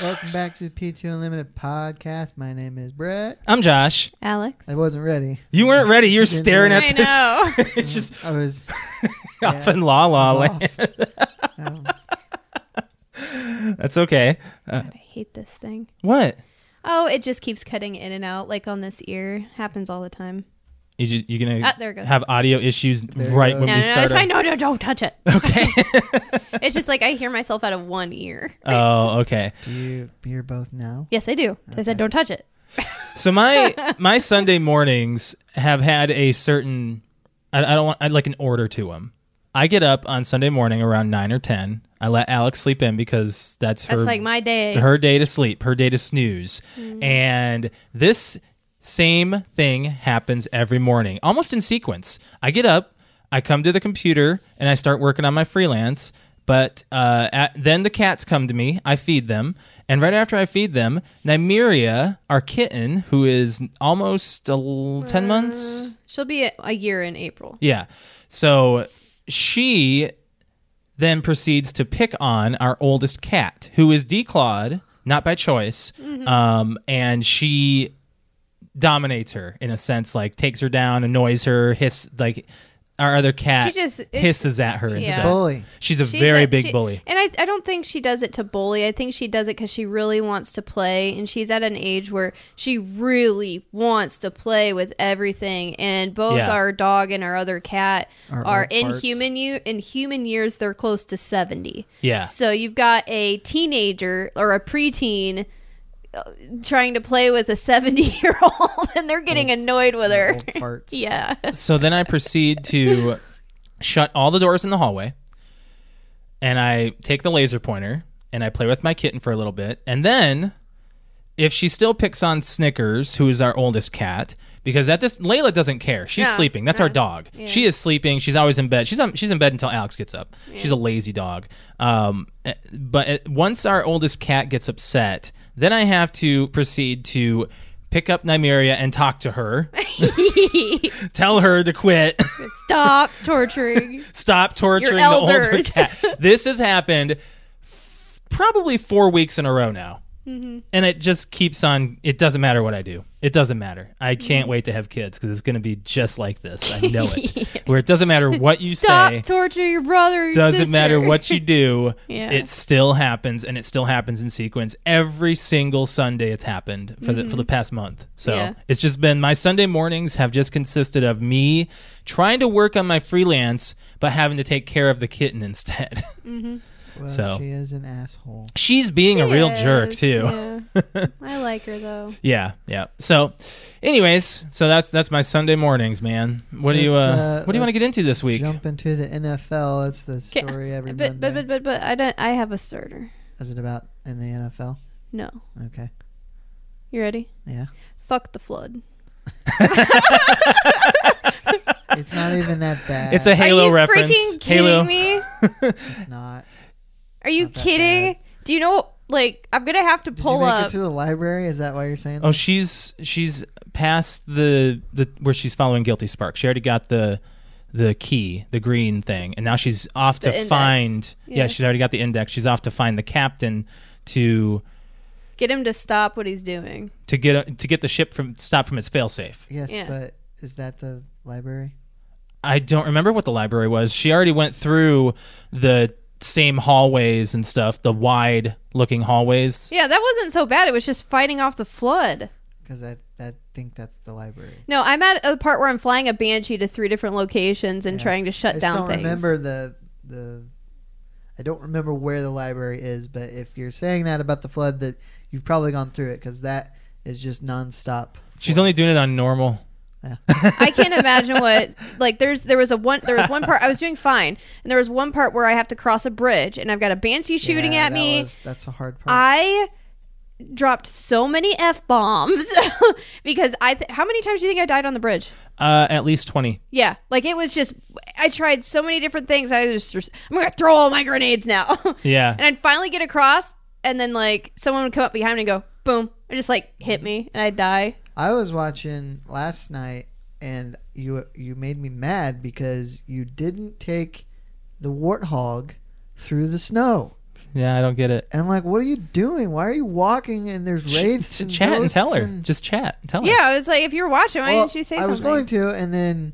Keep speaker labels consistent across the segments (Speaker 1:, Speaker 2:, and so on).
Speaker 1: Welcome back to the PTO Unlimited podcast. My name is Brett.
Speaker 2: I'm Josh.
Speaker 3: Alex.
Speaker 1: I wasn't ready.
Speaker 2: You weren't ready. You were
Speaker 1: Didn't
Speaker 2: staring at
Speaker 3: I
Speaker 2: this.
Speaker 3: know.
Speaker 2: it's just
Speaker 1: I was.
Speaker 2: off in La La
Speaker 1: It's off.
Speaker 2: Land.
Speaker 1: Um,
Speaker 2: That's okay.
Speaker 3: I hate this thing.
Speaker 2: What?
Speaker 3: Oh, it just keeps cutting in and out, like on this ear. Happens all the time.
Speaker 2: You just, you're gonna
Speaker 3: Ah, there it goes.
Speaker 2: have audio issues
Speaker 1: There it
Speaker 2: right
Speaker 1: goes.
Speaker 2: when
Speaker 3: No,
Speaker 2: we
Speaker 3: no, no,
Speaker 2: start.
Speaker 3: it's
Speaker 2: our-
Speaker 3: fine. No, no, don't touch it.
Speaker 2: Okay.
Speaker 3: It's just like I hear myself out of one ear.
Speaker 2: oh, okay.
Speaker 1: do you hear both now?
Speaker 3: Yes, I do. I said don't touch it.
Speaker 2: So my my Sunday mornings have had a certain I, I don't want I like an order to them. I get up on Sunday morning around nine or ten. I let Alex sleep in because that's her
Speaker 3: That's like my day.
Speaker 2: her day to sleep, her day to snooze. And this same thing happens every morning, almost in sequence. I get up, I come to the computer, and I start working on my freelance. But uh, at, then the cats come to me, I feed them. And right after I feed them, Nymeria, our kitten, who is almost a l- 10 months,
Speaker 3: She'll be a, a year in April.
Speaker 2: yeah. So she then proceeds to pick on our oldest cat, who is declawed, not by choice.
Speaker 3: Mm-hmm.
Speaker 2: Um, and she dominates her in a sense, like takes her down, annoys her, hiss like our other cat
Speaker 3: She just- it's-
Speaker 2: hisses at her.
Speaker 3: She's a
Speaker 2: instead.
Speaker 1: Bully.
Speaker 2: She's a
Speaker 3: She's
Speaker 2: very
Speaker 3: a-
Speaker 2: big
Speaker 3: she-
Speaker 2: bully.
Speaker 3: And I, I don't think she does it to bully. I think she does it because she really wants to play. And she's at an age where she really wants to play with everything. And both
Speaker 2: Yeah.
Speaker 3: our dog and our other cat
Speaker 1: Are
Speaker 3: are
Speaker 1: old
Speaker 3: in
Speaker 1: farts.
Speaker 3: human, u- in human years, they're close to 70.
Speaker 2: Yeah.
Speaker 3: So you've got a teenager or a preteen uh, trying to play with a 70 year old and they're getting annoyed with her.
Speaker 1: Old farts.
Speaker 3: Yeah.
Speaker 2: so then I proceed to shut all the doors in the hallway, and I take the laser pointer and I play with my kitten for a little bit, and then if she still picks on Snickers, who is our oldest cat, because at this Layla doesn't care. She's
Speaker 3: No,
Speaker 2: sleeping. That's our
Speaker 3: no.
Speaker 2: dog. She is sleeping. She's always in bed. She's on, she's in bed until Alex gets up. She's a lazy dog. Um, eh, but eh, once our oldest cat gets upset, then I have to proceed to pick up Nymeria and talk to her, tell her to quit.
Speaker 3: Stop torturing.
Speaker 2: stop torturing the
Speaker 3: Your
Speaker 2: older
Speaker 3: elders.
Speaker 2: cat. this has happened f- probably four weeks in a row now.
Speaker 3: Mm-hmm.
Speaker 2: And it just keeps on. It doesn't matter what I do. It doesn't matter. I
Speaker 3: Mm-hmm.
Speaker 2: can't wait to have kids because it's going to be just like this. I know it. Where it doesn't matter what you
Speaker 3: Stop
Speaker 2: say,
Speaker 3: torturing your brother. or your
Speaker 2: doesn't
Speaker 3: sister.
Speaker 2: matter what you do,
Speaker 3: Yeah.
Speaker 2: it still happens, and it still happens in sequence every single Sunday. It's happened for the for the past month. So
Speaker 3: Mm-hmm. Yeah.
Speaker 2: it's just been my Sunday mornings have just consisted of me trying to work on my freelance, but having to take care of the kitten instead.
Speaker 1: Well,
Speaker 2: So.
Speaker 1: she is an asshole.
Speaker 2: She's being a real
Speaker 3: Yes,
Speaker 2: jerk too.
Speaker 3: yeah. I like her though.
Speaker 2: Yeah, yeah. So, anyways, so that's that's my Sunday mornings, man. What do you
Speaker 1: Let's,
Speaker 2: uh,
Speaker 1: uh,
Speaker 2: what do you want to
Speaker 1: let's
Speaker 2: get into this week?
Speaker 1: Jump into the NFL. That's the
Speaker 3: Okay,
Speaker 1: story every
Speaker 3: But, but
Speaker 1: Monday.
Speaker 3: but but but I don't. I have a starter.
Speaker 1: Is it about in the NFL?
Speaker 3: No,
Speaker 1: Okay.
Speaker 3: you ready?
Speaker 1: Yeah.
Speaker 3: Fuck the flood.
Speaker 1: It's not even that bad.
Speaker 2: It's a Halo
Speaker 3: Are you
Speaker 2: reference.
Speaker 3: freaking kidding
Speaker 2: Halo.
Speaker 3: me?
Speaker 1: It's not.
Speaker 3: Are you
Speaker 1: Not that
Speaker 3: kidding? Do you know? Like, I'm gonna have to
Speaker 1: Did
Speaker 3: pull
Speaker 1: you make
Speaker 3: up.
Speaker 1: it to the library? Is that why you're saying?
Speaker 2: Oh,
Speaker 1: this?
Speaker 2: she's she's past the the where she's following Guilty Spark. She already got the the key, the green thing, and now she's off to
Speaker 3: The index.
Speaker 2: find. Yeah.
Speaker 3: Yeah.
Speaker 2: she's already got the index. She's off to find the captain to
Speaker 3: Get him to stop what he's doing.
Speaker 2: to get to get the ship from stopped from its failsafe.
Speaker 1: yes,
Speaker 3: yeah.
Speaker 1: but is that the library?
Speaker 2: I don't remember what the library was. She already went through the same hallways and stuff, the wide looking hallways.
Speaker 3: Yeah, that wasn't so bad. It was just fighting off the flood.
Speaker 1: Because I, I think that's the library.
Speaker 3: No, I'm at a part where I'm flying a banshee to three different locations and
Speaker 1: Yeah.
Speaker 3: trying to shut
Speaker 1: I just
Speaker 3: down
Speaker 1: don't
Speaker 3: things.
Speaker 1: remember the the. I don't remember where the library is, but if you're saying that about the flood, that you've probably gone through it because that is just nonstop.
Speaker 2: She's only doing it on normal.
Speaker 3: I can't imagine what like there's there was a one there was one part I was doing fine and there was one part where I have to cross a bridge and I've got a banshee shooting
Speaker 1: Yeah,
Speaker 3: at
Speaker 1: that
Speaker 3: me.
Speaker 1: was- that's a hard part.
Speaker 3: I dropped so many f bombs because I th- how many times do you think I died on the bridge?
Speaker 2: Uh, at least twenty.
Speaker 3: Yeah, like it was just I tried so many different things. I just I'm gonna throw all my grenades now,
Speaker 2: Yeah.
Speaker 3: and I'd finally get across, and then like someone would come up behind me and go boom, and just like hit me, and I'd die.
Speaker 1: I, was watching last night, and you you made me mad because you didn't take the warthog through the snow.
Speaker 2: Yeah, I don't get it.
Speaker 1: And I'm like, what are you doing? Why are you walking? And there's wraiths.
Speaker 2: Ch-
Speaker 1: and
Speaker 2: chat and
Speaker 1: ghosts
Speaker 2: tell her.
Speaker 1: and-
Speaker 2: Just chat. And tell her.
Speaker 3: Yeah, I was like, if you're watching, why
Speaker 1: Oh Well,
Speaker 3: didn't you say
Speaker 1: I
Speaker 3: something?
Speaker 1: was going to, and then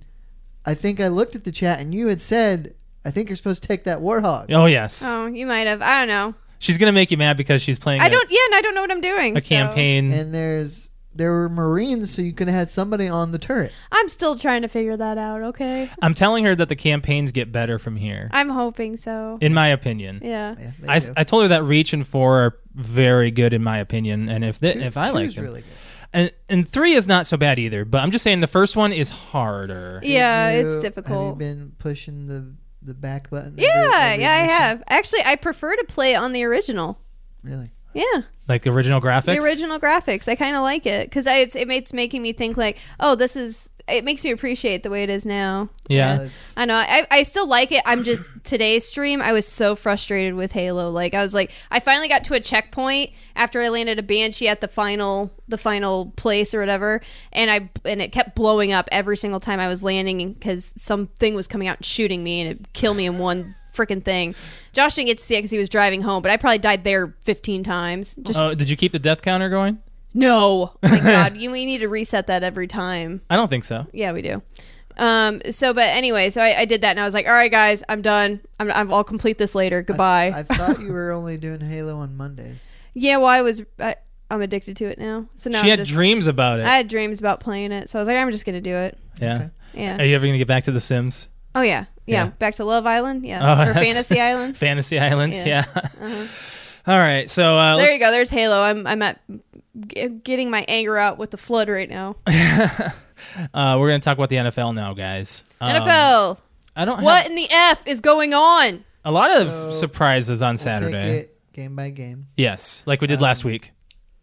Speaker 1: I think I looked at the chat, and you had said, I think you're supposed to take that warthog.
Speaker 2: Oh yes.
Speaker 3: Oh, you might have. I don't know.
Speaker 2: She's gonna make you mad because she's playing.
Speaker 3: I
Speaker 2: a-
Speaker 3: don't. Yeah, and I don't know what I'm doing.
Speaker 2: a
Speaker 3: so-
Speaker 2: campaign.
Speaker 1: And there's there were marines, so you could have had somebody on the turret.
Speaker 3: I'm still trying to figure that out. Okay,
Speaker 2: I'm telling her that the campaigns get better from here,
Speaker 3: I'm hoping so.
Speaker 2: in my opinion.
Speaker 3: Yeah.
Speaker 1: Yeah, they
Speaker 2: I,
Speaker 1: do.
Speaker 2: s- I told her that Reach and Four are very good in my opinion, and if
Speaker 1: Two-
Speaker 2: th- if I like
Speaker 1: two's
Speaker 2: them,
Speaker 1: really good.
Speaker 2: and and three is not so bad either. But I'm just saying the first one is harder.
Speaker 3: Yeah,
Speaker 1: Did you-
Speaker 3: it's
Speaker 1: Have you
Speaker 3: difficult.
Speaker 1: been pushing the the back button? every-
Speaker 3: Yeah,
Speaker 1: every
Speaker 3: yeah, I
Speaker 1: mission?
Speaker 3: have. Actually, I prefer to play on the original.
Speaker 1: Really?
Speaker 3: Yeah.
Speaker 2: Like the original graphics.
Speaker 3: the original graphics. I kind of like it because I it's, it makes making me think like, oh, this is. It makes me appreciate the way it is now.
Speaker 2: Yeah.
Speaker 1: it's-
Speaker 3: I know. I, I still like it. I'm just today's stream. I was so frustrated with Halo. Like I was like, I finally got to a checkpoint after I landed a banshee at the final the final place or whatever, and I and it kept blowing up every single time I was landing because something was coming out and shooting me and it killed me in one freaking thing. Josh didn't get to see it because he was driving home, but I probably died there 15 times. Just
Speaker 2: Oh, did you keep the death counter going?
Speaker 3: no. Oh my god, you we need to reset that every time.
Speaker 2: I don't think so.
Speaker 3: Yeah, we do. Um so but anyway, so I, I did that and I was like, "All right guys, I'm done. I'm, I'm I'll complete this later. Goodbye."
Speaker 1: I thought you were only doing Halo on Mondays.
Speaker 3: yeah, well, I was I, I'm addicted to it now. So now
Speaker 2: she had
Speaker 3: I'm just-
Speaker 2: dreams about it.
Speaker 3: I had dreams about playing it. So I was like, "I'm just going to do it."
Speaker 2: yeah.
Speaker 1: Okay.
Speaker 3: Yeah.
Speaker 2: Are you ever gonna get back to The Sims?
Speaker 3: oh yeah. yeah.
Speaker 2: Yeah.
Speaker 3: Back to Love Island? Yeah.
Speaker 2: Oh,
Speaker 3: or
Speaker 2: that's-
Speaker 3: Fantasy Island?
Speaker 2: Fantasy Island.
Speaker 3: Yeah.
Speaker 2: Yeah.
Speaker 3: Uh-huh.
Speaker 2: All right. So, uh,
Speaker 3: So there you go. There's Halo. I'm I'm at g- getting my anger out with the flood right now.
Speaker 2: Um, uh, we're gonna talk about the NFL now, guys. Um,
Speaker 3: NFL.
Speaker 2: I don't.
Speaker 3: What
Speaker 2: Have
Speaker 3: in the F is going on?
Speaker 2: a lot of
Speaker 1: So,
Speaker 2: surprises on
Speaker 1: We'll
Speaker 2: Saturday.
Speaker 1: Take it game by game.
Speaker 2: Yes, like we did
Speaker 1: Um,
Speaker 2: last week.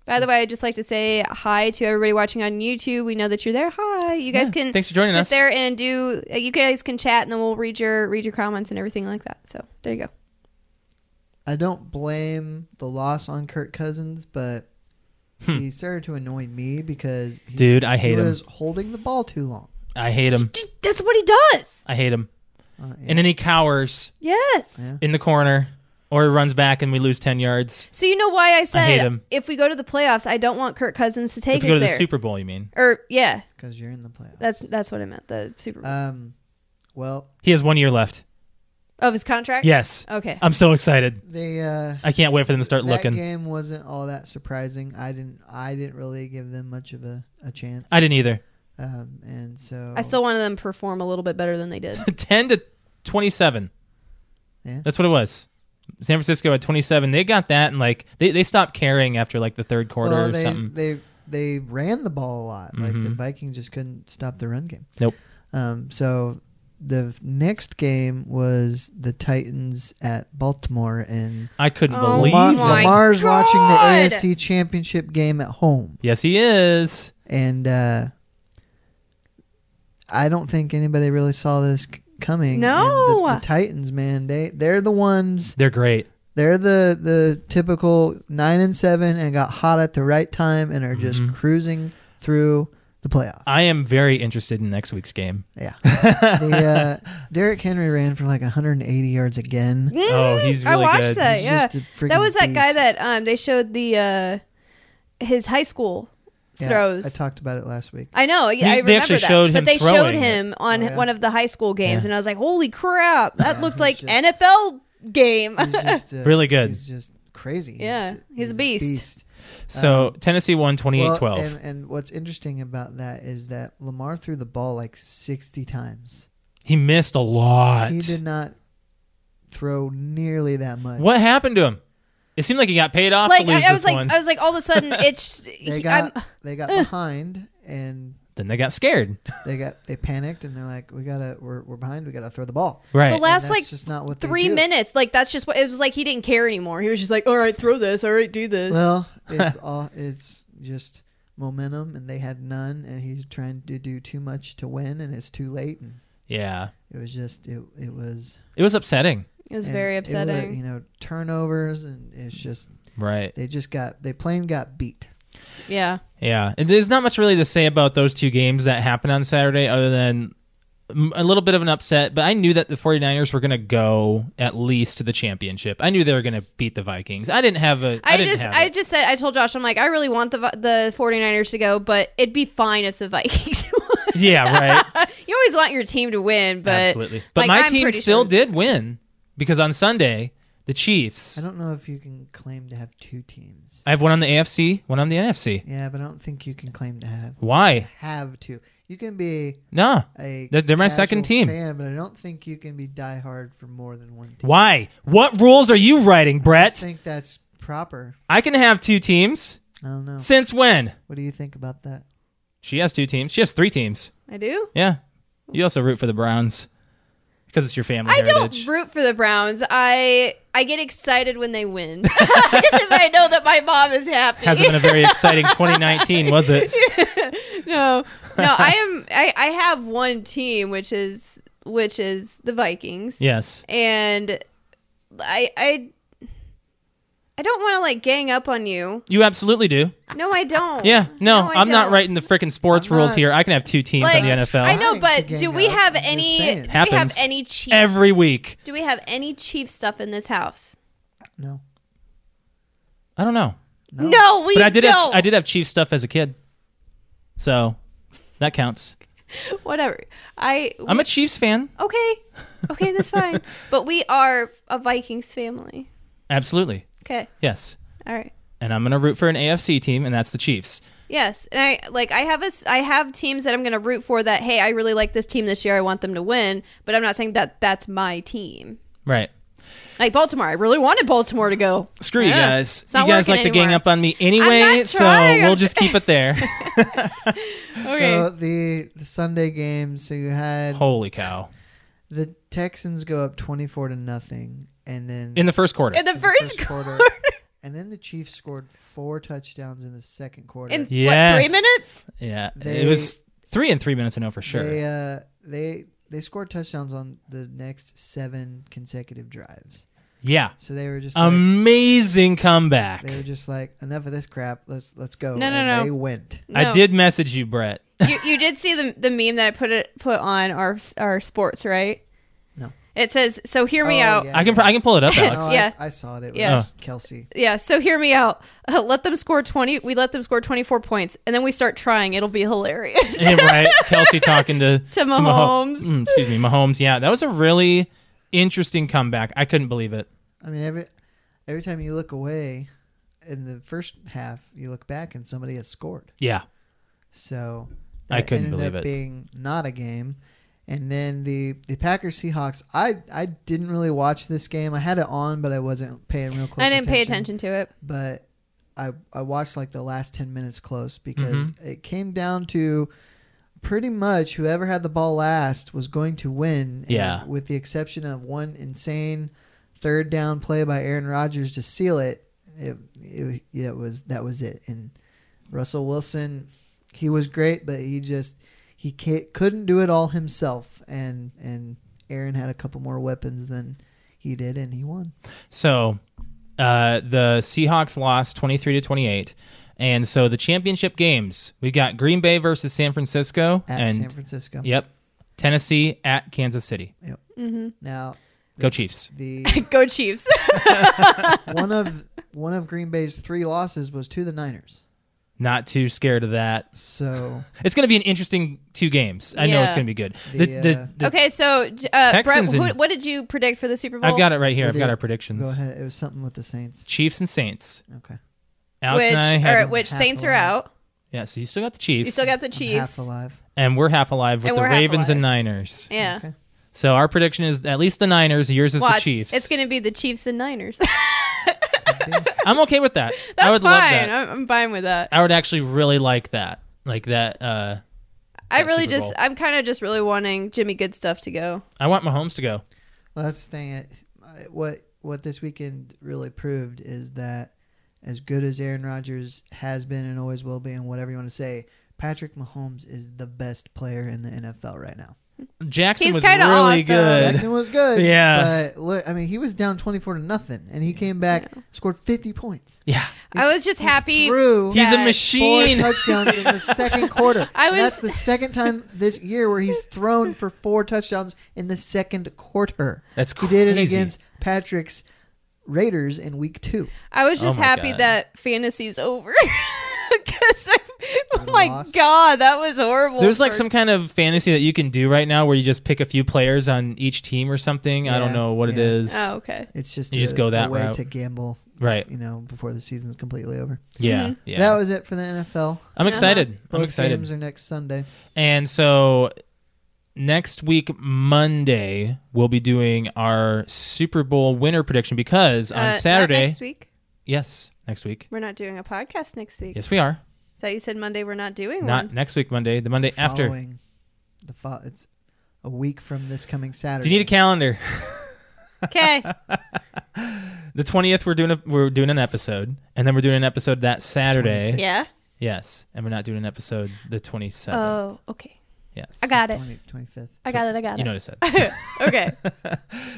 Speaker 3: By the way, I'd just like to say hi to everybody watching on YouTube. We know that you're there. Hi. You guys
Speaker 2: Yeah,
Speaker 3: can
Speaker 2: thanks for joining
Speaker 3: sit
Speaker 2: us.
Speaker 3: there and do uh, you guys can chat and then we'll read your read your comments and everything like that. So there you go.
Speaker 1: I don't blame the loss on Kirk Cousins, but
Speaker 2: Hmm.
Speaker 1: he started to annoy me because he,
Speaker 2: Dude, I hate
Speaker 1: he
Speaker 2: him.
Speaker 1: was holding the ball too long.
Speaker 2: I hate him.
Speaker 3: Dude, that's what he does.
Speaker 2: I hate him.
Speaker 1: Uh, yeah.
Speaker 2: And then he cowers
Speaker 3: Yes.
Speaker 1: Yeah.
Speaker 2: in the corner or he runs back and we lose 10 yards.
Speaker 3: So you know why I said
Speaker 2: him.
Speaker 3: if we go to the playoffs, I don't want Kirk Cousins to take
Speaker 2: if we go to
Speaker 3: us
Speaker 2: the
Speaker 3: there.
Speaker 2: Super Bowl, you mean?
Speaker 3: or yeah,
Speaker 1: because you're in the playoffs.
Speaker 3: that's that's what I meant. The Super
Speaker 2: Uh,
Speaker 3: Bowl
Speaker 1: um, well,
Speaker 2: He has one year left.
Speaker 3: of his contract.
Speaker 2: Yes.
Speaker 3: Okay.
Speaker 2: I'm so excited.
Speaker 1: they uh,
Speaker 2: I can't wait for them to start
Speaker 1: that
Speaker 2: looking.
Speaker 1: game wasn't all that surprising. I didn't I didn't really give them much of a, a chance.
Speaker 2: I didn't either.
Speaker 1: um, and so
Speaker 3: I still wanted them to perform a little bit better than they did.
Speaker 2: 10 to 27.
Speaker 1: Yeah.
Speaker 2: That's what it was. San Francisco at 27. They got that and like they, they stopped caring after like the third quarter
Speaker 1: well,
Speaker 2: or
Speaker 1: they,
Speaker 2: something.
Speaker 1: They they ran the ball a lot. Like the
Speaker 3: Mm-hmm.
Speaker 2: Mhm.
Speaker 1: Vikings just couldn't stop the run game.
Speaker 2: Nope.
Speaker 1: Um, so the next game was the Titans at Baltimore, and
Speaker 2: I couldn't
Speaker 3: Oh
Speaker 2: believe
Speaker 1: Lamar,
Speaker 2: it.
Speaker 3: my-
Speaker 1: Lamar's
Speaker 3: God.
Speaker 1: watching the AFC Championship game at home,
Speaker 2: Yes, he is.
Speaker 1: and uh, I don't think anybody really saw this c- coming.
Speaker 3: No.
Speaker 1: And the, the Titans, man, they they're the ones
Speaker 2: They're great.
Speaker 1: They're the the typical nine and seven and got hot at the right time and are just
Speaker 2: Mhm.
Speaker 1: cruising through the playoffs.
Speaker 2: I am very interested in next week's game.
Speaker 1: Yeah, the, uh, Derrick Henry ran for like 180 yards again.
Speaker 2: Oh, he's
Speaker 3: I
Speaker 2: really
Speaker 3: watched
Speaker 2: good.
Speaker 3: that.
Speaker 1: He's
Speaker 3: yeah.
Speaker 1: just a freaking
Speaker 3: That was that guy
Speaker 1: beast.
Speaker 3: that um they showed the uh his high school
Speaker 1: Yeah,
Speaker 3: throws.
Speaker 1: I
Speaker 3: I
Speaker 1: talked about it last week.
Speaker 3: know.
Speaker 2: He-
Speaker 3: yeah,
Speaker 2: they
Speaker 3: I remember
Speaker 2: actually
Speaker 3: that.
Speaker 2: showed him
Speaker 3: but they showed
Speaker 2: throwing it.
Speaker 3: him on
Speaker 1: Oh, yeah.
Speaker 3: one of the high school games,
Speaker 2: Yeah.
Speaker 3: and I was like, "Holy crap! That
Speaker 1: Yeah,
Speaker 3: looked
Speaker 1: he's
Speaker 3: like
Speaker 1: just-
Speaker 3: NFL game."
Speaker 1: He's just, uh,
Speaker 2: Really good.
Speaker 1: He's just crazy. He's-
Speaker 3: Yeah, he's a beast.
Speaker 2: So
Speaker 1: Um,
Speaker 2: Tennessee won 28
Speaker 1: Well,
Speaker 2: 12.
Speaker 1: and, and what's interesting about that is that Lamar threw the ball like 60 times.
Speaker 2: He missed a lot.
Speaker 1: He did not throw nearly that much.
Speaker 2: What happened to him? It seemed like he got paid off
Speaker 3: like uh,
Speaker 2: to lose
Speaker 3: I, I
Speaker 2: this
Speaker 3: was like,
Speaker 2: one.
Speaker 3: I Eh. was like, all of a sudden, it's
Speaker 1: They
Speaker 3: he,
Speaker 1: got
Speaker 3: I'm,
Speaker 1: they got behind and
Speaker 2: Then they got scared.
Speaker 1: They got they panicked and they're like, we gotta we're, we're behind. We gotta throw the ball.
Speaker 2: Right.
Speaker 3: The last
Speaker 1: and that's
Speaker 3: like
Speaker 1: just not what they
Speaker 3: three
Speaker 1: do.
Speaker 3: minutes, like that's just what it was like. He didn't care anymore. He was just like, all right, throw this. All right, do this.
Speaker 1: Well, it's all it's just momentum, and they had none, and he's trying to do too much to win, and it's too late, and
Speaker 2: yeah.
Speaker 1: it was just it it was
Speaker 2: It was upsetting.
Speaker 3: it was
Speaker 1: and
Speaker 3: very
Speaker 1: it wa-
Speaker 3: upsetting.
Speaker 1: you know, turnovers, and it's just
Speaker 2: Right.
Speaker 1: they just got they plain got beat.
Speaker 3: yeah.
Speaker 2: Yeah, and there's not much really to say about those two games that happened on Saturday other than mm, a little bit of an upset, but I knew that the 49ers were going to go at least to the championship. I knew they were going to beat the Vikings. I didn't have a. I
Speaker 3: I
Speaker 2: didn't
Speaker 3: just,
Speaker 2: have
Speaker 3: I
Speaker 2: it.
Speaker 3: just said, I told Josh, I'm like, I really want the Vi- the 49ers to go, but it'd be fine if the Vikings. won.
Speaker 2: Yeah, right.
Speaker 3: you always want your team to win, but
Speaker 2: Absolutely. But
Speaker 3: like,
Speaker 2: my
Speaker 3: I'm
Speaker 2: team
Speaker 3: pretty
Speaker 2: still
Speaker 3: sure-
Speaker 2: did win because on Sunday, the Chiefs.
Speaker 1: I don't know if you can claim to have two teams.
Speaker 2: I have one on the AFC, one on the NFC.
Speaker 1: Yeah, but I don't think you can claim to have
Speaker 2: Why?
Speaker 1: have two. You can be
Speaker 2: No.
Speaker 1: a
Speaker 2: They're- they're my
Speaker 1: casual
Speaker 2: second team.
Speaker 1: fan, but I don't think you can be diehard for more than one team.
Speaker 2: Why? What rules are you writing,
Speaker 1: I just
Speaker 2: Brett?
Speaker 1: think that's proper.
Speaker 2: I can have two teams.
Speaker 1: I don't know.
Speaker 2: Since when?
Speaker 1: What do you think about that?
Speaker 2: She has two teams. She has three teams.
Speaker 3: I do.
Speaker 2: Yeah. You also root for the Browns because it's your family
Speaker 3: I don't
Speaker 2: heritage.
Speaker 3: root for the Browns. I I get excited when they win. Because if I know that my mom is happy.
Speaker 2: Hasn't been a very exciting 2019, was it?
Speaker 3: no, no, I am. I I have one team, which is which is the Vikings,
Speaker 2: Yes.
Speaker 3: and I I I don't want to like gang up on you.
Speaker 2: You absolutely do.
Speaker 3: No, I don't.
Speaker 2: Yeah. No,
Speaker 3: I
Speaker 2: I'm not
Speaker 3: don't.
Speaker 2: writing the freaking sports
Speaker 1: I'm
Speaker 2: rules
Speaker 1: not-
Speaker 2: here. I can have two teams
Speaker 3: Like,
Speaker 2: in the NFL
Speaker 3: I know,
Speaker 1: Trying
Speaker 3: but
Speaker 1: to gang
Speaker 3: do we
Speaker 1: up,
Speaker 3: have
Speaker 1: I'm just
Speaker 3: any?
Speaker 1: saying.
Speaker 3: Do we have
Speaker 2: Happens
Speaker 3: any Chiefs?
Speaker 2: every week.
Speaker 3: Do we have any Chiefs stuff in this house?
Speaker 1: No.
Speaker 2: I don't know.
Speaker 1: No.
Speaker 3: No, we
Speaker 2: But I did have
Speaker 3: don't.
Speaker 2: I did have Chiefs stuff as a kid. So that counts.
Speaker 3: Whatever. I.
Speaker 2: I'm a Chiefs fan.
Speaker 3: okay. Okay, that's fine. But we are a Vikings family.
Speaker 2: Absolutely.
Speaker 3: Okay.
Speaker 2: Yes.
Speaker 3: All right.
Speaker 2: And I'm going to root for an AFC team and that's the Chiefs.
Speaker 3: Yes, and I like I have a s- I have teams that I'm going to root for that hey, I really like this team this year. I want them to win, but I'm not saying that that's my team.
Speaker 2: Right.
Speaker 3: Like Baltimore, I really wanted Baltimore to go.
Speaker 2: Screw you
Speaker 3: Yeah.
Speaker 2: guys.
Speaker 3: It's
Speaker 2: You
Speaker 3: not
Speaker 2: guys like
Speaker 3: working
Speaker 2: to gang
Speaker 3: anymore.
Speaker 2: up on me
Speaker 3: I'm
Speaker 2: anyway,
Speaker 3: not
Speaker 2: so
Speaker 3: trying.
Speaker 2: we'll just keep it there.
Speaker 1: So the, the Sunday game, so you had
Speaker 2: Holy cow.
Speaker 1: the Texans go up 24 to nothing and then
Speaker 2: In the first quarter.
Speaker 3: In the
Speaker 1: in
Speaker 3: first,
Speaker 1: quarter,
Speaker 3: quarter,
Speaker 1: and then the Chiefs scored four touchdowns in the second quarter.
Speaker 3: in
Speaker 2: Yes.
Speaker 3: what three minutes?
Speaker 2: Yeah, it
Speaker 1: They-
Speaker 2: was three and three minutes. I know for sure.
Speaker 1: They uh, they they scored touchdowns on the next 7 consecutive drives.
Speaker 2: yeah,
Speaker 1: So they were just
Speaker 2: Um,
Speaker 1: like,
Speaker 2: amazing comeback.
Speaker 1: they were just like enough of this crap. Let's let's go.
Speaker 3: No, no,
Speaker 1: and
Speaker 3: no.
Speaker 1: They went.
Speaker 2: I
Speaker 3: No.
Speaker 2: did message you, Brett.
Speaker 3: you, you did see the the meme that I put it put on our our sports, right?
Speaker 1: No.
Speaker 3: It says so. Hear me
Speaker 1: Oh,
Speaker 3: out.
Speaker 1: yeah.
Speaker 2: I can I can pull it up,
Speaker 1: No,
Speaker 2: Alex.
Speaker 1: I-
Speaker 3: Yeah.
Speaker 1: I, saw it. It was
Speaker 3: Yeah.
Speaker 1: Kelsey.
Speaker 3: Yeah, so hear me out. Uh, let them score 20. We let them score 24 points, and then we start trying. It'll be hilarious.
Speaker 2: Yeah, right, Kelsey talking to to
Speaker 3: Mahomes.
Speaker 2: Mm, excuse me, Mahomes. Yeah, that was a really interesting comeback. I couldn't believe it.
Speaker 1: I mean, every every time you look away in the first half, you look back and somebody has scored.
Speaker 2: Yeah,
Speaker 1: So
Speaker 2: I
Speaker 1: that
Speaker 2: couldn't
Speaker 1: ended
Speaker 2: believe
Speaker 1: up
Speaker 2: it.
Speaker 1: Being not a game, and then the the Packers Seahawks. I I didn't really watch this game. I had it on, but I wasn't paying real close.
Speaker 3: I didn't pay attention to it.
Speaker 1: but I I watched like the last ten minutes close because
Speaker 2: Mm-hmm.
Speaker 1: it came down to pretty much whoever had the ball last was going to win. and
Speaker 2: Yeah.
Speaker 1: with the exception of one insane third down play by Aaron Rodgers to seal it, it, it that was that was it. And Russell Wilson, he was great, but he just he ca couldn't do it all himself. And and Aaron had a couple more weapons than he did, and he won.
Speaker 2: So uh, the Seahawks lost 23 to 28. And so the championship games, we got Green Bay versus San Francisco
Speaker 1: At
Speaker 2: and
Speaker 1: San Francisco.
Speaker 2: yep, Tennessee at Kansas City.
Speaker 3: Mm-hmm.
Speaker 1: Now
Speaker 2: Go Chiefs.
Speaker 1: the
Speaker 3: Go Chiefs.
Speaker 1: one of one of Green Bay's three losses was to the Niners.
Speaker 2: Not too scared of that.
Speaker 1: So
Speaker 2: It's going to be an interesting two games. I know it's
Speaker 3: Yeah.
Speaker 2: going to be good. The,
Speaker 1: The,
Speaker 2: the,
Speaker 1: uh,
Speaker 2: the-
Speaker 3: okay, so j- uh, Brett,
Speaker 2: Texans
Speaker 3: who,
Speaker 2: and-
Speaker 3: what did you predict for the Super Bowl?
Speaker 2: I've got it right here.
Speaker 1: Well,
Speaker 2: I've
Speaker 1: the-
Speaker 2: got our predictions.
Speaker 1: go ahead. It was something with the Saints.
Speaker 2: Chiefs and Saints.
Speaker 1: Okay.
Speaker 2: Alex
Speaker 3: which
Speaker 2: and I
Speaker 3: or
Speaker 2: have,
Speaker 3: which
Speaker 1: half
Speaker 3: Saints are
Speaker 1: alive.
Speaker 3: out.
Speaker 2: yeah. So you still got the Chiefs.
Speaker 3: You still got the
Speaker 1: I'm half
Speaker 3: Chiefs.
Speaker 1: alive.
Speaker 2: and we're half alive with
Speaker 3: And
Speaker 2: the
Speaker 3: we're half
Speaker 2: Ravens and
Speaker 3: alive.
Speaker 2: Niners.
Speaker 3: Yeah.
Speaker 1: Okay.
Speaker 2: So our prediction is at least the Niners. Yours is
Speaker 3: Watch.
Speaker 2: the Chiefs.
Speaker 3: It's going to be the Chiefs and Niners.
Speaker 1: Could be.
Speaker 2: I'm okay with that. I
Speaker 3: That's
Speaker 2: would love
Speaker 3: fine.
Speaker 2: that.
Speaker 3: I'm, I'm fine with that.
Speaker 2: I would actually really like that. Like that. Uh,
Speaker 3: I
Speaker 2: that
Speaker 3: really
Speaker 2: Super
Speaker 3: just
Speaker 2: Bowl.
Speaker 3: I'm kind of just really wanting Jimmy Good stuff to go.
Speaker 2: I want Mahomes to go.
Speaker 1: Well, that's the thing. It, I- what what this weekend really proved is that as good as Aaron Rodgers has been and always will be, and whatever you want to say, Patrick Mahomes is the best player in the NFL right now.
Speaker 2: Jackson
Speaker 3: He's
Speaker 2: was really
Speaker 3: kinda awesome.
Speaker 2: good.
Speaker 1: Jackson was good.
Speaker 2: Yeah.
Speaker 1: But look, I mean, he was down twenty four to nothing, and he came back, scored fifty points.
Speaker 2: Yeah,
Speaker 3: I was just happy.
Speaker 1: Through
Speaker 3: He-
Speaker 2: he's a
Speaker 3: That
Speaker 1: four
Speaker 2: machine.
Speaker 1: touchdowns in the second quarter.
Speaker 3: I was-
Speaker 1: That's the second time this year where he's thrown for four touchdowns in the second quarter.
Speaker 2: That's
Speaker 1: He
Speaker 2: crazy.
Speaker 1: did it against Patrick's Raiders in week two.
Speaker 3: I was
Speaker 2: Oh
Speaker 3: just
Speaker 2: my
Speaker 3: happy
Speaker 2: God.
Speaker 3: that fantasy's over. Because oh
Speaker 1: We
Speaker 3: my
Speaker 1: lost.
Speaker 3: god, that was horrible.
Speaker 2: There's like
Speaker 3: for-
Speaker 2: some kind of fantasy that you can do right now where you just pick a few players on each team or something. I don't
Speaker 1: Yeah,
Speaker 2: know what it
Speaker 1: yeah.
Speaker 2: is.
Speaker 3: Oh okay.
Speaker 1: It's just
Speaker 2: You
Speaker 1: a,
Speaker 2: just go that
Speaker 1: a way
Speaker 2: route.
Speaker 1: to gamble,
Speaker 2: Right.
Speaker 1: you know, before the season's completely over.
Speaker 2: Yeah.
Speaker 3: Mhm.
Speaker 2: Yeah.
Speaker 1: That was it for the NFL.
Speaker 2: I'm
Speaker 3: Uh-huh.
Speaker 2: excited. I'm
Speaker 1: Both
Speaker 2: excited.
Speaker 1: games are next Sunday.
Speaker 2: And so next week, Monday, we'll be doing our Super Bowl winner prediction because
Speaker 3: Uh,
Speaker 2: on
Speaker 3: not
Speaker 2: Saturday.
Speaker 3: next week
Speaker 2: Yes, next week.
Speaker 3: we're not doing a podcast next week.
Speaker 2: Yes, we are.
Speaker 3: Thought you said Monday we're not doing
Speaker 2: Not
Speaker 3: one.
Speaker 2: next week, Monday, the Monday after.
Speaker 1: Following the fo- it's a week from this coming
Speaker 2: Do
Speaker 1: Saturday.
Speaker 2: you need a calendar?
Speaker 3: Okay.
Speaker 2: The 20th, we're doing a, we're doing an episode, and then we're doing an episode that Saturday.
Speaker 1: 26th.
Speaker 3: yeah.
Speaker 2: Yes, and we're not doing an episode the 27th.
Speaker 3: Oh, okay.
Speaker 2: yes.
Speaker 3: I got it.
Speaker 1: 20, 25th.
Speaker 3: I got it. I got
Speaker 2: You
Speaker 3: it.
Speaker 2: noticed that.
Speaker 3: okay.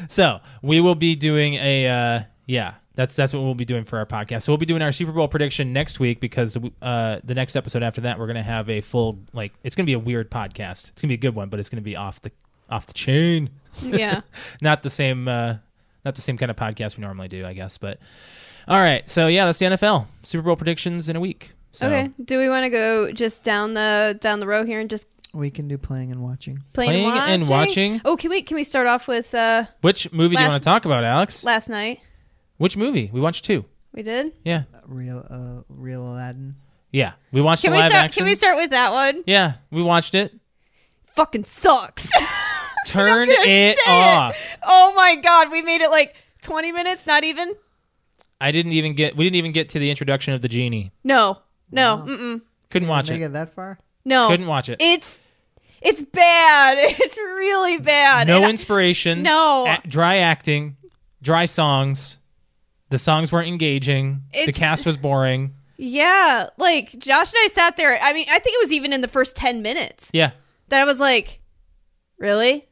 Speaker 2: So we will be doing a uh, yeah. That's that's what we'll be doing for our podcast. So we'll be doing our Super Bowl prediction next week because the uh, the next episode after that we're gonna have a full like it's gonna be a weird podcast. It's gonna be a good one, but it's gonna be off the off the chain.
Speaker 3: Yeah.
Speaker 2: Not the same uh, not the same kind of podcast we normally do, I guess. But all right, so yeah, that's the NFL Super Bowl predictions in a week. So
Speaker 3: Okay. Do we want to go just down the down the row here and just
Speaker 1: We can do playing and watching.
Speaker 3: playing,
Speaker 2: Playing and watching.
Speaker 3: Oh, can we can we start off with uh
Speaker 2: which movie do you
Speaker 3: Last-
Speaker 2: want to talk about, Alex?
Speaker 3: last night?
Speaker 2: which movie we watched two?
Speaker 3: We did.
Speaker 2: Yeah,
Speaker 1: Uh, Real, uh, real Aladdin.
Speaker 2: yeah, we watched
Speaker 3: Can
Speaker 2: the
Speaker 3: we
Speaker 2: live
Speaker 3: start?
Speaker 2: action.
Speaker 3: Can we start with that one?
Speaker 2: yeah, we watched it.
Speaker 3: Fucking sucks.
Speaker 2: Turn
Speaker 3: gonna
Speaker 2: it
Speaker 3: say it.
Speaker 2: off.
Speaker 3: oh my god, we made it like twenty minutes, not even.
Speaker 2: I didn't even get. We didn't even get to the introduction of the genie.
Speaker 3: No, no,
Speaker 1: Wow.
Speaker 3: mm-mm,
Speaker 2: Couldn't watch
Speaker 1: Make
Speaker 2: it.
Speaker 1: it that far?
Speaker 3: no.
Speaker 2: Couldn't watch it.
Speaker 3: It's it's bad. It's really bad.
Speaker 2: No
Speaker 3: And I-
Speaker 2: inspiration.
Speaker 3: No.
Speaker 2: A- dry acting. Dry songs. The songs weren't engaging. the
Speaker 3: It's-
Speaker 2: cast was boring.
Speaker 3: yeah, like Josh and I sat there. I mean, I think it was even in the first ten minutes.
Speaker 2: Yeah.
Speaker 3: that I was like, really?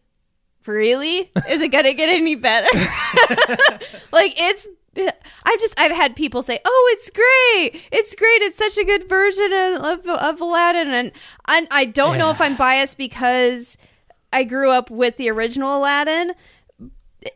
Speaker 3: Really? Is it going to get any better? like, it's. I've just I've had people say, "Oh, it's great! It's great! It's such a good version of of, of Aladdin," and I, I don't know if
Speaker 2: Yeah.
Speaker 3: I'm biased because I grew up with the original Aladdin.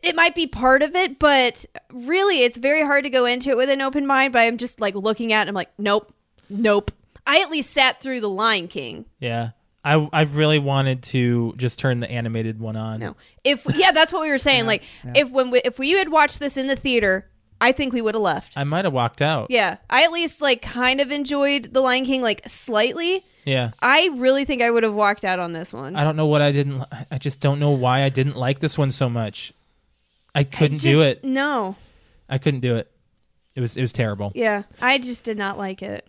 Speaker 3: It might be part of it, but really, it's very hard to go into it with an open mind. But I'm just like looking at, it, and I'm like, nope, nope. I at least sat through the Lion King.
Speaker 2: Yeah. I I really wanted to just turn the animated one on.
Speaker 3: No. If yeah, that's what we were saying. like if when we, if we had watched this in the theater, I think we would have left.
Speaker 2: I might have walked out.
Speaker 3: yeah, I at least like kind of enjoyed The Lion King like slightly.
Speaker 2: Yeah.
Speaker 3: I really think I would have walked out on this one.
Speaker 2: I don't know what I didn't. li- I just don't know why I didn't like this one so much. I couldn't do
Speaker 3: Just-
Speaker 2: it.
Speaker 3: No.
Speaker 2: I couldn't do it. It was it was terrible.
Speaker 3: Yeah, I just did not like it.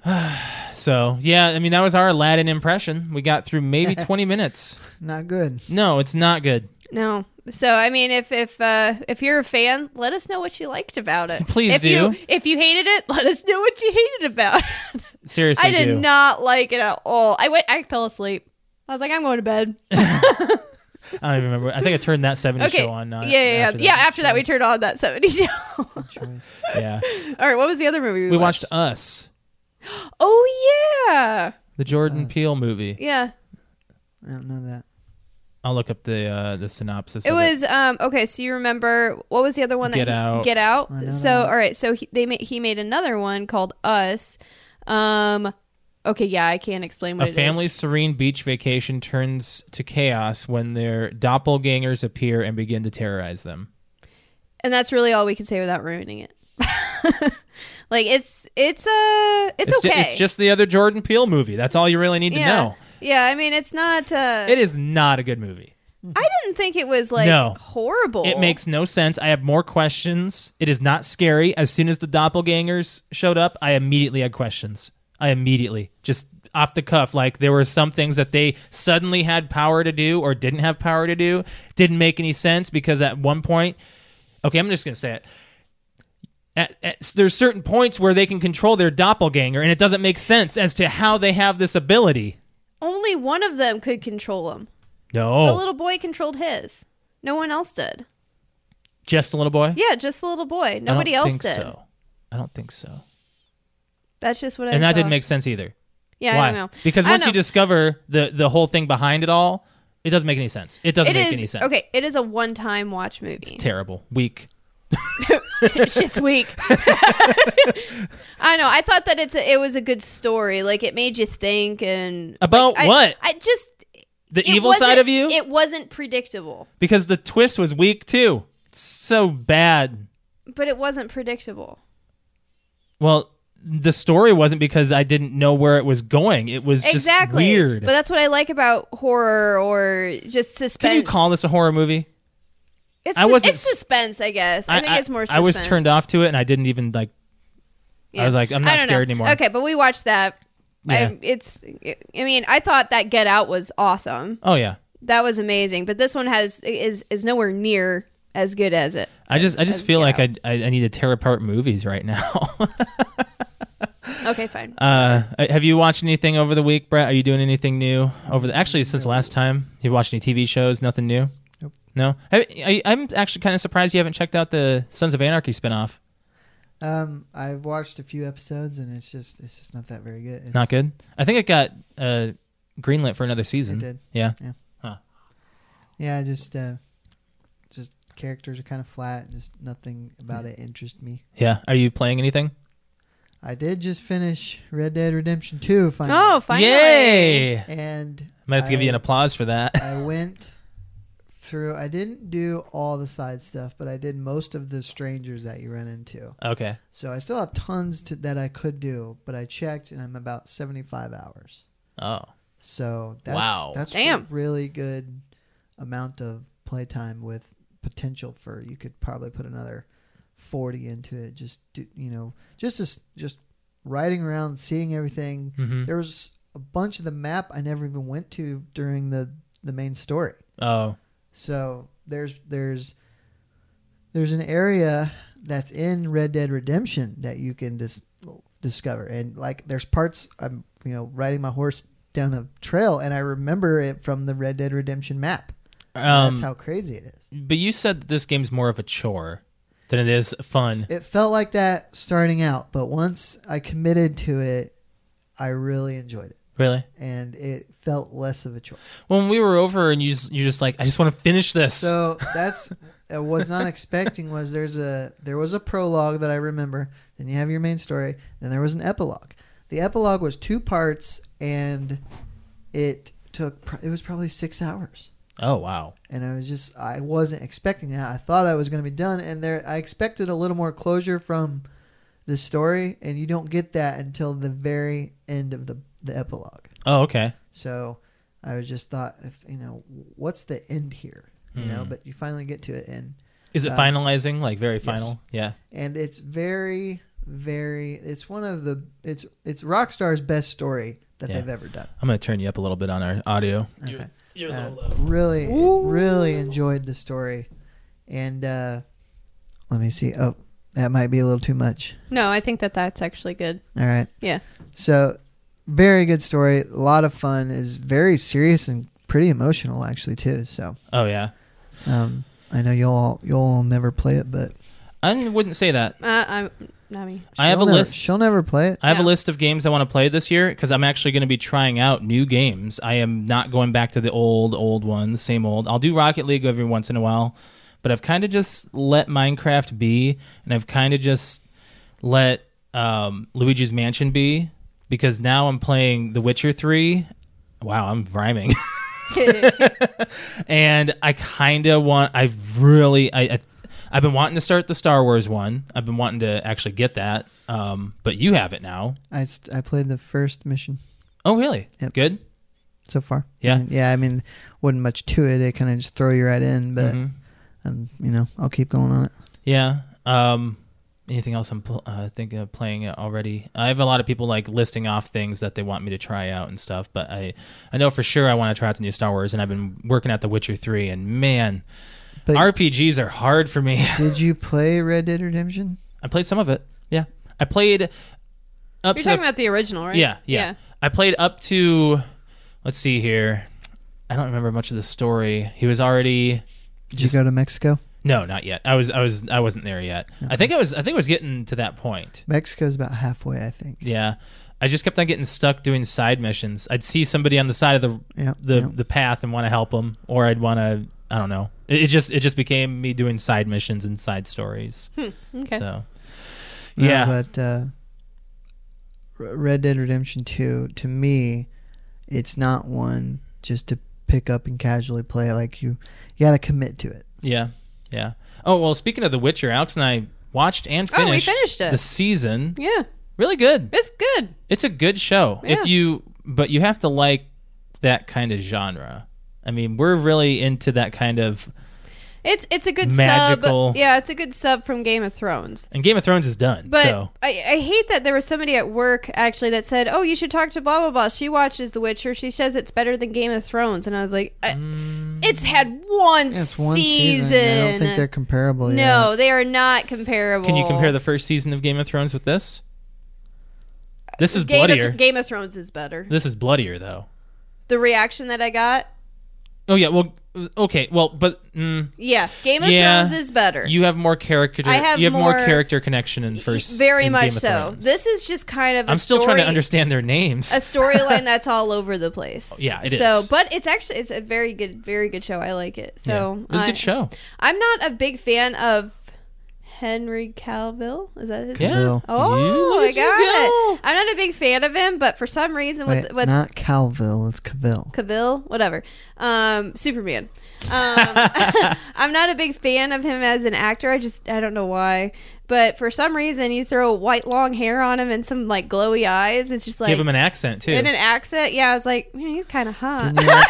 Speaker 2: So yeah, I mean that was our Aladdin impression. We got through maybe twenty minutes.
Speaker 1: Not good.
Speaker 2: No, it's not good.
Speaker 3: No. So I mean, if if uh, if you're a fan, let us know what you liked about it.
Speaker 2: Please
Speaker 3: if
Speaker 2: do.
Speaker 3: You, if you hated it, let us know what you hated about. it.
Speaker 2: Seriously,
Speaker 3: I did
Speaker 2: do.
Speaker 3: not like it at all. I went. I fell asleep. I was like, I'm going to bed.
Speaker 2: I don't even remember. I think I turned that seventy show on. Not,
Speaker 3: yeah, yeah, yeah.
Speaker 2: after
Speaker 3: yeah. After that, we
Speaker 2: Yes.
Speaker 3: turned on that seventy show. all
Speaker 1: Good choice.
Speaker 2: Yeah,
Speaker 3: right, what was the other movie we,
Speaker 2: we watched Us,
Speaker 3: Oh yeah,
Speaker 2: the Jordan
Speaker 1: Us?
Speaker 2: Peele movie.
Speaker 3: yeah.
Speaker 1: I don't know that.
Speaker 2: I'll look up the uh, the synopsis.
Speaker 3: it
Speaker 2: of
Speaker 3: was um okay. So you remember what was the other one?
Speaker 2: Get
Speaker 3: that he-
Speaker 2: Out.
Speaker 3: Get out.
Speaker 1: I know
Speaker 3: So
Speaker 1: that.
Speaker 3: all right. So he, they ma- he made another one called Us. Um. Okay. Yeah, I can't explain what
Speaker 2: A
Speaker 3: it is.
Speaker 2: family's serene beach vacation turns to chaos when their doppelgangers appear and begin to terrorize them.
Speaker 3: and that's really all we can say without ruining it. like it's it's uh it's,
Speaker 2: ju-
Speaker 3: okay.
Speaker 2: it's just the other Jordan Peele movie. That's all you really need to
Speaker 3: yeah.
Speaker 2: know.
Speaker 3: Yeah, I mean it's not uh
Speaker 2: It is not a good movie.
Speaker 3: I didn't think it was like
Speaker 2: No.
Speaker 3: horrible.
Speaker 2: It makes no sense. I have more questions. It is not scary. As soon as the doppelgangers showed up, I immediately had questions. I immediately just off the cuff. Like there were some things that they suddenly had power to do or didn't have power to do. Didn't make any sense because at one point, okay, I'm just gonna say it. At, at, there's certain points where they can control their doppelganger, and it doesn't make sense as to how they have this ability.
Speaker 3: Only one of them could control him.
Speaker 2: No,
Speaker 3: The little boy controlled his. No one else did.
Speaker 2: just a little boy.
Speaker 3: Yeah, just the little boy.
Speaker 2: I don't
Speaker 3: Nobody else
Speaker 2: think
Speaker 3: did.
Speaker 2: So. I don't think so.
Speaker 3: That's just what I.
Speaker 2: and that didn't
Speaker 3: saw.
Speaker 2: make sense either.
Speaker 3: Yeah,
Speaker 2: Why?
Speaker 3: I don't know.
Speaker 2: Because
Speaker 3: I
Speaker 2: once
Speaker 3: don't
Speaker 2: you
Speaker 3: know.
Speaker 2: discover the the whole thing behind it all, it doesn't make any sense. It doesn't
Speaker 3: It
Speaker 2: make
Speaker 3: is-
Speaker 2: any sense.
Speaker 3: okay. It is a one-time watch movie.
Speaker 2: Terrible. Weak.
Speaker 3: Shit's weak. I know. I thought that it's a, it was a good story. Like it made you think and
Speaker 2: About
Speaker 3: I-
Speaker 2: what?
Speaker 3: I just
Speaker 2: the
Speaker 3: it
Speaker 2: evil side
Speaker 3: wasn't-
Speaker 2: of you?
Speaker 3: It wasn't predictable,
Speaker 2: because the twist was weak too. It's so bad.
Speaker 3: but it wasn't predictable.
Speaker 2: Well, the story wasn't because I didn't know where it was going. It was just
Speaker 3: exactly.
Speaker 2: weird.
Speaker 3: But that's what I like about horror or just suspense.
Speaker 2: Can you call this a horror movie?
Speaker 3: It's,
Speaker 2: I wasn't-
Speaker 3: it's suspense, I guess. I, think it's more.
Speaker 2: I
Speaker 3: Suspense.
Speaker 2: was turned off to it, and I didn't even like. I
Speaker 3: Yeah.
Speaker 2: was like, I'm not
Speaker 3: I don't know.
Speaker 2: scared anymore.
Speaker 3: Okay, but we watched that.
Speaker 2: Yeah.
Speaker 3: I, it's. I mean, I thought that Get Out was awesome.
Speaker 2: Oh yeah.
Speaker 3: That was amazing. But this one has is is nowhere near as good as it.
Speaker 2: I just I
Speaker 3: as
Speaker 2: just feel
Speaker 3: Get
Speaker 2: like
Speaker 3: Out.
Speaker 2: I, I I need to tear apart movies right now.
Speaker 3: Okay, fine.
Speaker 2: Uh, have you watched anything over the week, Brett? Are you doing anything new over the? Actually, since last time, you watched any TV shows? Nothing new.
Speaker 1: Nope.
Speaker 2: No. I, I, I'm actually kind of surprised you haven't checked out the Sons of Anarchy spinoff.
Speaker 1: Um, I've watched a few episodes and it's just it's just not that very good. It's,
Speaker 2: Not good. I think it got uh, greenlit for another season.
Speaker 1: It did.
Speaker 2: Yeah.
Speaker 1: Yeah, just uh, just characters are kind of flat. Just nothing about it interests me.
Speaker 2: Yeah. Are you playing anything?
Speaker 1: I did just finish Red Dead Redemption Two finally.
Speaker 3: oh, finally!
Speaker 2: Yay!
Speaker 1: and
Speaker 2: Might have to give you an
Speaker 1: I-
Speaker 2: applause for that.
Speaker 1: I went through. I didn't do all the side stuff, but I did most of the strangers that you run into.
Speaker 2: okay.
Speaker 1: So I still have tons to, that I could do, but I checked and I'm about 75 hours.
Speaker 2: Oh.
Speaker 1: So that's,
Speaker 2: Wow.
Speaker 1: that's
Speaker 3: Damn.
Speaker 1: a really good amount of playtime with potential for you could probably put another 40 into it. Just do, you know, just as, just riding around, seeing everything.
Speaker 2: hmm
Speaker 1: There was a bunch of the map I never even went to during the the main story.
Speaker 2: Oh.
Speaker 1: So there's there's there's an area that's in Red Dead Redemption that you can dis- discover, and like there's parts I'm you know riding my horse down a trail, and I remember it from the Red Dead Redemption map. And
Speaker 2: Um,
Speaker 1: that's how crazy it is.
Speaker 2: but you said that this game's more of a chore than it is fun.
Speaker 1: It felt like that starting out, but once I committed to it, I really enjoyed it,
Speaker 2: Really?
Speaker 1: and it felt less of a chore.
Speaker 2: When we were over and you s- you're just like, I just want to finish this.
Speaker 1: So that's I was not expecting was there's a there was a prologue that I remember. Then you have your main story. Then there was an epilogue. The epilogue was two parts, and it took pr- it was probably six hours.
Speaker 2: Oh wow.
Speaker 1: And I was just I wasn't expecting that. I thought I was going to be done, and there I expected a little more closure from the story, and you don't get that until the very end of the the epilogue.
Speaker 2: Oh okay.
Speaker 1: So I was just thought, if you know, what's the end here? You know,
Speaker 2: Hmm.
Speaker 1: but you finally get to it, and
Speaker 2: Is it
Speaker 1: Uh,
Speaker 2: finalizing? Like very
Speaker 1: yes.
Speaker 2: final? Yeah.
Speaker 1: and it's very, very. It's one of the it's it's Rockstar's best story that
Speaker 2: Yeah.
Speaker 1: they've ever done.
Speaker 2: I'm gonna turn you up a little bit on our audio.
Speaker 1: Okay.
Speaker 2: You're
Speaker 1: Uh, really, really enjoyed the story, and uh, let me see. Oh, that might be a little too much.
Speaker 3: No, I think that that's actually good.
Speaker 1: All right.
Speaker 3: Yeah.
Speaker 1: So, very good story. A lot of fun. Is very serious and pretty emotional actually too. So.
Speaker 2: Oh yeah.
Speaker 1: Um, I know you'll you'll never play it, but
Speaker 2: I wouldn't say that.
Speaker 3: Uh, I'm not me.
Speaker 2: I have
Speaker 1: she'll
Speaker 2: a
Speaker 1: never-
Speaker 2: list.
Speaker 1: She'll never play it.
Speaker 2: I have a
Speaker 3: Yeah.
Speaker 2: list of games I want to play this year because I'm actually going to be trying out new games. I am not going back to the old, old ones, same old. I'll do Rocket League every once in a while, but I've kind of just let Minecraft be, and I've kind of just let um, Luigi's Mansion be because now I'm playing The Witcher 3. Wow, I'm rhyming. and I kind of want. I really. I, I. I've been wanting to start the Star Wars one. I've been wanting to actually get that. Um, but you have it now.
Speaker 1: I st- I played the first mission
Speaker 2: Oh, really?
Speaker 1: Yep.
Speaker 2: Good.
Speaker 1: so far.
Speaker 2: Yeah.
Speaker 1: And yeah. I mean, wasn't much to it. It kind of just throw you right in, but
Speaker 2: Mhm.
Speaker 1: um, you know, I'll keep going on it.
Speaker 2: Yeah. Um, anything else I'm pl- uh, thinking of playing already. I have a lot of people like listing off things that they want me to try out and stuff, but I I know for sure I want to try out the new Star Wars, and I've been working at The Witcher Three, and man,
Speaker 1: But-
Speaker 2: RPGs are hard for me.
Speaker 1: Did you play Red Dead Redemption?
Speaker 2: I played some of it. Yeah, I played up
Speaker 3: You're
Speaker 2: to
Speaker 3: talking about the original, right?
Speaker 2: yeah, yeah I played up to let's see here. I don't remember much of the story. He was already
Speaker 1: Did
Speaker 2: Just-
Speaker 1: you go to Mexico?
Speaker 2: no, not yet. I was I was I wasn't there yet. I think I was I think I was getting to that point.
Speaker 1: Mexico's about halfway, I think.
Speaker 2: Yeah. I just kept on getting stuck doing side missions. I'd see somebody on the side of the
Speaker 1: Yeah.
Speaker 2: the,
Speaker 1: yeah.
Speaker 2: the path and want to help them, or I'd want to I don't know. It, it just it just became me doing side missions and side stories.
Speaker 3: Hmm, Okay.
Speaker 2: So
Speaker 1: No,
Speaker 2: yeah,
Speaker 1: but uh, R- Red Dead Redemption 2, to me, it's not one just to pick up and casually play. Like, you, you got to commit to it.
Speaker 2: yeah, yeah. Oh well, speaking of The Witcher, Alex and I watched and
Speaker 3: Oh, we
Speaker 2: finished,
Speaker 3: finished it.
Speaker 2: the season.
Speaker 3: Yeah.
Speaker 2: Really good.
Speaker 3: It's good.
Speaker 2: It's a good show.
Speaker 3: Yeah.
Speaker 2: If you but you have to like that kind of genre. I mean, we're really into that kind of
Speaker 3: It's it's a good
Speaker 2: Magical.
Speaker 3: sub. Yeah, it's a good sub from Game of Thrones.
Speaker 2: and Game of Thrones is done.
Speaker 3: But
Speaker 2: so
Speaker 3: I, I hate that there was somebody at work actually that said, "Oh, you should talk to blah blah blah." She watches The Witcher. She says it's better than Game of Thrones, and I was like, I,
Speaker 2: Mm.
Speaker 3: "It's had one,
Speaker 1: It's
Speaker 3: season.
Speaker 1: one season. I don't think they're comparable yet.
Speaker 3: no, they are not comparable.
Speaker 2: Can you compare the first season of Game of Thrones with this? This is
Speaker 3: Game
Speaker 2: bloodier.
Speaker 3: of, Game of Thrones is better.
Speaker 2: this is bloodier, though.
Speaker 3: The reaction that I got,
Speaker 2: Oh yeah. Well, okay. Well, but mm,
Speaker 3: yeah, Game of
Speaker 2: Yeah.
Speaker 3: Thrones is better.
Speaker 2: you have more character.
Speaker 3: I have
Speaker 2: you have more,
Speaker 3: more-
Speaker 2: character connection in first.
Speaker 3: very
Speaker 2: in
Speaker 3: much
Speaker 2: Game of
Speaker 3: so.
Speaker 2: Thrones.
Speaker 3: This is just kind of. A
Speaker 2: I'm still
Speaker 3: story,
Speaker 2: trying to understand their names.
Speaker 3: a storyline that's all over the place.
Speaker 2: Yeah, it is.
Speaker 3: So, but it's actually it's a very good, very good show. I like it.
Speaker 2: Yeah.
Speaker 3: So,
Speaker 2: it was a
Speaker 3: I-
Speaker 2: good show.
Speaker 3: I'm not a big fan of Henry Calville. Is that his?
Speaker 2: Yeah.
Speaker 1: Bill.
Speaker 3: Oh,
Speaker 2: You-
Speaker 3: I
Speaker 2: look at you
Speaker 3: got
Speaker 2: go.
Speaker 3: it. I'm not a big fan of him, but for some reason with
Speaker 1: Wait,
Speaker 3: with
Speaker 1: not Calville, it's Cavill.
Speaker 3: Cavill, whatever, um, Superman. Um, I'm not a big fan of him as an actor. I just I don't know why, but for some reason you throw white long hair on him and some like glowy eyes. It's just like
Speaker 2: Give him an accent too.
Speaker 3: in an accent. Yeah, I was like, man, he's kind of hot.
Speaker 1: Didn't you, like,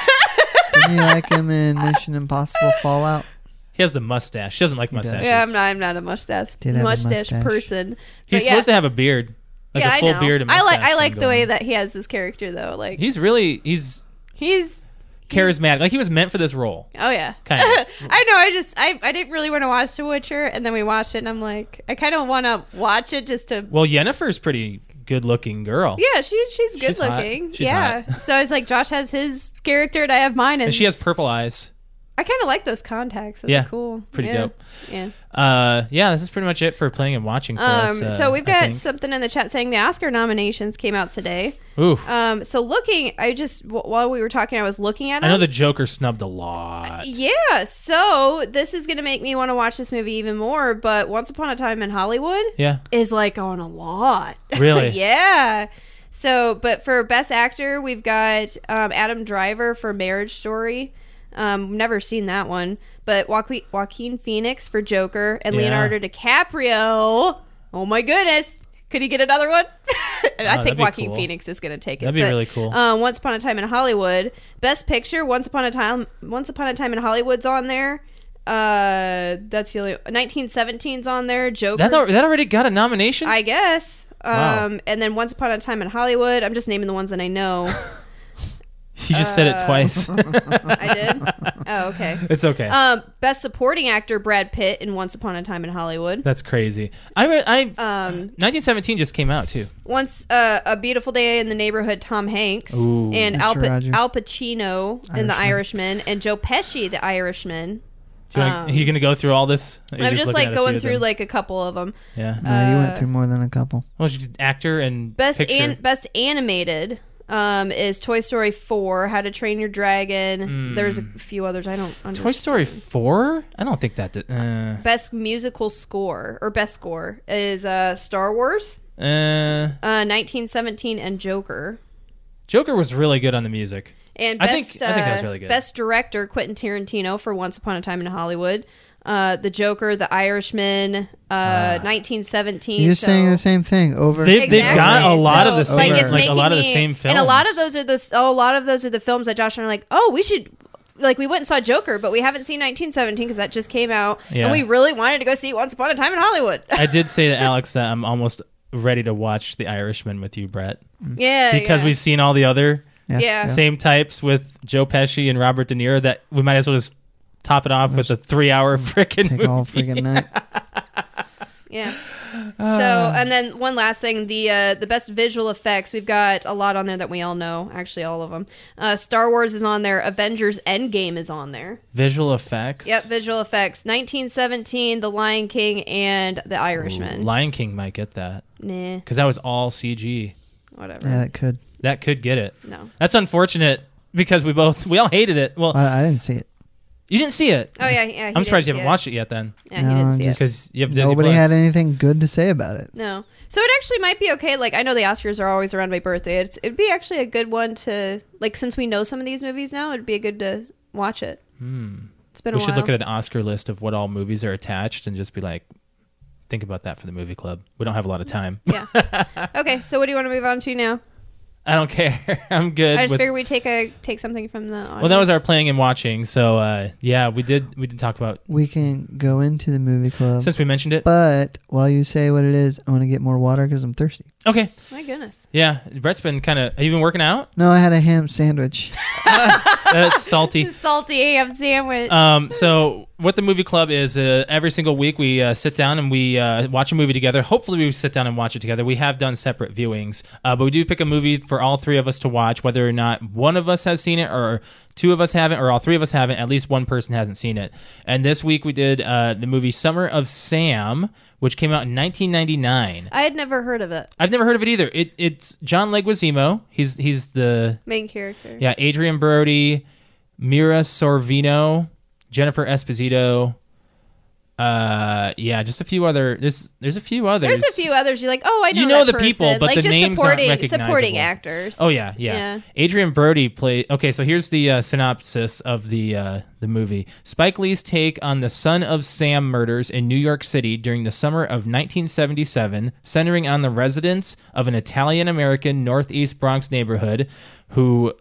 Speaker 1: didn't you like him in Mission Impossible Fallout?
Speaker 2: he has the mustache. She doesn't like
Speaker 1: does.
Speaker 2: mustaches.
Speaker 3: Yeah, I'm not. I'm not a mustache
Speaker 1: Did have a
Speaker 3: mustache,
Speaker 1: mustache.
Speaker 3: person.
Speaker 2: He's
Speaker 3: But yeah.
Speaker 2: supposed to have a beard, like
Speaker 3: yeah,
Speaker 2: a full
Speaker 3: I know.
Speaker 2: beard. And
Speaker 3: I
Speaker 2: mustache
Speaker 3: like. I
Speaker 2: thing
Speaker 3: like the
Speaker 2: going
Speaker 3: way
Speaker 2: on.
Speaker 3: that he has this character though. Like
Speaker 2: he's really he's
Speaker 3: he's.
Speaker 2: charismatic. Like he was meant for this role.
Speaker 3: Oh yeah.
Speaker 2: Kind of.
Speaker 3: I know. I just. I. I didn't really want to watch The Witcher, and then we watched it, and I'm like, I kind of want to watch it just to.
Speaker 2: Well, Yennefer's pretty good looking girl.
Speaker 3: Yeah, she, she's good
Speaker 2: She's hot.
Speaker 3: looking.
Speaker 2: She's
Speaker 3: yeah.
Speaker 2: hot.
Speaker 3: so I was like, Josh has his character, and I have mine, and,
Speaker 2: And she has purple eyes.
Speaker 3: I kind of like those contacts. Those
Speaker 2: Yeah.
Speaker 3: Are cool.
Speaker 2: Pretty
Speaker 3: Yeah.
Speaker 2: dope.
Speaker 3: Yeah.
Speaker 2: Uh, yeah, this is pretty much it for playing and watching for us.
Speaker 3: Um.
Speaker 2: uh,
Speaker 3: so we've
Speaker 2: I
Speaker 3: got
Speaker 2: think.
Speaker 3: something in the chat saying the Oscar nominations came out today.
Speaker 2: Ooh,
Speaker 3: Um. So looking, I just wh- while we were talking, I was looking at.
Speaker 2: I
Speaker 3: them.
Speaker 2: know the Joker snubbed a lot.
Speaker 3: uh, Yeah, so this is going to make me want to watch this movie even more. But Once Upon a Time in Hollywood
Speaker 2: Yeah,
Speaker 3: is like on a lot.
Speaker 2: Really?
Speaker 3: yeah. So, but for Best Actor, we've got um, Adam Driver for Marriage Story. Um, never seen that one. But Joaqu- Joaquin Phoenix for Joker and
Speaker 2: Yeah.
Speaker 3: Leonardo DiCaprio. Oh my goodness. Could he get another one? I
Speaker 2: Oh, that'd
Speaker 3: think
Speaker 2: be
Speaker 3: Joaquin
Speaker 2: cool.
Speaker 3: Phoenix is going to take it.
Speaker 2: That'd be
Speaker 3: but,
Speaker 2: really cool.
Speaker 3: um, Once Upon a Time in Hollywood, Best Picture. Once Upon a Time, Once Upon a Time in Hollywood's on there. Uh, that's the only 1917's on there. Joker.
Speaker 2: that al- that already got a nomination.
Speaker 3: I guess. Um,
Speaker 2: Wow.
Speaker 3: and then Once Upon a Time in Hollywood. I'm just naming the ones that I know.
Speaker 2: you just said it
Speaker 3: uh,
Speaker 2: twice.
Speaker 3: I did. Oh, okay.
Speaker 2: it's okay.
Speaker 3: Um, best supporting actor Brad Pitt in Once Upon a Time in Hollywood.
Speaker 2: That's crazy. I re- I
Speaker 3: Um,
Speaker 2: 1917 just came out too.
Speaker 3: once uh, a beautiful day in the neighborhood. Tom Hanks
Speaker 2: Ooh.
Speaker 3: and
Speaker 1: Mr.
Speaker 3: Al, Pa-
Speaker 1: Roger.
Speaker 3: Al Pacino in The Irishman and Joe Pesci the Irishman.
Speaker 2: Do you,
Speaker 3: um,
Speaker 2: like, are you gonna go through all this? Or you're
Speaker 3: I'm just,
Speaker 2: looking
Speaker 3: like
Speaker 2: at a few
Speaker 3: going
Speaker 2: of
Speaker 3: through
Speaker 2: them?
Speaker 3: like a couple of them.
Speaker 2: yeah.
Speaker 1: No, you went
Speaker 3: Uh,
Speaker 1: through more than a couple.
Speaker 2: Well, she did actor and
Speaker 3: Best
Speaker 2: picture.
Speaker 3: an- best animated um, is Toy Story 4, How to Train Your Dragon.
Speaker 2: Mm.
Speaker 3: There's a few others I don't. Understand.
Speaker 2: Toy Story four? I don't think that. Did, uh,
Speaker 3: Best musical score or best score is uh, Star Wars,
Speaker 2: uh,
Speaker 3: uh, 1917, and Joker.
Speaker 2: Joker was really good on the music.
Speaker 3: And
Speaker 2: I
Speaker 3: best,
Speaker 2: think- I think that was
Speaker 3: uh,
Speaker 2: really good.
Speaker 3: Best director Quentin Tarantino for Once Upon a Time in Hollywood, uh, The Joker, The Irishman, uh, 1917.
Speaker 1: You're
Speaker 3: so-
Speaker 1: saying the same thing over.
Speaker 2: Ah. They've- they've got a lot of the
Speaker 3: So, like,
Speaker 1: same-
Speaker 3: it's
Speaker 1: like,
Speaker 2: a lot of the
Speaker 3: making me-
Speaker 2: same
Speaker 3: and a lot
Speaker 2: films.
Speaker 3: of those are the a lot of those are the films that Josh and I are like, oh, we should like we went and saw Joker, but we haven't seen 1917 because that just came out,
Speaker 2: Yeah.
Speaker 3: and we really wanted to go see Once Upon a Time in Hollywood.
Speaker 2: I did say to Alex that I'm almost ready to watch The Irishman with you, Brett,
Speaker 3: yeah,
Speaker 2: because
Speaker 3: yeah.
Speaker 2: we've seen all the other
Speaker 3: Yeah.
Speaker 2: same types with Joe Pesci and Robert De Niro that we might as well just top it off with a three-hour frickin'
Speaker 1: Take all
Speaker 2: movie.
Speaker 1: freaking night.
Speaker 3: yeah.
Speaker 1: Ah.
Speaker 3: so, and then one last thing: the uh, the best visual effects. We've got a lot on there that we all know. Actually, all of them. Uh, Star Wars is on there. Avengers Endgame is on there.
Speaker 2: Visual effects.
Speaker 3: Yep, visual effects. 1917, The Lion King, and The Irishman.
Speaker 2: Lion King might get that
Speaker 3: nah,
Speaker 2: because that was all CG.
Speaker 3: whatever.
Speaker 1: Yeah, that could.
Speaker 2: That could get it.
Speaker 3: No.
Speaker 2: That's unfortunate because we both we all hated it. Well,
Speaker 1: I, I didn't see it.
Speaker 2: you didn't see it.
Speaker 3: Oh yeah, yeah. he
Speaker 2: I'm surprised you haven't
Speaker 3: didn't see
Speaker 2: watched it yet. Then
Speaker 3: it. Yeah, he
Speaker 1: No,
Speaker 3: didn't see it.
Speaker 1: just-
Speaker 2: because you have Disney
Speaker 1: Nobody
Speaker 2: Plus.
Speaker 1: had anything good to say about it.
Speaker 3: No. So it actually might be okay. Like I know the Oscars are always around my birthday. It's, it'd be actually a good one to like since we know some of these movies now. It'd be good to watch it. It's been
Speaker 2: Hmm. we
Speaker 3: a
Speaker 2: should
Speaker 3: while.
Speaker 2: look at an Oscar list of what all movies are attached and just be like, think about that for the movie club. We don't have a lot of time.
Speaker 3: yeah. Okay. So what do you want to move on to now?
Speaker 2: I don't care. I'm good.
Speaker 3: I just
Speaker 2: with-
Speaker 3: figured we take a take something from the. Audience.
Speaker 2: well, that was our playing and watching. So uh, yeah, we did we did talk about
Speaker 1: We can go into the movie club.
Speaker 2: since we mentioned it.
Speaker 1: but while you say what it is, I want to get more water because I'm thirsty.
Speaker 2: Okay,
Speaker 3: My goodness.
Speaker 2: yeah. Brett's been kind of. Have you been working out?
Speaker 1: No, I had a ham sandwich.
Speaker 2: That's salty.
Speaker 3: Salty ham sandwich.
Speaker 2: Um, so what the movie club is uh, every single week we uh, sit down and we uh, watch a movie together. Hopefully we sit down and watch it together. We have done separate viewings, uh, but we do pick a movie for all three of us to watch, whether or not one of us has seen it or two of us haven't, or all three of us haven't. At least one person hasn't seen it. And this week we did uh, the movie Summer of Sam, which came out in 1999.
Speaker 3: I had never heard of it.
Speaker 2: I've never heard of it either. It, it's John Leguizamo. He's he's the
Speaker 3: Main character.
Speaker 2: yeah, Adrian Brody, Mira Sorvino, Jennifer Esposito. Uh, yeah, just a few other. There's there's a few others.
Speaker 3: There's a few others. You're like, oh, I know.
Speaker 2: You know
Speaker 3: that
Speaker 2: the people,
Speaker 3: person.
Speaker 2: but
Speaker 3: like
Speaker 2: the
Speaker 3: just
Speaker 2: names aren't
Speaker 3: supporting supporting
Speaker 2: recognizable.
Speaker 3: actors.
Speaker 2: Oh yeah, yeah.
Speaker 3: Yeah.
Speaker 2: Adrian Brody played. Okay, so here's the uh, synopsis of the uh, the movie. Spike Lee's take on the Son of Sam murders in New York City during the summer of 1977, centering on the residents of an Italian American Northeast Bronx neighborhood who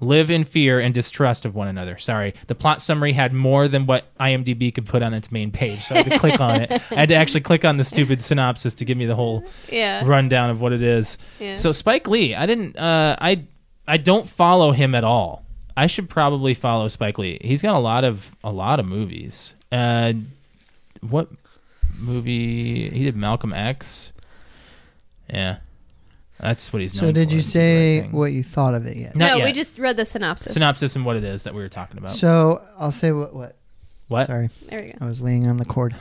Speaker 2: live in fear and distrust of one another. Sorry, the plot summary had more than what IMDb could put on its main page, so I had to click on it. I had to actually click on the stupid synopsis to give me the whole
Speaker 3: Yeah.
Speaker 2: rundown of what it is.
Speaker 3: Yeah.
Speaker 2: So Spike Lee, I didn't, uh, I, I don't follow him at all. I should probably follow Spike Lee. He's got a lot of a lot of movies. Uh, what movie? He did Malcolm X. Yeah, that's what he's.
Speaker 1: so
Speaker 2: known
Speaker 1: did
Speaker 2: for,
Speaker 1: you
Speaker 2: is that
Speaker 1: say
Speaker 2: thing.
Speaker 1: what you thought of it yet?
Speaker 2: Not
Speaker 3: no, we
Speaker 2: yet.
Speaker 3: just read the synopsis.
Speaker 2: synopsis and what it is that we were talking about?
Speaker 1: So I'll say what what.
Speaker 2: what?
Speaker 1: Sorry,
Speaker 3: there we go.
Speaker 1: I was leaning on the cord.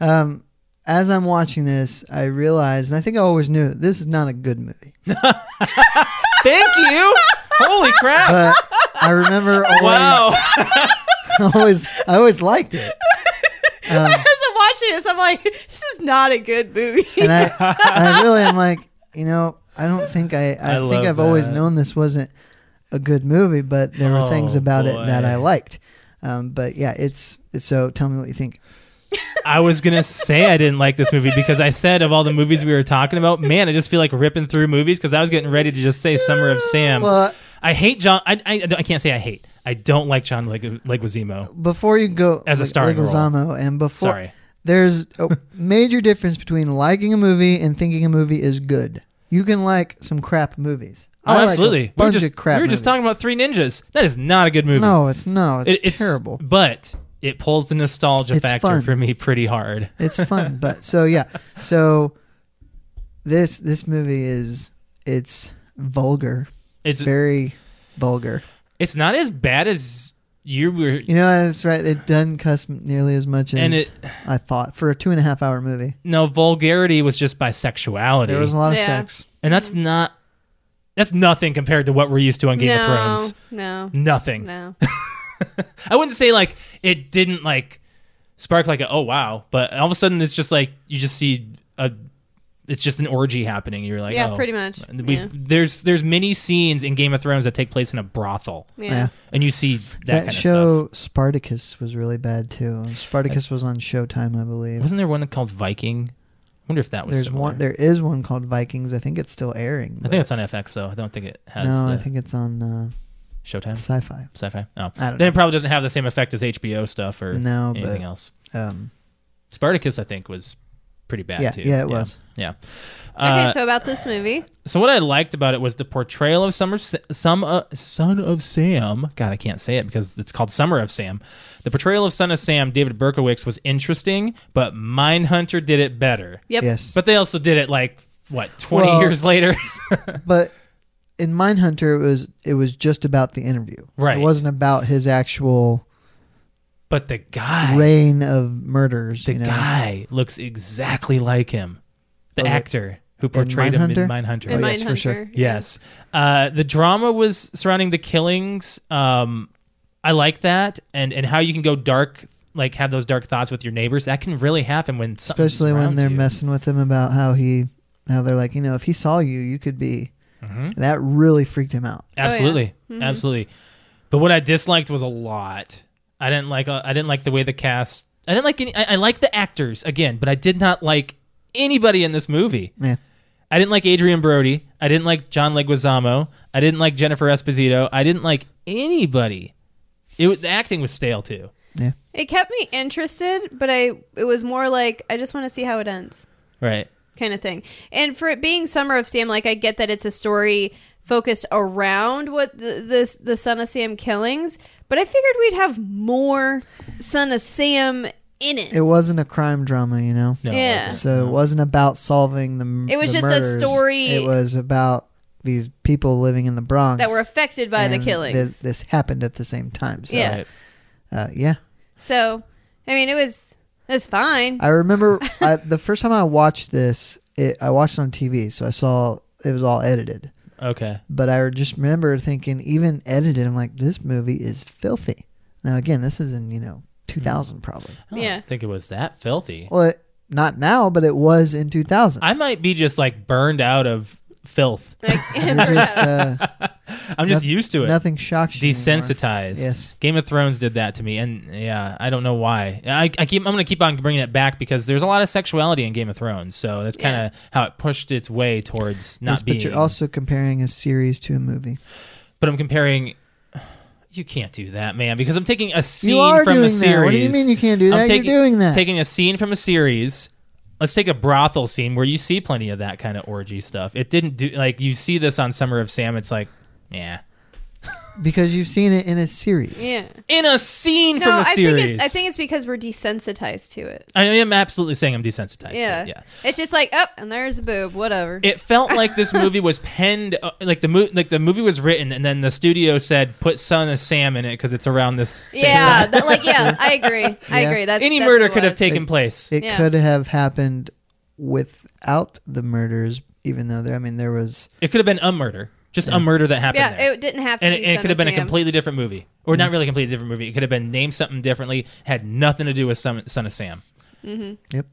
Speaker 1: um, as I'm watching this, I realized, and I think I always knew it, this is not a good movie.
Speaker 2: Thank you. Holy crap!
Speaker 1: But I remember always,
Speaker 2: wow.
Speaker 1: always, I always liked it. Um,
Speaker 3: As I'm watching this, I'm like, this is not a good movie.
Speaker 1: and I, I really am like, you know, I don't think I,
Speaker 2: I
Speaker 1: I,
Speaker 2: love
Speaker 1: think I've always
Speaker 2: that.
Speaker 1: known this wasn't a good movie, but there were things
Speaker 2: Oh,
Speaker 1: about it that I
Speaker 2: boy.
Speaker 1: liked. Um, but yeah, it's, it's so tell me what you think.
Speaker 2: I was gonna say I didn't like this movie because I said of all the movies we were talking about, man, I just feel like ripping through movies because I was getting ready to just say Summer of Sam.
Speaker 1: Well,
Speaker 2: I hate John. I, I, I don't- I can't say I hate. I don't like John Leg- Leguizamo.
Speaker 1: before you go
Speaker 2: As a
Speaker 1: Leg-
Speaker 2: starring role.
Speaker 1: Leguizamo, and before
Speaker 2: Sorry.
Speaker 1: there's a major difference between liking a movie and thinking a movie is good. You can like some crap movies.
Speaker 2: Oh,
Speaker 1: I
Speaker 2: absolutely.
Speaker 1: Like a
Speaker 2: we were
Speaker 1: bunch
Speaker 2: just
Speaker 1: of crap.
Speaker 2: we were just
Speaker 1: movies.
Speaker 2: talking about Three Ninjas. That is not a good movie.
Speaker 1: No, it's no, it's,
Speaker 2: It- it's
Speaker 1: terrible.
Speaker 2: But it pulls the nostalgia
Speaker 1: It's
Speaker 2: factor
Speaker 1: fun.
Speaker 2: for me pretty hard.
Speaker 1: it's fun but so yeah so this this movie is it's vulgar
Speaker 2: It's
Speaker 1: it's, very vulgar
Speaker 2: it's not as bad as you were.
Speaker 1: you know that's right it doesn't cuss m- nearly as much as
Speaker 2: and it
Speaker 1: i thought for a two and a half hour movie
Speaker 2: no vulgarity was just by sexuality.
Speaker 1: there was a lot of
Speaker 3: Yeah.
Speaker 1: sex
Speaker 2: and that's not that's nothing compared to what we're used to on Game
Speaker 3: no,
Speaker 2: of Thrones. Mm.
Speaker 3: No.
Speaker 2: Nothing.
Speaker 3: No.
Speaker 2: I wouldn't say like it didn't like spark like a oh wow, but all of a sudden it's just like you just see a it's just an orgy happening. You're like
Speaker 3: yeah,
Speaker 2: oh.
Speaker 3: pretty much.
Speaker 2: We've,
Speaker 3: Yeah.
Speaker 2: There's there's many scenes in Game of Thrones that take place in a brothel,
Speaker 3: yeah.
Speaker 2: and you see that,
Speaker 1: that,
Speaker 2: kind of stuff.
Speaker 1: show spartacus was really bad too spartacus was on showtime i believe
Speaker 2: Wasn't there one called Viking? I wonder if that was
Speaker 1: there's
Speaker 2: similar.
Speaker 1: one there is one called vikings i think it's still airing
Speaker 2: I think it's on FX though. I don't think it has.
Speaker 1: no
Speaker 2: the-
Speaker 1: i think it's on uh,
Speaker 2: Showtime?
Speaker 1: Sci-fi.
Speaker 2: Sci-fi? Oh.
Speaker 1: I don't
Speaker 2: Then
Speaker 1: know.
Speaker 2: it probably doesn't have the same effect as HBO stuff or
Speaker 1: No,
Speaker 2: anything
Speaker 1: but
Speaker 2: else.
Speaker 1: um,
Speaker 2: Spartacus, I think, was pretty bad,
Speaker 1: yeah,
Speaker 2: too.
Speaker 1: yeah, it was.
Speaker 2: Yeah.
Speaker 3: Okay,
Speaker 2: Uh,
Speaker 3: so about this movie,
Speaker 2: So what I liked about it was the portrayal of Summer, some uh, Son of Sam. God, I can't say it because it's called Summer of Sam. The portrayal of Son of Sam, David Berkowitz, was interesting, but Mindhunter did it better.
Speaker 3: yep,
Speaker 1: Yes, but,
Speaker 2: But they also did it like what twenty
Speaker 1: Well-
Speaker 2: years later,
Speaker 1: in Mindhunter, it was it was just about the interview.
Speaker 2: Right.
Speaker 1: It wasn't about his actual
Speaker 2: but the guy,
Speaker 1: reign of murders.
Speaker 2: the
Speaker 1: you know?
Speaker 2: guy looks exactly like him, the
Speaker 1: Oh, that-
Speaker 2: actor who portrayed him in Mindhunter.
Speaker 3: and
Speaker 1: Oh,
Speaker 3: Mindhunter.
Speaker 1: yes, for sure.
Speaker 3: yeah.
Speaker 2: Yes. Uh, the drama was surrounding the killings. Um, I like that, and and how you can go dark, like have those dark thoughts with your neighbors. That can really happen when, something
Speaker 1: especially when
Speaker 2: surrounds
Speaker 1: they're
Speaker 2: you.
Speaker 1: messing with him about how he, how they're like, you know, if he saw you, you could be.
Speaker 2: Mhm.
Speaker 1: That really freaked him out.
Speaker 2: Absolutely,
Speaker 3: Mhm.
Speaker 2: absolutely. But what I disliked was a lot. I didn't like. Uh, I didn't like the way the cast. I didn't like any. I, I like the actors again, but I did not like anybody in this movie.
Speaker 1: Yeah.
Speaker 2: I didn't like Adrian Brody. I didn't like John Leguizamo. I didn't like Jennifer Esposito. I didn't like anybody. It was, the acting was stale too.
Speaker 3: It kept me interested, but I it was more like I just want to see how it ends.
Speaker 2: Right.
Speaker 3: kind of thing. And for it being Summer of Sam, like I get that it's a story focused around what the the, the Son of Sam killings, but I figured we'd have more Son of Sam in it.
Speaker 1: It wasn't a crime drama, you know.
Speaker 2: No. it
Speaker 3: Yeah.
Speaker 2: wasn't.
Speaker 1: So it wasn't about solving the. m-
Speaker 3: It was
Speaker 1: the
Speaker 3: just a
Speaker 1: murders.
Speaker 3: story-
Speaker 1: It was about these people living in the Bronx
Speaker 3: that were affected by the
Speaker 1: and
Speaker 3: killings.
Speaker 1: This, this happened at the same time. So,
Speaker 3: Yeah.
Speaker 2: Right.
Speaker 1: uh, yeah.
Speaker 3: so, I mean, it was it's fine.
Speaker 1: I remember I, the first time I watched this, it, I watched it on TV, so I saw it was all edited.
Speaker 2: Okay.
Speaker 1: But I just remember thinking, even edited, I'm like, this movie is filthy. Now, again, this is in you know 2000
Speaker 2: Hmm.
Speaker 1: probably.
Speaker 2: I don't
Speaker 3: Yeah.
Speaker 2: think it was that filthy.
Speaker 1: Well, it, not now, but it was in 2000.
Speaker 2: I might be just like burned out of filth.
Speaker 3: Like,
Speaker 1: You're just uh,
Speaker 2: I'm just
Speaker 1: Noth-
Speaker 2: used to it.
Speaker 1: nothing shocks you. anymore.
Speaker 2: Desensitized.
Speaker 1: Yes.
Speaker 2: Game of Thrones did that to me, and yeah, I don't know why. I, I keep I'm gonna keep on bringing it back because there's a lot of sexuality in Game of Thrones, so that's kind of how it pushed its way towards not
Speaker 1: Yes,
Speaker 2: being.
Speaker 1: but you're also comparing a series to a movie.
Speaker 2: but I'm comparing. You can't do that, man, because I'm taking a scene
Speaker 1: You are
Speaker 2: from
Speaker 1: doing
Speaker 2: a series.
Speaker 1: that. What do you mean you can't do
Speaker 2: I'm
Speaker 1: that?
Speaker 2: taking-
Speaker 1: you're doing that.
Speaker 2: Taking a scene from a series. Let's take a brothel scene where you see plenty of that kind of orgy stuff. It didn't do like you see this on Summer of Sam. It's like, yeah,
Speaker 1: because you've seen it in a series.
Speaker 3: yeah.
Speaker 2: in a scene
Speaker 3: No,
Speaker 2: from a
Speaker 3: I think
Speaker 2: series.
Speaker 3: it's, I think it's because we're desensitized to it.
Speaker 2: I am absolutely saying I'm desensitized. Yeah,
Speaker 3: Yeah.
Speaker 2: yeah.
Speaker 3: It's just like, up and there's a boob, whatever.
Speaker 2: It felt like this movie was penned, uh, like the mo- like the movie was written, and then the studio said, "Put Son of Sam in it because it's around this." same
Speaker 3: yeah,
Speaker 2: time."
Speaker 3: that, like yeah, I agree. I
Speaker 1: Yeah.
Speaker 3: agree. That's
Speaker 2: any
Speaker 3: that's
Speaker 2: murder
Speaker 3: what it
Speaker 2: could have
Speaker 3: was.
Speaker 2: taken
Speaker 1: It-
Speaker 2: place.
Speaker 1: It
Speaker 3: Yeah.
Speaker 1: could have happened without the murders, even though there. I mean, there was.
Speaker 2: It could have been a murder, just a murder that happened.
Speaker 3: Yeah,
Speaker 2: there.
Speaker 3: it didn't have to.
Speaker 2: and
Speaker 3: be
Speaker 2: it, and it
Speaker 3: Son
Speaker 2: could
Speaker 3: of
Speaker 2: have been a
Speaker 3: Sam.
Speaker 2: completely different movie, or not really a completely different movie. It could have been named something differently, had nothing to do with Son, Son of Sam.
Speaker 1: Yep.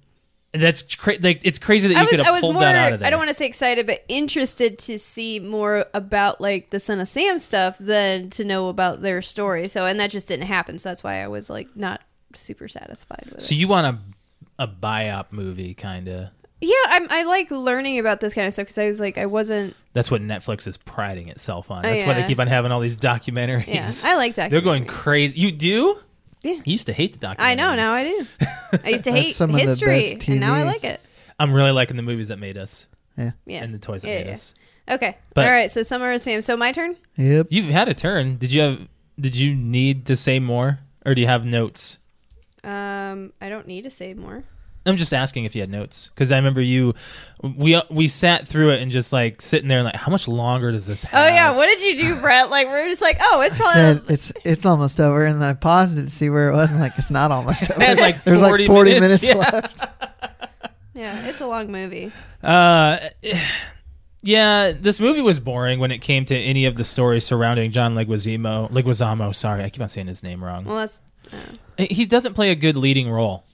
Speaker 2: That's cra- like it's crazy that you
Speaker 3: I was,
Speaker 2: could
Speaker 3: I
Speaker 2: have
Speaker 3: was
Speaker 2: pulled
Speaker 3: more.
Speaker 2: that out of there.
Speaker 3: I don't want to say excited, but interested to see more about like the Son of Sam stuff than to know about their story. So, and that just didn't happen. So that's why I was like not super satisfied with
Speaker 2: so
Speaker 3: it.
Speaker 2: you want a a biop movie, kind of?
Speaker 3: Yeah, I'm, I like learning about this kind of stuff because I was like, I wasn't.
Speaker 2: That's what Netflix is priding itself on.
Speaker 3: Oh,
Speaker 2: That's why they
Speaker 3: yeah.
Speaker 2: keep on having all these documentaries.
Speaker 3: Yeah, I like documentaries.
Speaker 2: They're going crazy. You do?
Speaker 3: Yeah.
Speaker 2: You used to hate the documentaries.
Speaker 3: I know now. I do. I used to
Speaker 1: That's
Speaker 3: hate
Speaker 1: some of the
Speaker 3: history,
Speaker 1: best
Speaker 3: and now I
Speaker 1: TV.
Speaker 3: like it.
Speaker 2: I'm really liking the movies that made us
Speaker 3: Yeah.
Speaker 2: and the toys that
Speaker 3: Yeah,
Speaker 2: made
Speaker 3: yeah.
Speaker 2: us.
Speaker 3: Okay.
Speaker 2: But-
Speaker 3: All right. So Summer of Sam. So my turn.
Speaker 1: Yep.
Speaker 2: You've had a turn. Did you have? Did you need to say more, or do you have notes?
Speaker 3: Um, I don't need to say more.
Speaker 2: I'm just asking if you had notes because I remember you. We uh, we sat through it and just like sitting there and like, how much longer does this? Have?
Speaker 3: Oh yeah, what did you do, Brett? Like we we're just like, oh, it's
Speaker 1: I
Speaker 3: probably
Speaker 1: said it's it's almost over, and then I paused it to see where it was, and like it's not almost over.
Speaker 2: had, like,
Speaker 1: There's like
Speaker 2: 40
Speaker 1: 40
Speaker 2: minutes,
Speaker 1: minutes,
Speaker 2: yeah.
Speaker 1: left.
Speaker 3: yeah, it's a long movie.
Speaker 2: Uh, yeah, this movie was boring when it came to any of the stories surrounding John Leguizamo. Leguizamo, sorry, I keep on saying his name wrong.
Speaker 3: Well, that's
Speaker 2: He doesn't play a good leading role.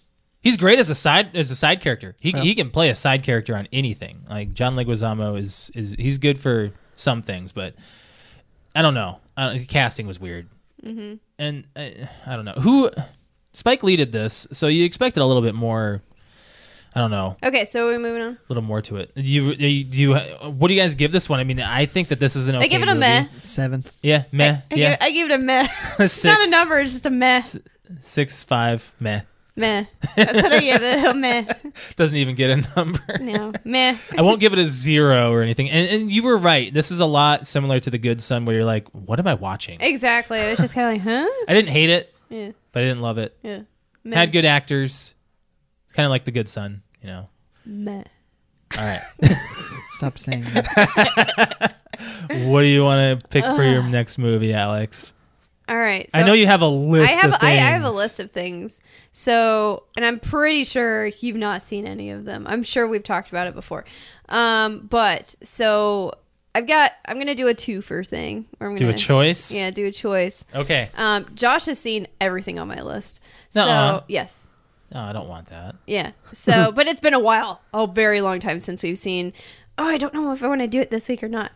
Speaker 2: He's great as a side as a side character. He he can play a side character on anything. Like John Leguizamo is is he's good for some things, but I don't know. I don't, the casting was weird, mm-hmm. and I, I don't know who Spike Lee did this, so you expected a little bit more. I don't know.
Speaker 3: Okay, so we're moving on.
Speaker 2: A little more to it. Do you, do you, do you- what do you guys give this one? I mean, I think that this is an. Okay
Speaker 3: I give it a
Speaker 2: movie.
Speaker 3: meh.
Speaker 1: Seven.
Speaker 2: Yeah, meh.
Speaker 3: I, I
Speaker 2: yeah,
Speaker 3: give, I give it a meh. It's
Speaker 2: Six.
Speaker 3: not a number. It's just a meh.
Speaker 2: six five meh.
Speaker 3: Meh. That's what I give it. A meh.
Speaker 2: Doesn't even get a number.
Speaker 3: No. Meh.
Speaker 2: I won't give it a zero or anything. And, and you were right. This is a lot similar to the Good Son, where you're like, "What am I watching?"
Speaker 3: Exactly. It was just kind of like, huh?
Speaker 2: I didn't hate it,
Speaker 3: Yeah.
Speaker 2: but I didn't love it.
Speaker 3: Yeah. Meh.
Speaker 2: Had good actors, kind of like the Good Son, you know.
Speaker 3: Meh.
Speaker 2: All right,
Speaker 1: Stop saying that.
Speaker 2: what do you want to pick for your next movie, Alex?
Speaker 3: All right.
Speaker 2: I
Speaker 3: so-
Speaker 2: know you have a list.
Speaker 3: I have
Speaker 2: of
Speaker 3: I, I have a
Speaker 2: things.
Speaker 3: list of things. So, and I'm pretty sure you've not seen any of them. I'm sure we've talked about it before. Um, but so I've got I'm gonna do a twofer thing. Or I'm
Speaker 2: Do
Speaker 3: gonna
Speaker 2: a choice.
Speaker 3: Yeah, do a choice.
Speaker 2: Okay.
Speaker 3: Um, Josh has seen everything on my list.
Speaker 2: Nuh-uh.
Speaker 3: So yes,
Speaker 2: No, I don't want that.
Speaker 3: yeah. So, but it's been a while, a very long time since we've seen. Oh, I don't know if I want to do it this week or not.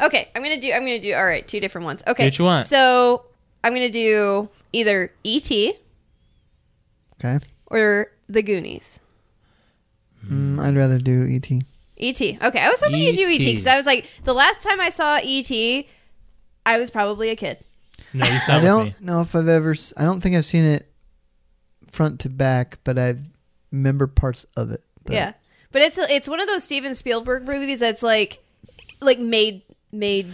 Speaker 3: Okay, I'm gonna do. I'm gonna do. All right, two different ones. Okay,
Speaker 2: what you want.
Speaker 3: So I'm gonna do either E E.T.
Speaker 1: Okay.
Speaker 3: or The Goonies.
Speaker 2: Hmm.
Speaker 1: Mm, I'd rather do ET.
Speaker 3: E.T. E Okay, I was hoping you'd do E.T.
Speaker 2: E.T.
Speaker 3: because I was like, the last time I saw E.T., I was probably a kid.
Speaker 2: No, you
Speaker 1: I
Speaker 2: sound with me.
Speaker 1: don't know if I've ever. s- I don't think I've seen it front to back, but I remember parts of it. But
Speaker 3: Yeah, but it's it's one of those Steven Spielberg movies that's like, like made made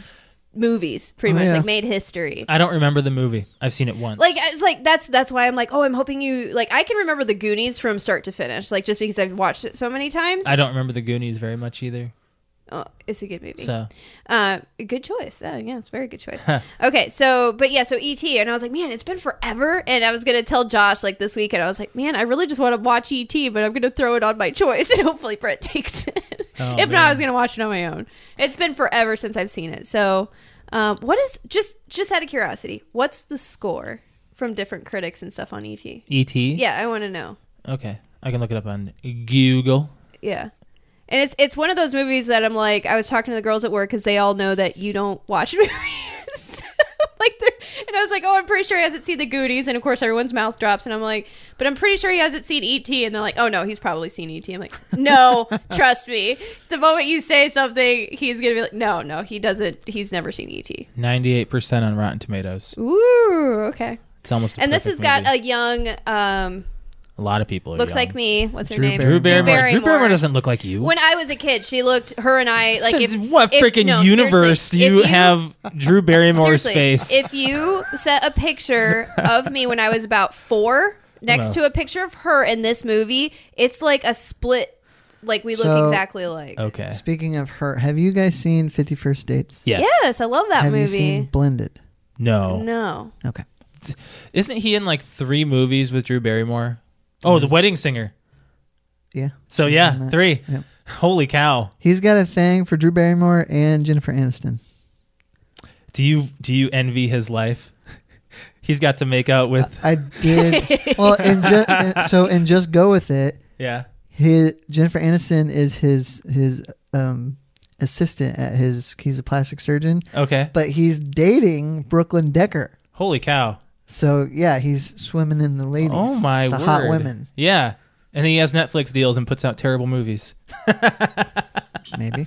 Speaker 3: movies pretty
Speaker 1: Oh,
Speaker 3: much
Speaker 1: yeah.
Speaker 3: like made history.
Speaker 2: I don't remember the movie. I've seen it once.
Speaker 3: Like it's like that's that's why I'm like oh I'm hoping you like I can remember the Goonies from start to finish like just because I've watched it so many times.
Speaker 2: I don't remember the Goonies very much either.
Speaker 3: oh, it's a good movie.
Speaker 2: So
Speaker 3: Uh, good choice. Oh, yeah, it's a very good choice.
Speaker 2: Huh.
Speaker 3: okay, so but yeah, so ET, and I was like, man, it's been forever. And I was gonna tell Josh like this weekend, I was like, man, I really just want to watch ET, but I'm gonna throw it on my choice, and hopefully Brett takes it.
Speaker 2: Oh,
Speaker 3: if not,
Speaker 2: man.
Speaker 3: I was gonna watch it on my own. It's been forever since I've seen it. So, um, what is just just out of curiosity, what's the score from different critics and stuff on ET?
Speaker 2: E.T.
Speaker 3: Yeah, I want to know.
Speaker 2: E Okay, I can look it up on Google.
Speaker 3: Yeah. And it's it's one of those movies that I'm like I was talking to the girls at work because they all know that you don't watch movies. like they're and I was like, oh, I'm pretty sure he hasn't seen the Goonies, and of course everyone's mouth drops, and I'm like, but I'm pretty sure he hasn't seen ET, and they're like, oh no, he's probably seen ET. I'm like, no, trust me. The moment you say something, he's gonna be like, no, no, he doesn't. He's never seen E ET.
Speaker 2: Ninety-eight percent on Rotten Tomatoes.
Speaker 3: Ooh, okay.
Speaker 2: It's almost. A
Speaker 3: And this has
Speaker 2: perfect
Speaker 3: got
Speaker 2: movie.
Speaker 3: a young, um,
Speaker 2: a lot of people. Are
Speaker 3: looks
Speaker 2: young.
Speaker 3: like me. What's her
Speaker 1: Drew
Speaker 3: name?
Speaker 2: Drew
Speaker 1: Drew
Speaker 2: Barrymore. Drew Barrymore,
Speaker 3: Barrymore.
Speaker 2: doesn't look like you.
Speaker 3: When I was a kid, she looked her and I like if
Speaker 2: Since what
Speaker 3: if-
Speaker 2: freaking
Speaker 3: no,
Speaker 2: universe do
Speaker 3: seriously,
Speaker 2: you,
Speaker 3: if
Speaker 2: have Drew Barrymore's
Speaker 3: seriously,
Speaker 2: face?
Speaker 3: If you set a picture of me when I was about four next
Speaker 2: Wow.
Speaker 3: to a picture of her in this movie, it's like a split. Like we look
Speaker 1: So-
Speaker 3: exactly alike.
Speaker 2: okay.
Speaker 1: Speaking of her, have you guys seen Fifty First Dates?
Speaker 2: Yes. Oh.
Speaker 3: Yes, I love that
Speaker 1: Have
Speaker 3: movie.
Speaker 1: you seen Blended?
Speaker 2: No.
Speaker 3: No,
Speaker 1: Okay.
Speaker 2: Isn't he in like three movies with Drew Barrymore? Oh, The Wedding Singer.
Speaker 1: Yeah.
Speaker 2: So
Speaker 1: She's in
Speaker 2: yeah,
Speaker 1: that.
Speaker 2: three.
Speaker 1: Yep.
Speaker 2: Holy cow!
Speaker 1: He's got a thing for Drew Barrymore and Jennifer Aniston.
Speaker 2: Do you do you envy his life? He's got to make out
Speaker 3: Uh,
Speaker 2: with
Speaker 1: I did. well, and ju- and so and just go with it.
Speaker 2: yeah.
Speaker 1: His Jennifer Aniston is his his um assistant at his. He's a plastic surgeon,
Speaker 2: Okay.
Speaker 1: but he's dating Brooklyn Decker.
Speaker 2: Holy cow!
Speaker 1: So yeah, he's swimming in the ladies.
Speaker 2: Oh my
Speaker 1: the
Speaker 2: word!
Speaker 1: hot women,
Speaker 2: Yeah, and he has Netflix deals and puts out terrible movies.
Speaker 1: maybe.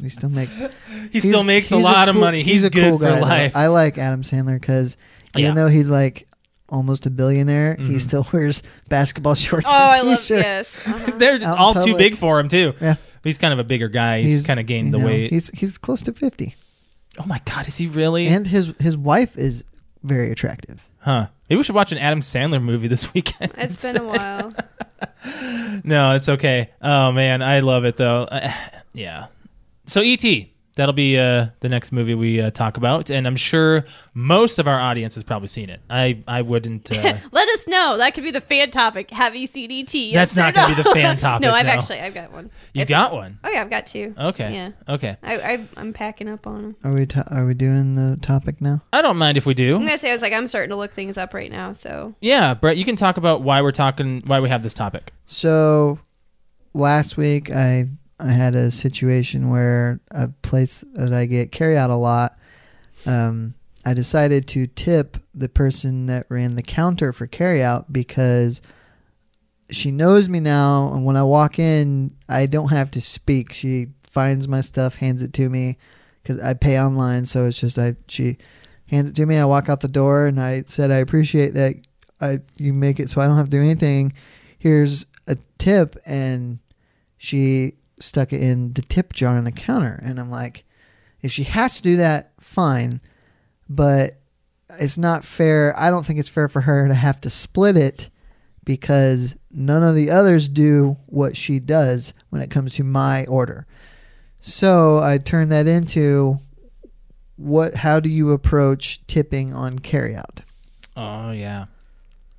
Speaker 1: He still makes.
Speaker 2: He still makes a lot of money. He's,
Speaker 1: a
Speaker 2: good
Speaker 1: cool guy,
Speaker 2: for
Speaker 1: though.
Speaker 2: life.
Speaker 1: I like Adam Sandler because even
Speaker 2: Yeah.
Speaker 1: though he's like almost a billionaire, he
Speaker 2: Mhm.
Speaker 1: still wears basketball shorts.
Speaker 3: oh,
Speaker 1: and
Speaker 3: I love
Speaker 1: t-shirts.
Speaker 3: yes. Uh-huh.
Speaker 2: They're
Speaker 1: Out in
Speaker 2: all too
Speaker 1: public.
Speaker 2: big for him too.
Speaker 1: Yeah.
Speaker 2: But he's kind of a bigger guy. He's, kind of gained
Speaker 1: you
Speaker 2: the
Speaker 1: know,
Speaker 2: weight.
Speaker 1: He's he's close to fifty,
Speaker 2: oh my god, is he really?
Speaker 1: and his his wife is very attractive.
Speaker 2: huh. Maybe we should watch an Adam Sandler movie this weekend.
Speaker 3: It's been a while.
Speaker 2: no, it's okay. Oh man, I love it though. Uh, yeah. So E.T. That'll be uh, the next movie we uh, talk about, and I'm sure most of our audience has probably seen it. I I wouldn't. Uh,
Speaker 3: Let us know. That could be the fan topic. Have you seen ET?
Speaker 2: That's
Speaker 3: Yes
Speaker 2: not
Speaker 3: or
Speaker 2: gonna be
Speaker 3: no?
Speaker 2: the fan topic,
Speaker 3: no, I've
Speaker 2: no.
Speaker 3: actually I've got one.
Speaker 2: you
Speaker 3: If-
Speaker 2: got Uh. one.
Speaker 3: Oh yeah, I've got two.
Speaker 2: Okay.
Speaker 3: Yeah.
Speaker 2: Okay.
Speaker 3: I, I I'm packing up on them.
Speaker 1: Are we ta- are we doing the topic now?
Speaker 2: I don't mind if we do.
Speaker 3: I'm gonna say I was like I'm starting to look things up right now. So
Speaker 2: Yeah, Brett, you can talk about why we're talking, why we have this topic.
Speaker 1: So last week I I had a situation where a place that I get carry out a lot. Um, I decided to tip the person that ran the counter for carry out because she knows me now, and when I walk in, I don't have to speak. She finds my stuff, hands it to me, because I pay online, so it's just I she hands it to me. I walk out the door, and I said I appreciate that I you make it so I don't have to do anything. Here's a tip, and she stuck it in the tip jar on the counter, and I'm like, if she has to do that, fine, but it's not fair. I don't think it's fair for her to have to split it because none of the others do what she does when it comes to my order. So I turn that into what how do you approach tipping on carryout?
Speaker 2: Oh yeah,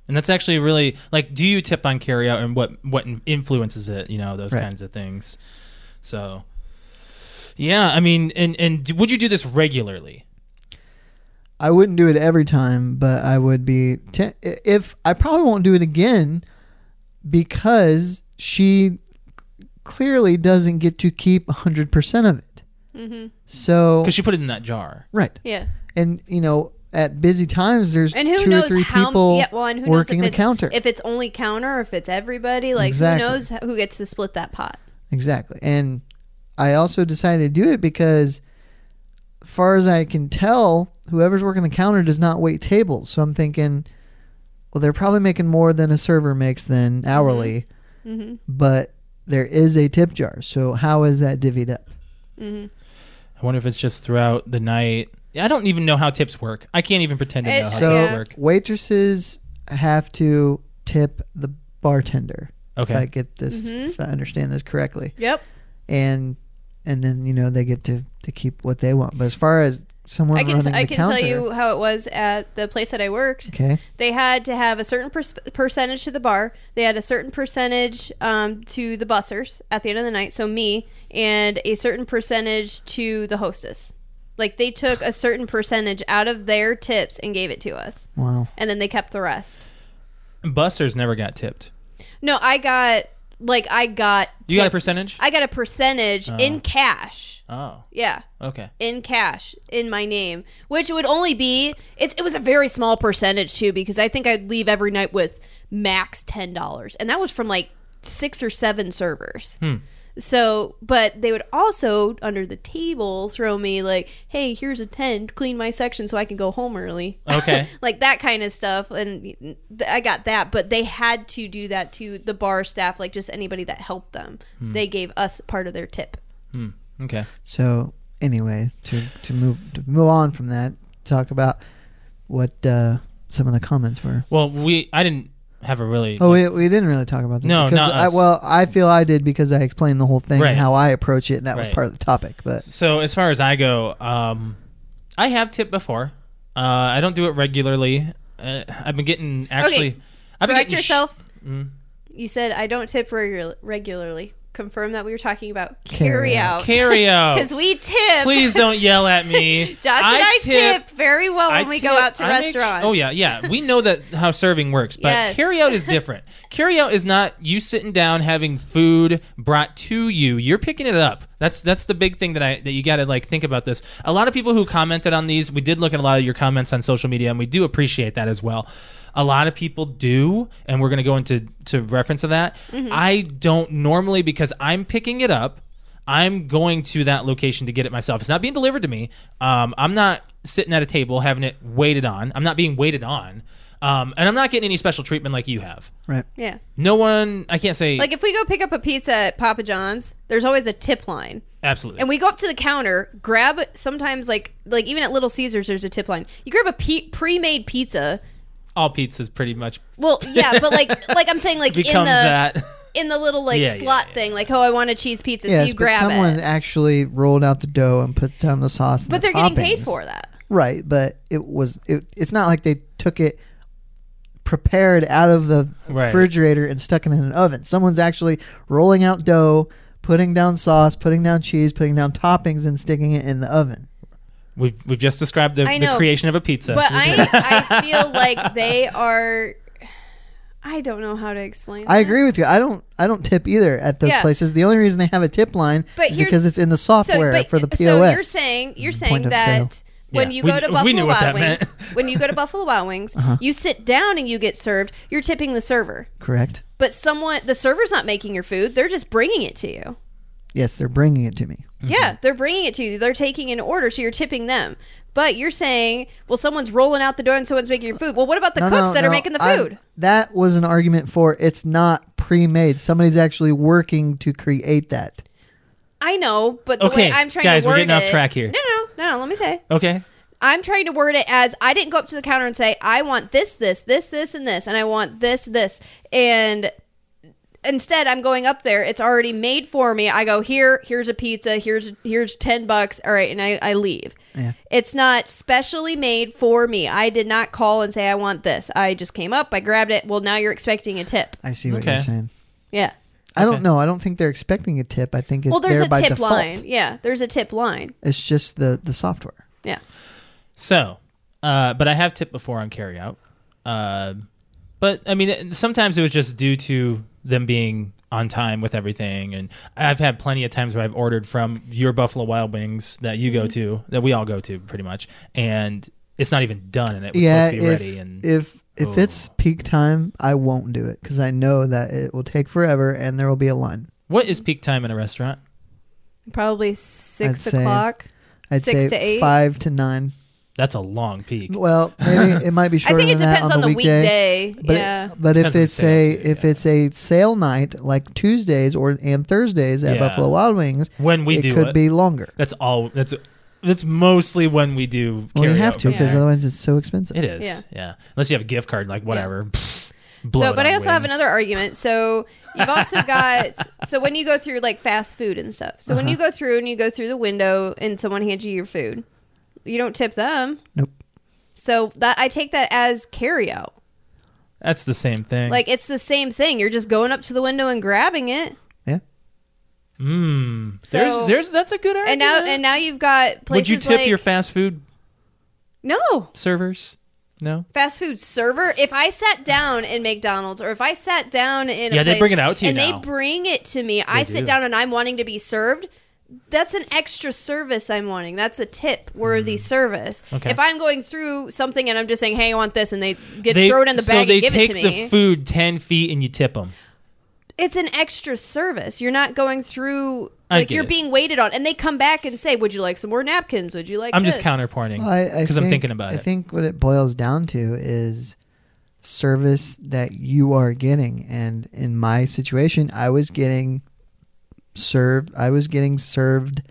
Speaker 2: and that's actually really like, do you tip on carryout and what what in- influences it? You know those
Speaker 1: Right.
Speaker 2: kinds of things. So, yeah, I mean, and and d- would you do this regularly?
Speaker 1: I wouldn't do it every time, but I would be te- if I probably won't do it again because she clearly doesn't get to keep 100% of it.
Speaker 3: hmm
Speaker 1: So
Speaker 2: Because she put it in that jar.
Speaker 1: right.
Speaker 3: Yeah.
Speaker 1: And you know, at busy times there's
Speaker 3: And who
Speaker 1: two
Speaker 3: knows
Speaker 1: or three
Speaker 3: how?
Speaker 1: people
Speaker 3: yeah. Well, and who knows
Speaker 1: working
Speaker 3: if
Speaker 1: the
Speaker 3: it's,
Speaker 1: counter.
Speaker 3: if it's only counter, if it's everybody. Like
Speaker 1: Exactly.
Speaker 3: who knows who gets to split that pot?
Speaker 1: Exactly. And I also decided to do it because, far as I can tell, whoever's working the counter does not wait tables. So I'm thinking, well, they're probably making more than a server makes
Speaker 3: Mm-hmm.
Speaker 1: than hourly,
Speaker 3: hmm
Speaker 1: but there is a tip jar. So how is that divvied up?
Speaker 3: hmm
Speaker 2: I wonder if it's just throughout the night. I don't even know how tips work. I can't even pretend to know
Speaker 3: It's-
Speaker 2: how
Speaker 1: so
Speaker 2: tips
Speaker 3: yeah.
Speaker 2: work.
Speaker 1: waitresses have to tip the bartender. If I
Speaker 2: Okay.
Speaker 1: get this,
Speaker 3: Mhm.
Speaker 1: if I understand this correctly.
Speaker 3: Yep.
Speaker 1: and and then you know they get to to keep what they want. But as far as someone
Speaker 3: I can.
Speaker 1: running
Speaker 3: T-
Speaker 1: the
Speaker 3: I can
Speaker 1: counter,
Speaker 3: tell you how it was at the place that I worked.
Speaker 1: okay,
Speaker 3: They had to have a certain pers- percentage to the bar. They had a certain percentage um, to the bussers at the end of the night. So me and a certain percentage to the hostess. Like they took a certain percentage out of their tips and gave it to us,
Speaker 1: wow,
Speaker 3: and then they kept the rest.
Speaker 2: Buster's never got tipped.
Speaker 3: No, I got like I got.
Speaker 2: You got a
Speaker 3: tips.
Speaker 2: percentage?
Speaker 3: I got a percentage in cash.
Speaker 2: Oh,
Speaker 3: Yeah,
Speaker 2: okay.
Speaker 3: in cash in my name, which would only be it, it was a very small percentage too because I think I'd leave every night with max $10 and that was from like 6 or 7 servers. So, but they would also under the table throw me like, "Hey, here's a 10, clean my section so I can go home early."
Speaker 2: Okay.
Speaker 3: like that kind of stuff and th- I got that, but they had to do that to the bar staff, like just anybody that helped them. They gave us part of their tip.
Speaker 2: Okay.
Speaker 1: So anyway, to to move to move on from that, talk about what uh, some of the comments were.
Speaker 2: Well, we I didn't have a really.
Speaker 1: Oh, we, we didn't really talk about this.
Speaker 2: No,
Speaker 1: because
Speaker 2: not
Speaker 1: I,
Speaker 2: us.
Speaker 1: well, I feel I did because I explained the whole thing
Speaker 2: Right.
Speaker 1: and how I approach it, and that
Speaker 2: Right.
Speaker 1: was part of the topic. But
Speaker 2: So as far as I go, um, I have tipped before. Uh, I don't do it regularly. Uh, I've been getting actually. I've been
Speaker 3: Correct
Speaker 2: getting sh-
Speaker 3: yourself.
Speaker 2: Mm.
Speaker 3: You said I don't tip regu- regularly. Confirm that we were talking about
Speaker 1: Carry
Speaker 3: carry
Speaker 1: out.
Speaker 3: out.
Speaker 2: Carry out.
Speaker 3: Because we tip.
Speaker 2: Please don't yell at me.
Speaker 3: Josh and I tip, very well when we go
Speaker 2: tip-
Speaker 3: out to
Speaker 2: I make sh-
Speaker 3: restaurants.
Speaker 2: oh yeah, yeah. We know that how serving works, but
Speaker 3: Yes.
Speaker 2: carry out is different. carry out is not you sitting down having food brought to you. You're picking it up. That's that's the big thing that I that you got to like think about this. A lot of people who commented on these, we did look at a lot of your comments on social media, and we do appreciate that as well. A lot of people do, and we're going to go into to reference of that.
Speaker 3: Mm-hmm.
Speaker 2: I don't normally because I'm picking it up. I'm going to that location to get it myself. It's not being delivered to me. Um, I'm not sitting at a table having it waited on. I'm not being waited on. Um, and I'm not getting any special treatment like you have.
Speaker 1: right,
Speaker 3: Yeah.
Speaker 2: No one, I can't say
Speaker 3: Like if we go pick up a pizza at Papa John's, there's always a tip line.
Speaker 2: absolutely.
Speaker 3: And we go up to the counter, grab sometimes like like even at Little Caesars there's a tip line. You grab a pe- pre-made pizza.
Speaker 2: All pizza's pretty much
Speaker 3: Well, yeah, but like like I'm saying like in the
Speaker 2: becomes that.
Speaker 3: in the little like
Speaker 2: Yeah, yeah,
Speaker 3: slot
Speaker 2: yeah.
Speaker 3: thing, like oh I want a cheese pizza, so
Speaker 1: yes,
Speaker 3: you grab
Speaker 1: but someone
Speaker 3: it.
Speaker 1: actually rolled out the dough and put down the sauce. and
Speaker 3: But
Speaker 1: the
Speaker 3: they're getting paid
Speaker 1: toppings.
Speaker 3: for that.
Speaker 1: Right, but it was it, it's not like they took it prepared out of the
Speaker 2: Right.
Speaker 1: refrigerator and stuck it in an oven. Someone's actually rolling out dough, putting down sauce, putting down cheese, putting down toppings and sticking it in the oven.
Speaker 2: We've, we've just described the,
Speaker 3: I
Speaker 2: the
Speaker 3: know.
Speaker 2: creation of a pizza.
Speaker 3: But I, I feel like they are. I don't know how to explain.
Speaker 1: I
Speaker 3: that.
Speaker 1: agree with you. I don't I don't tip either at those
Speaker 3: Yeah.
Speaker 1: places. The only reason they have a tip line
Speaker 3: But
Speaker 1: is
Speaker 3: here's-
Speaker 1: because it's in the software
Speaker 3: but-
Speaker 1: for the POS.
Speaker 3: So you're saying you're
Speaker 1: Point
Speaker 3: saying
Speaker 1: of
Speaker 3: that When
Speaker 2: Yeah,
Speaker 3: you
Speaker 2: we
Speaker 3: go to
Speaker 2: kn-
Speaker 3: Buffalo
Speaker 2: we knew what
Speaker 3: Wild
Speaker 2: that
Speaker 3: Wings,
Speaker 2: meant.
Speaker 3: when you go to Buffalo Wild Wings,
Speaker 1: Uh-huh.
Speaker 3: you sit down and you get served. You're tipping the server,
Speaker 1: Correct.
Speaker 3: but someone the server's not making your food. They're just bringing it to you.
Speaker 2: Mm-hmm.
Speaker 1: Yes, they're bringing it to me.
Speaker 3: Yeah, they're bringing it to you. They're taking an order, so you're tipping them. But you're saying, well, someone's rolling out the door and someone's making your food. Well, what about the
Speaker 1: No,
Speaker 3: cooks
Speaker 1: no,
Speaker 3: that
Speaker 1: no,
Speaker 3: are making the
Speaker 1: I'm-
Speaker 3: food?
Speaker 1: that was an argument for it's not pre-made. Somebody's actually working to create that.
Speaker 3: I know, but the
Speaker 2: Okay,
Speaker 3: way I'm trying
Speaker 2: guys,
Speaker 3: to
Speaker 2: we're
Speaker 3: word
Speaker 2: getting off
Speaker 3: it,
Speaker 2: track here.
Speaker 3: No, no, no, no. Let me say,
Speaker 2: Okay.
Speaker 3: I'm trying to word it as I didn't go up to the counter and say I want this, this, this, this, and this, and I want this, this, and instead I'm going up there. It's already made for me. I go here, here's a pizza, here's here's ten bucks. All right, and I I leave.
Speaker 1: Yeah.
Speaker 3: It's not specially made for me. I did not call and say I want this. I just came up, I grabbed it. Well, now you're expecting a tip.
Speaker 1: I see what
Speaker 2: Okay.
Speaker 1: you're saying.
Speaker 3: Yeah.
Speaker 1: I
Speaker 2: Okay.
Speaker 1: don't know. I don't think they're expecting a tip. I think it's
Speaker 3: well, there's
Speaker 1: there
Speaker 3: a
Speaker 1: by
Speaker 3: tip
Speaker 1: default.
Speaker 3: line. Yeah, there's a tip line.
Speaker 1: It's just the the software.
Speaker 3: Yeah.
Speaker 2: So, uh, but I have tipped before on carryout. Uh, but I mean, it- sometimes it was just due to them being on time with everything. And I've had plenty of times where I've ordered from your Buffalo Wild Wings that you
Speaker 1: Mm-hmm.
Speaker 2: go to, that we all go to pretty much, and it's not even done, and it was
Speaker 1: yeah.
Speaker 2: supposed to be
Speaker 1: if
Speaker 2: ready. And Oh.
Speaker 1: if if it's peak time, I won't do it because I know that it will take forever and there will be a line.
Speaker 2: what is peak time in a restaurant?
Speaker 3: Probably 6
Speaker 1: I'd say-
Speaker 3: o'clock.
Speaker 1: I'd
Speaker 3: Six
Speaker 1: say
Speaker 3: to eight?
Speaker 1: five to nine.
Speaker 2: That's a long peak.
Speaker 1: Well, maybe it might be
Speaker 3: I
Speaker 1: shorter.
Speaker 3: think it
Speaker 1: than that
Speaker 3: depends on, the weekday.
Speaker 1: But,
Speaker 3: yeah.
Speaker 1: but if
Speaker 2: Depends on the
Speaker 1: it's
Speaker 2: sale,
Speaker 1: a
Speaker 2: too,
Speaker 1: if
Speaker 2: yeah.
Speaker 1: it's a sale night like Tuesdays or and Thursdays at
Speaker 2: Yeah.
Speaker 1: Buffalo Wild Wings,
Speaker 2: When we
Speaker 1: it
Speaker 2: do
Speaker 1: could
Speaker 2: it.
Speaker 1: be longer.
Speaker 2: That's all. That's that's mostly when we do.
Speaker 1: Well, you have
Speaker 2: karaoke.
Speaker 1: to because
Speaker 3: Yeah.
Speaker 1: otherwise it's so expensive.
Speaker 2: It is. Yeah.
Speaker 3: Yeah.
Speaker 2: Unless you have a gift card, like whatever. Pfft, blow
Speaker 3: so,
Speaker 2: it
Speaker 3: but I
Speaker 2: on
Speaker 3: also have
Speaker 2: wings.
Speaker 3: another argument. So you've also got so when you go through like fast food and stuff. So
Speaker 1: Uh-huh.
Speaker 3: when you go through and you go through the window and someone hands you your food, you don't tip them.
Speaker 1: Nope.
Speaker 3: So that I take that as carryout.
Speaker 2: That's the same thing.
Speaker 3: Like it's the same thing. You're just going up to the window and grabbing it.
Speaker 1: Yeah.
Speaker 2: mm,
Speaker 3: So-
Speaker 2: there's there's that's a good argument.
Speaker 3: And now and now you've got
Speaker 2: would
Speaker 3: places
Speaker 2: you tip
Speaker 3: like
Speaker 2: your fast food
Speaker 3: no
Speaker 2: servers? No.
Speaker 3: fast food server. If I sat down in McDonald's or if I sat down in a
Speaker 2: Yeah, they
Speaker 3: place
Speaker 2: bring it out to you
Speaker 3: and
Speaker 2: now.
Speaker 3: they bring it to me, I sit
Speaker 2: do.
Speaker 3: down and I'm wanting to be served. That's an extra service I'm wanting. That's a tip worthy service.
Speaker 2: Mm. Okay.
Speaker 3: If I'm going through something and I'm just saying, "Hey, I want this," and they get
Speaker 2: They-
Speaker 3: throw it in the
Speaker 2: so
Speaker 3: bag
Speaker 2: they
Speaker 3: and give
Speaker 2: take
Speaker 3: it to
Speaker 2: the
Speaker 3: me,
Speaker 2: food ten feet and you tip them.
Speaker 3: it's an extra service. You're not going through
Speaker 2: I
Speaker 3: like
Speaker 2: get
Speaker 3: you're
Speaker 2: it.
Speaker 3: being waited on, and they come back and say, "Would you like some more napkins? Would you like?"
Speaker 2: I'm just
Speaker 3: this?"
Speaker 2: counterpointing
Speaker 1: Well, I, I
Speaker 2: because I'm
Speaker 1: think-
Speaker 2: thinking about
Speaker 1: I
Speaker 2: it.
Speaker 1: think what it boils down to is service that you are getting, and in my situation, I was getting served. I was getting served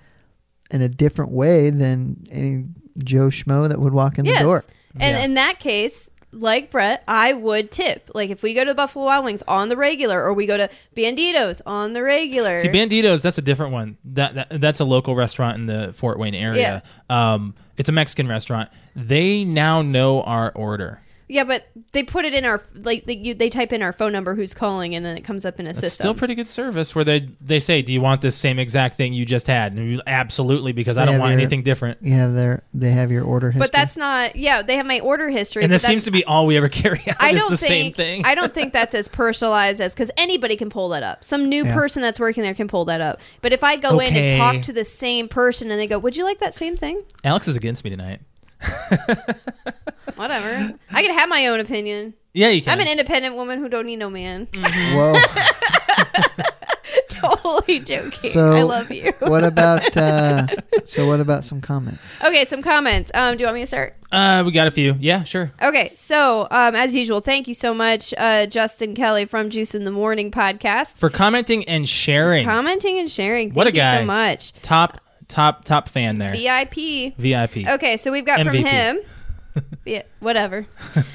Speaker 1: in a different way than any Joe schmo that would walk in
Speaker 3: Yes.
Speaker 1: the door.
Speaker 3: And
Speaker 2: Yeah.
Speaker 3: in that case, like Brett, I would tip. Like if we go to Buffalo Wild Wings on the regular, or we go to Banditos on the regular.
Speaker 2: See, Banditos, that's a different one. That, that that's a local restaurant in the Fort Wayne area. Um, it's a Mexican restaurant. They now know our order.
Speaker 3: yeah, but they put it in our like they, you, they type in our phone number, who's calling, and then it comes up in a
Speaker 2: It's
Speaker 3: system.
Speaker 2: still pretty good service where they they say, "Do you want this same exact thing you just had?" And you, absolutely, because
Speaker 1: So
Speaker 2: I
Speaker 1: they
Speaker 2: don't
Speaker 1: have
Speaker 2: want
Speaker 1: your-
Speaker 2: anything different.
Speaker 1: You have their they have your order history.
Speaker 3: but that's not. Yeah, they have my order history.
Speaker 2: And
Speaker 3: but
Speaker 2: this
Speaker 3: that's-
Speaker 2: seems to be all we ever carry out.
Speaker 3: I
Speaker 2: is
Speaker 3: don't
Speaker 2: the
Speaker 3: think
Speaker 2: same thing.
Speaker 3: I don't think that's as personalized as because anybody can pull that up. Some new
Speaker 1: Yeah.
Speaker 3: person that's working there can pull that up. But if I go in and
Speaker 2: Okay.
Speaker 3: talk to the same person and they go, "Would you like that same thing?"
Speaker 2: Alex is against me tonight.
Speaker 3: Whatever. I can have my own opinion.
Speaker 2: Yeah, Mm. you can.
Speaker 3: I'm an independent woman who don't need no man.
Speaker 1: whoa.
Speaker 3: totally joking.
Speaker 1: So-
Speaker 3: I love you.
Speaker 1: what about uh, so? What about some comments?
Speaker 3: Okay, some comments. Um, do you want me to start?
Speaker 2: uh, we got a few. Yeah, sure.
Speaker 3: Okay, so um, as usual, thank you so much, uh, Justin Kelly from Juice in the Morning podcast,
Speaker 2: For commenting and sharing.
Speaker 3: commenting and sharing. Thank
Speaker 2: What a
Speaker 3: you
Speaker 2: guy.
Speaker 3: so much,
Speaker 2: top, top, top fan there.
Speaker 3: VIP.
Speaker 2: VIP.
Speaker 3: Okay, so we've got from
Speaker 2: MVP.
Speaker 3: him. Yeah, whatever.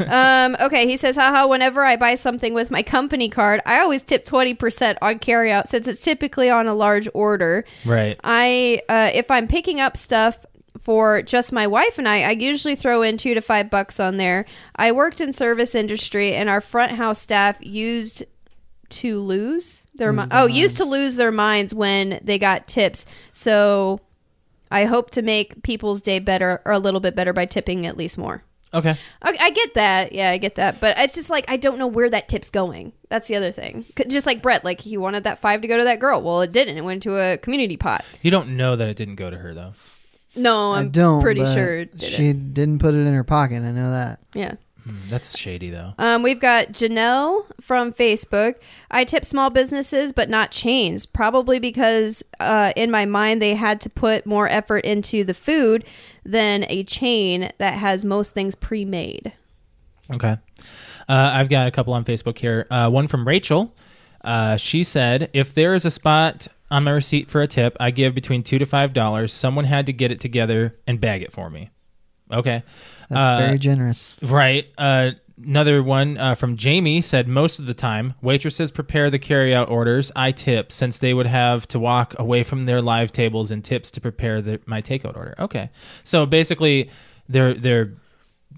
Speaker 3: um, okay, he says, haha, whenever I buy something with my company card, I always tip 20% on carryout since it's typically on a large order.
Speaker 2: Right.
Speaker 3: I uh, if I'm picking up stuff for just my wife and I, I usually throw in two to five bucks on there. I worked in service industry, and our front house staff used to lose their mi- oh used to lose their minds when they got tips. So I hope to make people's day better or a little bit better by tipping at least more.
Speaker 2: Okay.
Speaker 3: I, I get that. Yeah, I get that. But it's just like I don't know where that tip's going. That's the other thing. 'Cause Just like Brett, like he wanted that five to go to that girl. Well, it didn't. It went to a community pot.
Speaker 2: You don't know that it didn't go to her though.
Speaker 3: No,
Speaker 1: I
Speaker 3: I'm
Speaker 1: don't.
Speaker 3: pretty
Speaker 1: but
Speaker 3: sure it did
Speaker 1: she didn't put it in her pocket. I know that.
Speaker 3: Yeah.
Speaker 2: Hmm, that's shady though.
Speaker 3: Um, we've got Janelle from Facebook. I tip small businesses, but not chains, probably because uh, in my mind they had to put more effort into the food than a chain that has most things pre made.
Speaker 2: Okay. Uh, I've got a couple on Facebook here. Uh, one from Rachel. Uh, she said, "If there is a spot on my receipt for a tip, I give between two to five dollars. Someone had to get it together and bag it for me." Okay.
Speaker 1: That's
Speaker 2: Uh,
Speaker 1: very generous.
Speaker 2: Right. Uh, another one uh, from Jamie said most of the time waitresses prepare the carryout orders. I tip since they would have to walk away from their live tables and tips to prepare the, my takeout order. Okay, so basically they're they're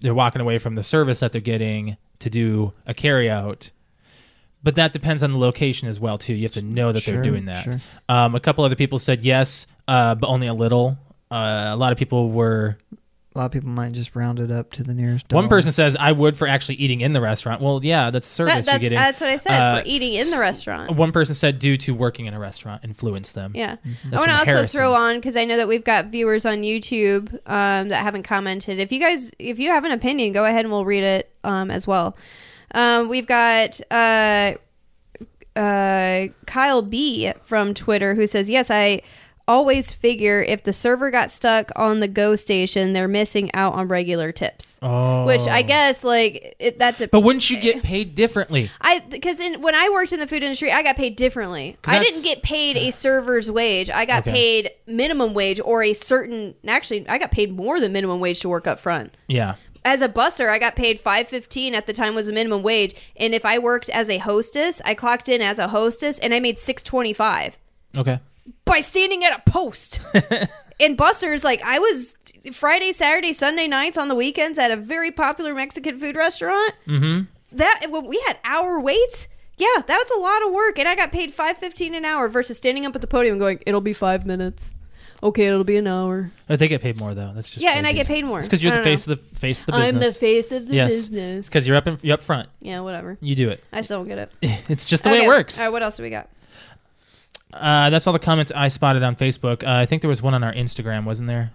Speaker 2: they're walking away from the service that they're getting to do a carryout. But that depends on the location as well too. You have to know that
Speaker 1: Sure,
Speaker 2: they're doing that.
Speaker 1: sure.
Speaker 2: Um, a couple other people said yes, uh, but only a little. Uh, a lot of people were
Speaker 1: A lot of people might just round it up to the nearest.
Speaker 2: one
Speaker 1: dollar.
Speaker 2: person says, "I would for actually eating in the restaurant." Well, yeah, that's
Speaker 3: That,
Speaker 2: service
Speaker 3: that's,
Speaker 2: you get in.
Speaker 3: that's what I said
Speaker 2: Uh,
Speaker 3: for eating in the restaurant.
Speaker 2: One person said, "Due to working in a restaurant, influence them."
Speaker 3: Yeah.
Speaker 2: Mm-hmm. That's
Speaker 3: I
Speaker 2: from
Speaker 3: want to also
Speaker 2: Harrison.
Speaker 3: throw on because I know that we've got viewers on YouTube um, that haven't commented. If you guys, if you have an opinion, go ahead and we'll read it um, as well. Um, we've got uh, uh, Kyle B from Twitter who says, "Yes, I." Always figure if the server got stuck on the go station, they're missing out on regular tips.
Speaker 2: Oh,
Speaker 3: Which I guess, like it, that. De-
Speaker 2: But wouldn't you get paid differently?
Speaker 3: I because in when I worked in the food industry, I got paid differently.
Speaker 2: 'Cause
Speaker 3: I
Speaker 2: that's-
Speaker 3: didn't get paid a server's wage. I got
Speaker 2: Okay.
Speaker 3: paid minimum wage or a certain. Actually, I got paid more than minimum wage to work up front.
Speaker 2: Yeah.
Speaker 3: As a busser, I got paid five fifteen at the time was the minimum wage, and if I worked as a hostess, I clocked in as a hostess and I made six twenty five
Speaker 2: Okay. Mm-hmm.
Speaker 3: by standing at a post. and bussers, like I was Friday, Saturday, Sunday nights on the weekends at a very popular Mexican food restaurant
Speaker 2: Mm-hmm.
Speaker 3: that when we had hour waits yeah that was a lot of work and i got paid 515 an hour versus standing up at the podium and going it'll be five minutes okay it'll be an hour
Speaker 2: But they get paid more though. That's just
Speaker 3: yeah and i
Speaker 2: crazy.
Speaker 3: get paid more
Speaker 2: It's because you're
Speaker 3: I
Speaker 2: the
Speaker 3: don't know.
Speaker 2: face of the face of the
Speaker 3: i'm the
Speaker 2: business.
Speaker 3: face of the
Speaker 2: Yes.
Speaker 3: business
Speaker 2: because you're up in, you're up front.
Speaker 3: yeah whatever
Speaker 2: You do it.
Speaker 3: i still don't get it
Speaker 2: It's just the way
Speaker 3: Okay,
Speaker 2: it works.
Speaker 3: all right what else do we got
Speaker 2: Uh, that's all the comments I spotted on Facebook. Uh, I think there was one on our Instagram, wasn't there?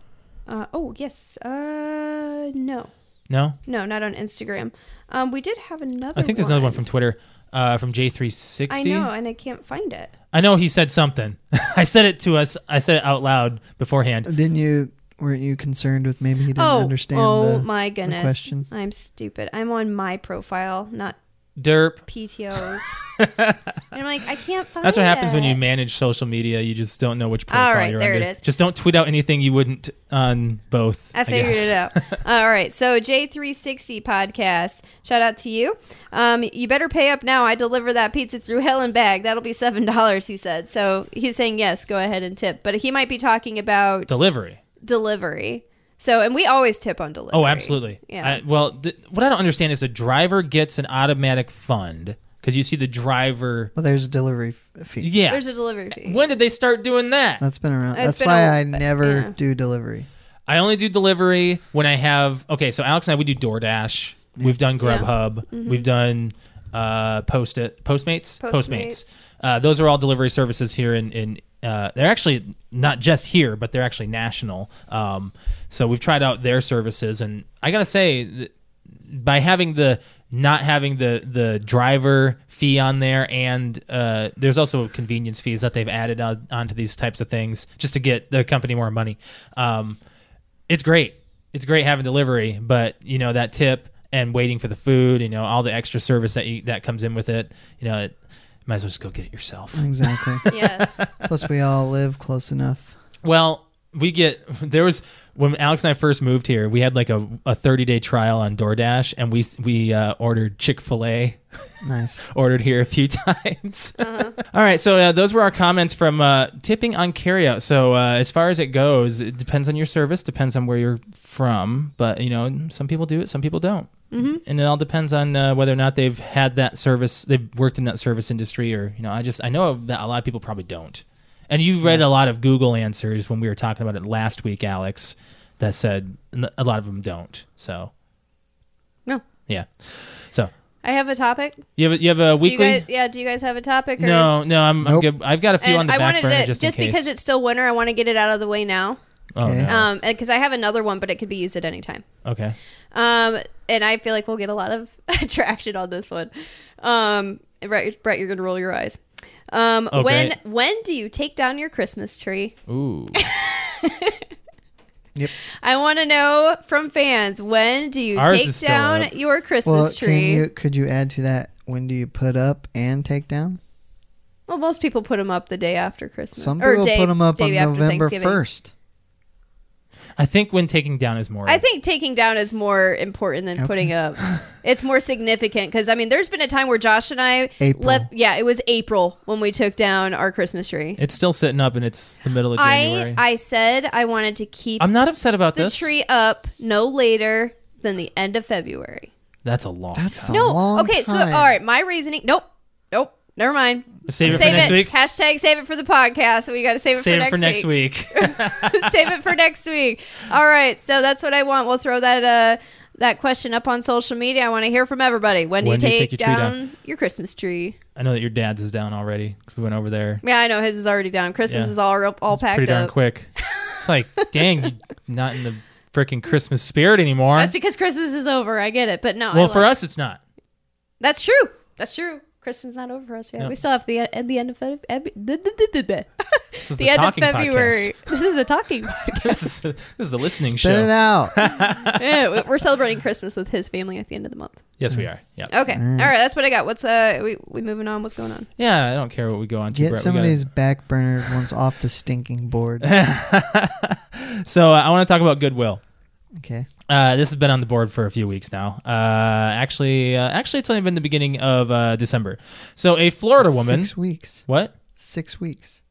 Speaker 3: uh, oh yes uh no
Speaker 2: No.
Speaker 3: no not on instagram um we did have another
Speaker 2: I think there's another one from Twitter, uh, from J360.
Speaker 3: i know and i can't find it
Speaker 2: I know he said something. I said it to us. I said it out loud beforehand.
Speaker 1: Didn't you? Weren't you concerned with maybe he didn't
Speaker 3: oh
Speaker 1: understand?
Speaker 3: oh
Speaker 1: the,
Speaker 3: my goodness
Speaker 1: question.
Speaker 3: i'm stupid i'm on my profile not
Speaker 2: Derp.
Speaker 3: PTOs.
Speaker 2: That's
Speaker 3: And I'm like, I can't find
Speaker 2: what happens when you
Speaker 3: it.
Speaker 2: manage social media. You just don't know which profile
Speaker 3: All right,
Speaker 2: you're
Speaker 3: there
Speaker 2: under.
Speaker 3: it is.
Speaker 2: Just don't tweet out anything you wouldn't on both.
Speaker 3: I figured
Speaker 2: guess.
Speaker 3: it out. All right. So, J360 podcast. Shout out to you. Um, you better pay up now. I deliver that pizza through hell and back. That'll be $7, he said. So, he's saying, yes, go ahead and tip. But he might be talking about
Speaker 2: Delivery.
Speaker 3: delivery. So, and we always tip on delivery.
Speaker 2: Oh, absolutely.
Speaker 3: Yeah.
Speaker 2: I, well, th- what I don't understand is the driver gets an automatic fund because you see the driver.
Speaker 1: Well, there's a delivery f- fee.
Speaker 2: Yeah.
Speaker 3: There's a delivery fee.
Speaker 2: when did they start doing that?
Speaker 1: That's been around.
Speaker 3: It's
Speaker 1: That's
Speaker 3: been
Speaker 1: why
Speaker 3: a-
Speaker 1: I never
Speaker 3: yeah.
Speaker 1: do delivery.
Speaker 2: I only do delivery when I have. Okay, so Alex and I we do DoorDash. We've done
Speaker 3: Yeah. Mm-hmm.
Speaker 2: Grubhub. We've done uh, Post it Postmates.
Speaker 3: Postmates.
Speaker 2: Uh, those are all delivery services here in in. Uh, they're actually not just here, but they're actually national. Um, so we've tried out their services, and I gotta say, th- by having the not having the the driver fee on there, and uh, there's also convenience fees that they've added on, onto these types of things just to get the company more money. Um, it's great. It's great having delivery, but you know that tip and waiting for the food, you know all the extra service that you, that comes in with it. You know, it, you might as well just go get it yourself.
Speaker 1: Exactly.
Speaker 3: yes.
Speaker 1: Plus, we all live close enough.
Speaker 2: Well, we get there was when Alex and I first moved here, we had like a, a 30 day trial on DoorDash, and we we uh, ordered Chick fil A
Speaker 1: Nice.
Speaker 2: ordered here a few times.
Speaker 3: Uh-huh.
Speaker 2: All right, so uh, those were our comments from uh, tipping on carryout. So uh, as far as it goes, it depends on your service, depends on where you're from, but you know, some people do it, some people don't. Mm-hmm. And it all depends on uh, whether or not they've had that service, they've worked in that service industry, or you know, I just I know that a lot of people probably don't. And you read a lot of Google answers when we were talking about it last week, Alex, that said n- a lot of them don't. So
Speaker 3: No.
Speaker 2: yeah, so.
Speaker 3: I have a topic.
Speaker 2: You have a, you have a
Speaker 3: Do you
Speaker 2: weekly.
Speaker 3: guys, yeah. Do you guys have a topic? Or?
Speaker 2: No, no, I'm, I'm
Speaker 1: Nope.
Speaker 2: good. I've got a few on
Speaker 3: And
Speaker 2: the
Speaker 3: I
Speaker 2: back
Speaker 3: wanted
Speaker 2: burner
Speaker 3: to,
Speaker 2: just,
Speaker 3: just,
Speaker 2: in case.
Speaker 3: because it's still winter, I want to get it out of the way now.
Speaker 2: Oh,
Speaker 1: Okay.
Speaker 2: no.
Speaker 3: Um, because I have another one, but it could be used at any time.
Speaker 2: okay.
Speaker 3: Um, and I feel like we'll get a lot of traction on this one. Um, Brett, Brett, you're gonna roll your eyes. Um,
Speaker 2: Oh,
Speaker 3: when
Speaker 2: great.
Speaker 3: when do you take down your Christmas tree?
Speaker 2: Ooh.
Speaker 3: I want to know from fans. When do you
Speaker 2: Ours is
Speaker 3: take
Speaker 2: still
Speaker 3: down
Speaker 2: up.
Speaker 3: your Christmas
Speaker 1: Well, can
Speaker 3: tree?
Speaker 1: you could you add to that when do you put up and take down?
Speaker 3: Well, most people put them up the day after Christmas.
Speaker 1: Some
Speaker 3: or
Speaker 1: people
Speaker 3: day,
Speaker 1: put them up
Speaker 3: day
Speaker 1: on
Speaker 3: after
Speaker 1: November
Speaker 3: Thanksgiving.
Speaker 1: first.
Speaker 2: I think when taking down is more.
Speaker 3: I think taking down is more important than putting up. It's more significant because I mean, there's been a time where Josh and I
Speaker 1: April.
Speaker 3: left. Yeah, it was April when we took down our Christmas tree.
Speaker 2: it's still sitting up, and it's the middle of
Speaker 3: I
Speaker 2: January. I,
Speaker 3: I said I wanted to keep
Speaker 2: am not upset about
Speaker 3: the
Speaker 2: this.
Speaker 3: tree up no later than the end of February.
Speaker 2: That's a long.
Speaker 1: That's a
Speaker 3: No,
Speaker 1: long
Speaker 3: okay. So
Speaker 1: time.
Speaker 3: all right, my reasoning. Nope, nope. Never mind.
Speaker 2: Save it for
Speaker 3: save
Speaker 2: next
Speaker 3: it.
Speaker 2: week.
Speaker 3: Hashtag save it for the podcast. We got to save it
Speaker 2: Save
Speaker 3: for
Speaker 2: it
Speaker 3: next
Speaker 2: for next week.
Speaker 3: save it for next week. All right, so that's what I want. We'll throw that uh that question up on social media. I want to hear from everybody. When do
Speaker 2: When
Speaker 3: you take,
Speaker 2: your tree
Speaker 3: down,
Speaker 2: down?
Speaker 3: your Christmas tree?
Speaker 2: I know that your dad's is down already because we went over there.
Speaker 3: Yeah, I know his is already down. Christmas
Speaker 2: Yeah.
Speaker 3: is all all
Speaker 2: It's pretty
Speaker 3: packed
Speaker 2: darn
Speaker 3: up.
Speaker 2: quick. It's like, dang, you're not in the freaking Christmas spirit anymore.
Speaker 3: That's because Christmas is over. I get it, but no. I
Speaker 2: well,
Speaker 3: love-
Speaker 2: for us, it's not.
Speaker 3: that's true. That's true. Christmas is not over for us yet.
Speaker 2: No.
Speaker 3: We still have the at the end of Feb- eb- the, the, the, the,
Speaker 2: This is
Speaker 3: the end of
Speaker 2: talking
Speaker 3: February. This is a talking
Speaker 2: podcast.
Speaker 3: podcast.
Speaker 2: this, is a, this is a listening
Speaker 1: Spit it
Speaker 2: show.
Speaker 1: out.
Speaker 3: yeah, we- we're celebrating Christmas with his family at the end of the month.
Speaker 2: Yes, we are. Yeah.
Speaker 3: Okay,
Speaker 1: Mm.
Speaker 3: all right. That's what I got. What's uh, we we moving on? What's going on?
Speaker 2: Yeah, I don't care what we go on to.
Speaker 1: Get
Speaker 2: Brett.
Speaker 1: some
Speaker 2: we
Speaker 1: of
Speaker 2: gotta-
Speaker 1: these back burner ones off the stinking board.
Speaker 2: so uh, I want to talk about Goodwill.
Speaker 1: Okay.
Speaker 2: Uh, this has been on the board for a few weeks now. Uh, actually, uh, actually, it's only been the beginning of uh, December. So a Florida woman.
Speaker 1: Six weeks.
Speaker 2: What?
Speaker 1: Six weeks.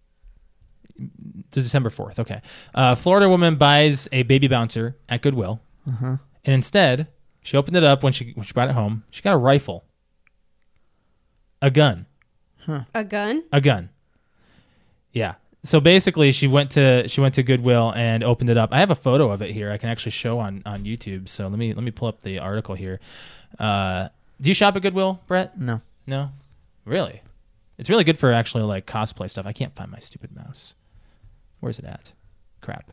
Speaker 2: To December fourth. Okay. Uh, Florida woman buys a baby bouncer at Goodwill,
Speaker 1: Uh huh.
Speaker 2: and instead she opened it up when she when she brought it home. She got a rifle, a gun.
Speaker 3: A gun?
Speaker 2: a gun. Yeah. So basically, she went to she went to Goodwill and opened it up. I have a photo of it here. I can actually show on on YouTube. So let me let me pull up the article here. Uh, do you shop at Goodwill, Brett?
Speaker 1: No.
Speaker 2: No, really. It's really good for actually like cosplay stuff. I can't find my stupid mouse. Where's it at? Crap.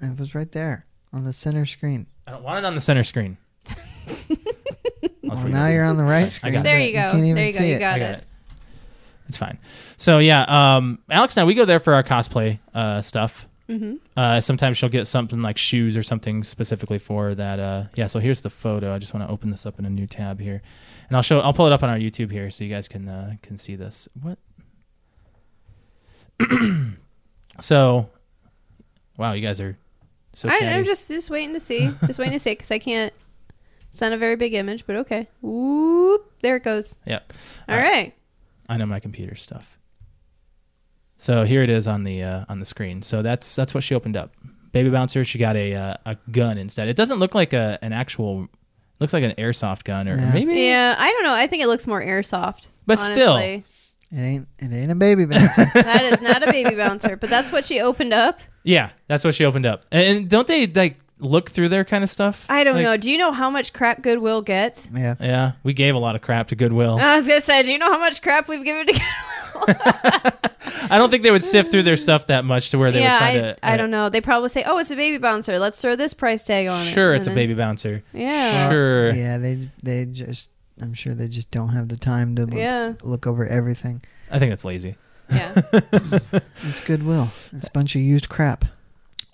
Speaker 1: It was right there on the center screen.
Speaker 2: I don't want it on the center screen. That's
Speaker 1: Well,
Speaker 2: pretty
Speaker 1: now
Speaker 2: good.
Speaker 1: you're on the right
Speaker 2: I
Speaker 1: screen.
Speaker 2: got it.
Speaker 1: but
Speaker 3: There you go.
Speaker 1: can't even
Speaker 3: there you go.
Speaker 1: see
Speaker 3: You
Speaker 1: it.
Speaker 3: got,
Speaker 2: I got
Speaker 3: it.
Speaker 2: it. It's fine. So yeah, um, Alex and I we go there for our cosplay uh, stuff.
Speaker 3: Mhm.
Speaker 2: Uh, sometimes she'll get something like shoes or something specifically for that. Uh, yeah. So here's the photo. I just want to open this up in a new tab here, and I'll show. I'll pull it up on our YouTube here so you guys can uh, can see this. What? so, wow, you guys are so.
Speaker 3: I,
Speaker 2: chatty.
Speaker 3: I'm just just waiting to see. Just waiting to see because I can't. It's not a very big image, but okay. Whoop! There it goes.
Speaker 2: Yep.
Speaker 3: All
Speaker 2: All right.
Speaker 3: right.
Speaker 2: I know my computer stuff. So here it is on the uh, on the screen. So that's that's what she opened up. Baby bouncer. She got a uh, a gun instead. It doesn't look like a an actual. Looks like an airsoft gun or
Speaker 1: Yeah.
Speaker 2: maybe.
Speaker 3: Yeah, I don't know. I think it looks more airsoft.
Speaker 2: But still.
Speaker 3: honestly.
Speaker 1: It ain't. It ain't a baby bouncer.
Speaker 3: that is not a baby bouncer. But that's what she opened up.
Speaker 2: Yeah, that's what she opened up. And, and don't they like look through their kind of stuff?
Speaker 3: I don't
Speaker 2: Like-
Speaker 3: know. Do you know how much crap Goodwill gets?
Speaker 1: yeah.
Speaker 2: Yeah, we gave a lot of crap to Goodwill.
Speaker 3: I was gonna say, do you know how much crap we've given to Goodwill?
Speaker 2: I don't think they would sift through their stuff that much to where they
Speaker 3: yeah,
Speaker 2: would try
Speaker 3: I,
Speaker 2: to.
Speaker 3: I don't know. They probably say, "Oh, it's a baby bouncer. Let's throw this price tag on it." Mm-hmm.
Speaker 2: Sure,
Speaker 3: And
Speaker 2: it's a
Speaker 3: then-
Speaker 2: baby bouncer.
Speaker 3: Yeah.
Speaker 2: Sure.
Speaker 1: Yeah. They. They just. I'm sure they just don't have the time to look,
Speaker 3: Yeah.
Speaker 1: look over everything.
Speaker 2: I think that's lazy.
Speaker 3: Yeah.
Speaker 1: It's goodwill. It's a bunch of used crap.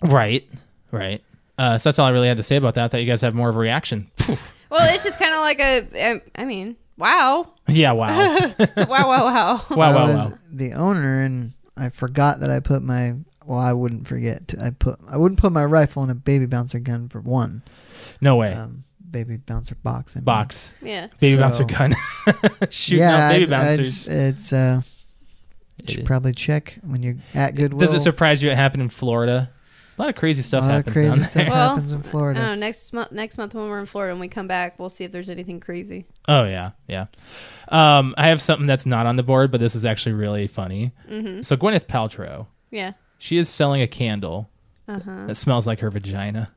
Speaker 2: Right. Right. Uh, so that's all I really had to say about that. That you guys have more of a reaction.
Speaker 3: Well, it's just kind of like a. um, I mean, wow,
Speaker 2: Yeah. Wow.
Speaker 3: wow, wow, wow.
Speaker 2: Wow,
Speaker 1: I
Speaker 2: wow,
Speaker 1: was
Speaker 2: wow.
Speaker 1: the owner, and I forgot that I put my. Well, I wouldn't forget. To, I put. I wouldn't put my rifle in a baby bouncer gun for one.
Speaker 2: No way.
Speaker 1: Um, baby bouncer box. I mean.
Speaker 2: Box.
Speaker 3: Yeah.
Speaker 2: Baby
Speaker 1: So-
Speaker 2: bouncer gun. Shooting out baby
Speaker 1: I- I
Speaker 2: bouncers.
Speaker 1: just- it's. Uh, you
Speaker 2: It-
Speaker 1: should probably check when you're at Goodwill.
Speaker 2: Does it surprise you it happened in Florida? A lot of crazy
Speaker 1: A
Speaker 2: stuff
Speaker 1: lot of
Speaker 2: happens
Speaker 1: crazy
Speaker 2: down
Speaker 1: stuff
Speaker 2: there.
Speaker 3: Well,
Speaker 1: happens in
Speaker 3: I
Speaker 1: Florida.
Speaker 3: don't know. Next month, next month when we're in Florida and we come back, we'll see if there's anything crazy.
Speaker 2: Oh yeah, yeah. Um, I have something that's not on the board, but this is actually really funny.
Speaker 3: Mm-hmm.
Speaker 2: So Gwyneth Paltrow,
Speaker 3: Yeah.
Speaker 2: she is selling a candle
Speaker 3: Uh huh.
Speaker 2: that smells like her vagina.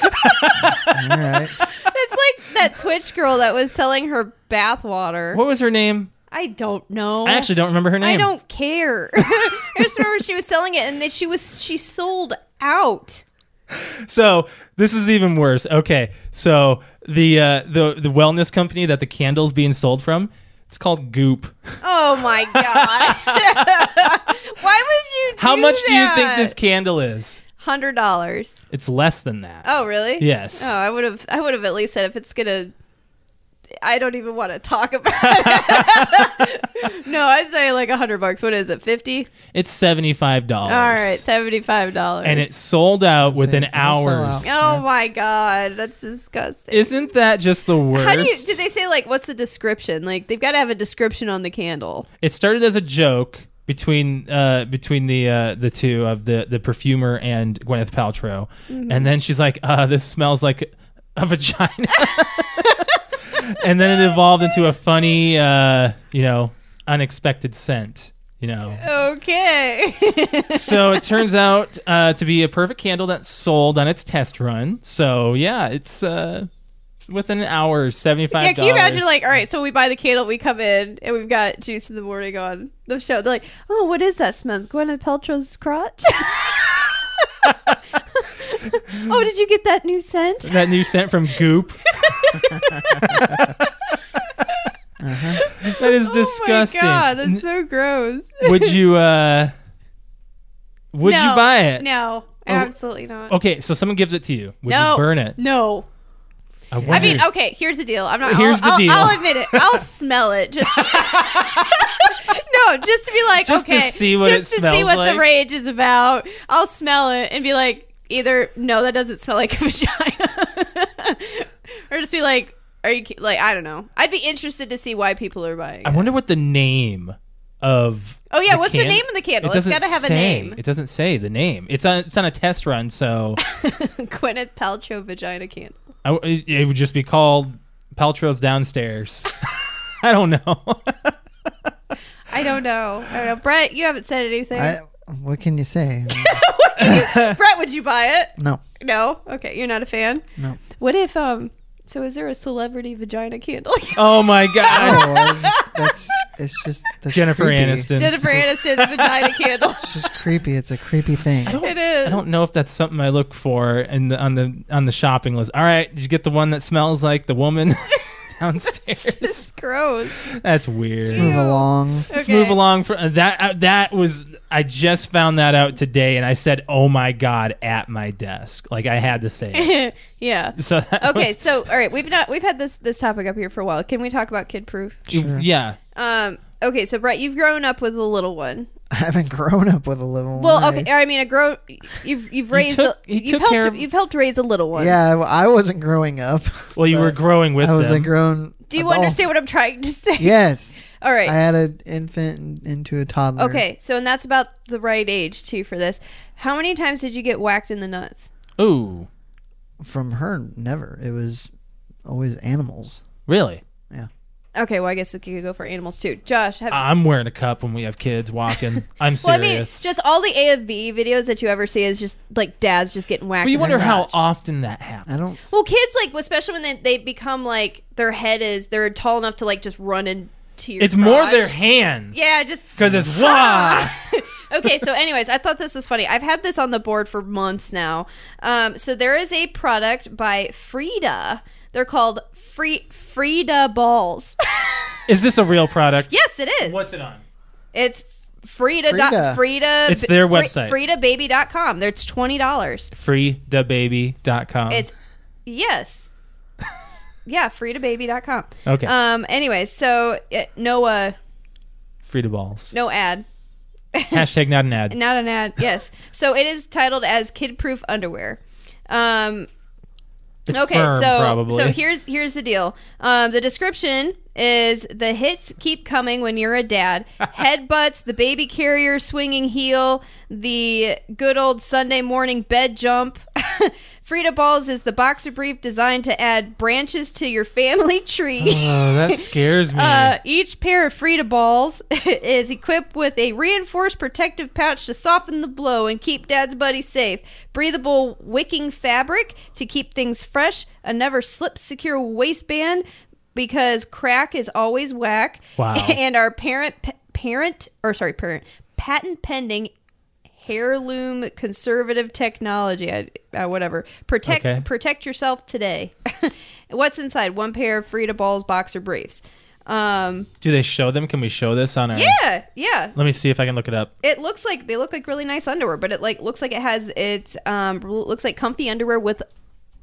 Speaker 1: All right.
Speaker 3: It's like that Twitch girl that was selling her bath water.
Speaker 2: What was her name?
Speaker 3: I don't know.
Speaker 2: I actually don't remember her name.
Speaker 3: I don't care. I just remember she was selling it, and then she was she sold out.
Speaker 2: So this is even worse. Okay, so the uh, the the wellness company that the candle's being sold from, it's called Goop.
Speaker 3: Oh my god! Why would you?
Speaker 2: How much do you think this candle is?
Speaker 3: Hundred dollars.
Speaker 2: It's less than that.
Speaker 3: Oh really?
Speaker 2: Yes.
Speaker 3: Oh, I would have. I would have at least said if it's gonna. I don't even want to talk about it. no, I'd say like a hundred bucks. What is it? Fifty?
Speaker 2: It's seventy five dollars.
Speaker 3: All right, seventy-five dollars.
Speaker 2: And it sold out within
Speaker 1: It'll sell
Speaker 2: hours.
Speaker 1: out.
Speaker 3: Oh my god, that's disgusting.
Speaker 2: Isn't that just the worst?
Speaker 3: How do you? Did they say like what's the description? Like they've got to have a description on the candle.
Speaker 2: it started as a joke between uh, between the uh, the two of the the perfumer and Gwyneth Paltrow,
Speaker 3: Mm-hmm.
Speaker 2: and then she's like, uh, "This smells like a vagina," and then it evolved into a funny, uh, you know, unexpected scent. You know,
Speaker 3: Okay.
Speaker 2: so it turns out uh, to be a perfect candle that sold on its test run. So yeah, it's uh, within an hour, seventy five.
Speaker 3: yeah, can you imagine? Like, all right, so we buy the candle, we come in, and we've got Juice in the Morning on the show. They're like, oh, what is that smell? Gwyneth Paltrow's crotch. oh, did you get that new scent?
Speaker 2: that new scent from Goop? That is disgusting.
Speaker 3: Oh my god, that's so gross.
Speaker 2: would you uh would
Speaker 3: No.
Speaker 2: you buy it Oh,
Speaker 3: No, absolutely not.
Speaker 2: okay so someone gives it to you would
Speaker 3: No.
Speaker 2: you burn it
Speaker 3: No. I
Speaker 2: wonder-
Speaker 3: mean, okay, here's the deal. I'm not.
Speaker 2: Here's
Speaker 3: I'll,
Speaker 2: the
Speaker 3: I'll,
Speaker 2: deal.
Speaker 3: I'll admit it. I'll smell it. Just no, just to be like,
Speaker 2: Just to
Speaker 3: okay,
Speaker 2: see what
Speaker 3: just
Speaker 2: it
Speaker 3: to see
Speaker 2: smells
Speaker 3: what the
Speaker 2: like.
Speaker 3: rage is about. I'll smell it and be like, either no, that doesn't smell like a vagina, or just be like, are you ki- like, I don't know. I'd be interested to see why people are buying.
Speaker 2: I
Speaker 3: It.
Speaker 2: wonder what the name of
Speaker 3: Oh yeah,
Speaker 2: the
Speaker 3: what's the
Speaker 2: can-
Speaker 3: name of the candle?
Speaker 2: it
Speaker 3: it's
Speaker 2: doesn't
Speaker 3: got to have
Speaker 2: say.
Speaker 3: a name.
Speaker 2: it doesn't say the name it's on it's on a test run so
Speaker 3: Gwyneth Paltrow vagina candle.
Speaker 2: I w it, it would just be called paltrow's downstairs i don't know
Speaker 3: I don't know. I don't know. Brett, you haven't said anything.
Speaker 1: I, what can you say?
Speaker 3: Brett, would you buy it?
Speaker 1: no,
Speaker 3: No. Okay, you're not a fan.
Speaker 1: no.
Speaker 3: What if um? So is there a celebrity vagina candle?
Speaker 2: oh my god
Speaker 1: Oh, I just- that's it's just that's
Speaker 2: jennifer
Speaker 1: creepy.
Speaker 2: aniston
Speaker 3: Jennifer Aniston's vagina candle.
Speaker 1: It's just creepy. It's a creepy thing.
Speaker 3: It is.
Speaker 2: I don't know if that's something I look for in the, on the on the shopping list. All right, did you get the one that smells like the woman downstairs?
Speaker 3: It's gross.
Speaker 2: That's weird.
Speaker 3: Let's
Speaker 1: Move along.
Speaker 2: Let's move along. For that, uh, that was I just found that out today, and I said, "Oh my god!" At my desk, like I had to say. It.
Speaker 3: along. yeah.
Speaker 2: So that
Speaker 3: Okay.
Speaker 2: was-
Speaker 3: So all right, we've not we've had this this topic up here for a while. Can we talk about kid proof?
Speaker 1: Sure.
Speaker 2: yeah,
Speaker 3: Um. Okay. So Brett, you've grown up with a little one.
Speaker 1: I haven't grown up with a little.
Speaker 3: Well,
Speaker 1: one. I-
Speaker 3: okay. I mean, a grown. You've you've raised.
Speaker 2: took-
Speaker 3: a,
Speaker 2: he
Speaker 3: you've
Speaker 2: took
Speaker 3: helped.
Speaker 2: care of-
Speaker 3: You've helped raise a little one.
Speaker 1: Yeah, well, I wasn't growing up.
Speaker 2: well, you
Speaker 1: but
Speaker 2: were growing with
Speaker 1: I was
Speaker 2: them.
Speaker 1: a grown.
Speaker 3: Do you
Speaker 1: adult.
Speaker 3: understand what I'm trying to say?
Speaker 1: Yes,
Speaker 3: All right.
Speaker 1: I had an infant and- into a toddler.
Speaker 3: Okay, so and that's about the right age too for this. How many times did you get whacked in the nuts?
Speaker 2: Ooh,
Speaker 1: From her, never. It was always animals.
Speaker 2: really?
Speaker 3: Okay, well I guess it could go for animals too. Josh, have,
Speaker 2: I'm wearing a cup when we have kids walking. I'm serious.
Speaker 3: well I mean just all the AFV videos that you ever see is just like dads just getting whacked.
Speaker 2: but you
Speaker 3: in
Speaker 2: wonder
Speaker 3: the
Speaker 2: how
Speaker 3: nuts.
Speaker 2: often that happens.
Speaker 1: I don't.
Speaker 3: Well, kids like especially when they, they become like their head is they're tall enough to like just run into your.
Speaker 2: It's more
Speaker 3: crotch.
Speaker 2: their hands.
Speaker 3: yeah just.
Speaker 2: because it's wah.
Speaker 3: okay, so anyways, I thought this was funny. I've had this on the board for months now. Um, so there is a product by Frida. They're called Free Frida balls.
Speaker 2: Is this a real product?
Speaker 3: yes, it is.
Speaker 2: What's it on?
Speaker 3: It's Frida. Frida.
Speaker 1: Frida.
Speaker 3: Frida
Speaker 2: It's their
Speaker 3: Fri-
Speaker 2: website.
Speaker 3: FridaBaby.com. There- It's twenty dollars.
Speaker 2: Freedababy.com.
Speaker 3: It's yes. yeah, FridaBaby.com.
Speaker 2: okay.
Speaker 3: Um. Anyway, so it, no uh
Speaker 2: Free to balls.
Speaker 3: no ad.
Speaker 2: Hashtag not an ad.
Speaker 3: Not an ad. Yes. So it is titled as kid proof underwear. Um.
Speaker 2: It's
Speaker 3: okay,
Speaker 2: firm,
Speaker 3: so
Speaker 2: probably.
Speaker 3: so here's here's the deal. Um, the description is the hits keep coming when you're a dad. Headbutts, the baby carrier swinging heel, the good old Sunday morning bed jump. Frida Balls is the boxer brief designed to add branches to your family tree.
Speaker 2: oh, that scares me.
Speaker 3: Uh, each pair of Frida balls is equipped with a reinforced protective pouch to soften the blow and keep Dad's buddy safe. Breathable wicking fabric to keep things fresh. A never slip secure waistband. because crack is always whack.
Speaker 2: Wow.
Speaker 3: And our parent p- parent or sorry parent patent pending heirloom conservative technology I, uh, whatever protect
Speaker 2: Okay.
Speaker 3: protect yourself today. What's inside? One pair of Frida Balls boxer briefs. Um,
Speaker 2: Do they show them? Can we show this on our?
Speaker 3: yeah, yeah.
Speaker 2: Let me see if I can look it up.
Speaker 3: It looks like they look like really nice underwear, but it like looks like it has it's um l- looks like comfy underwear with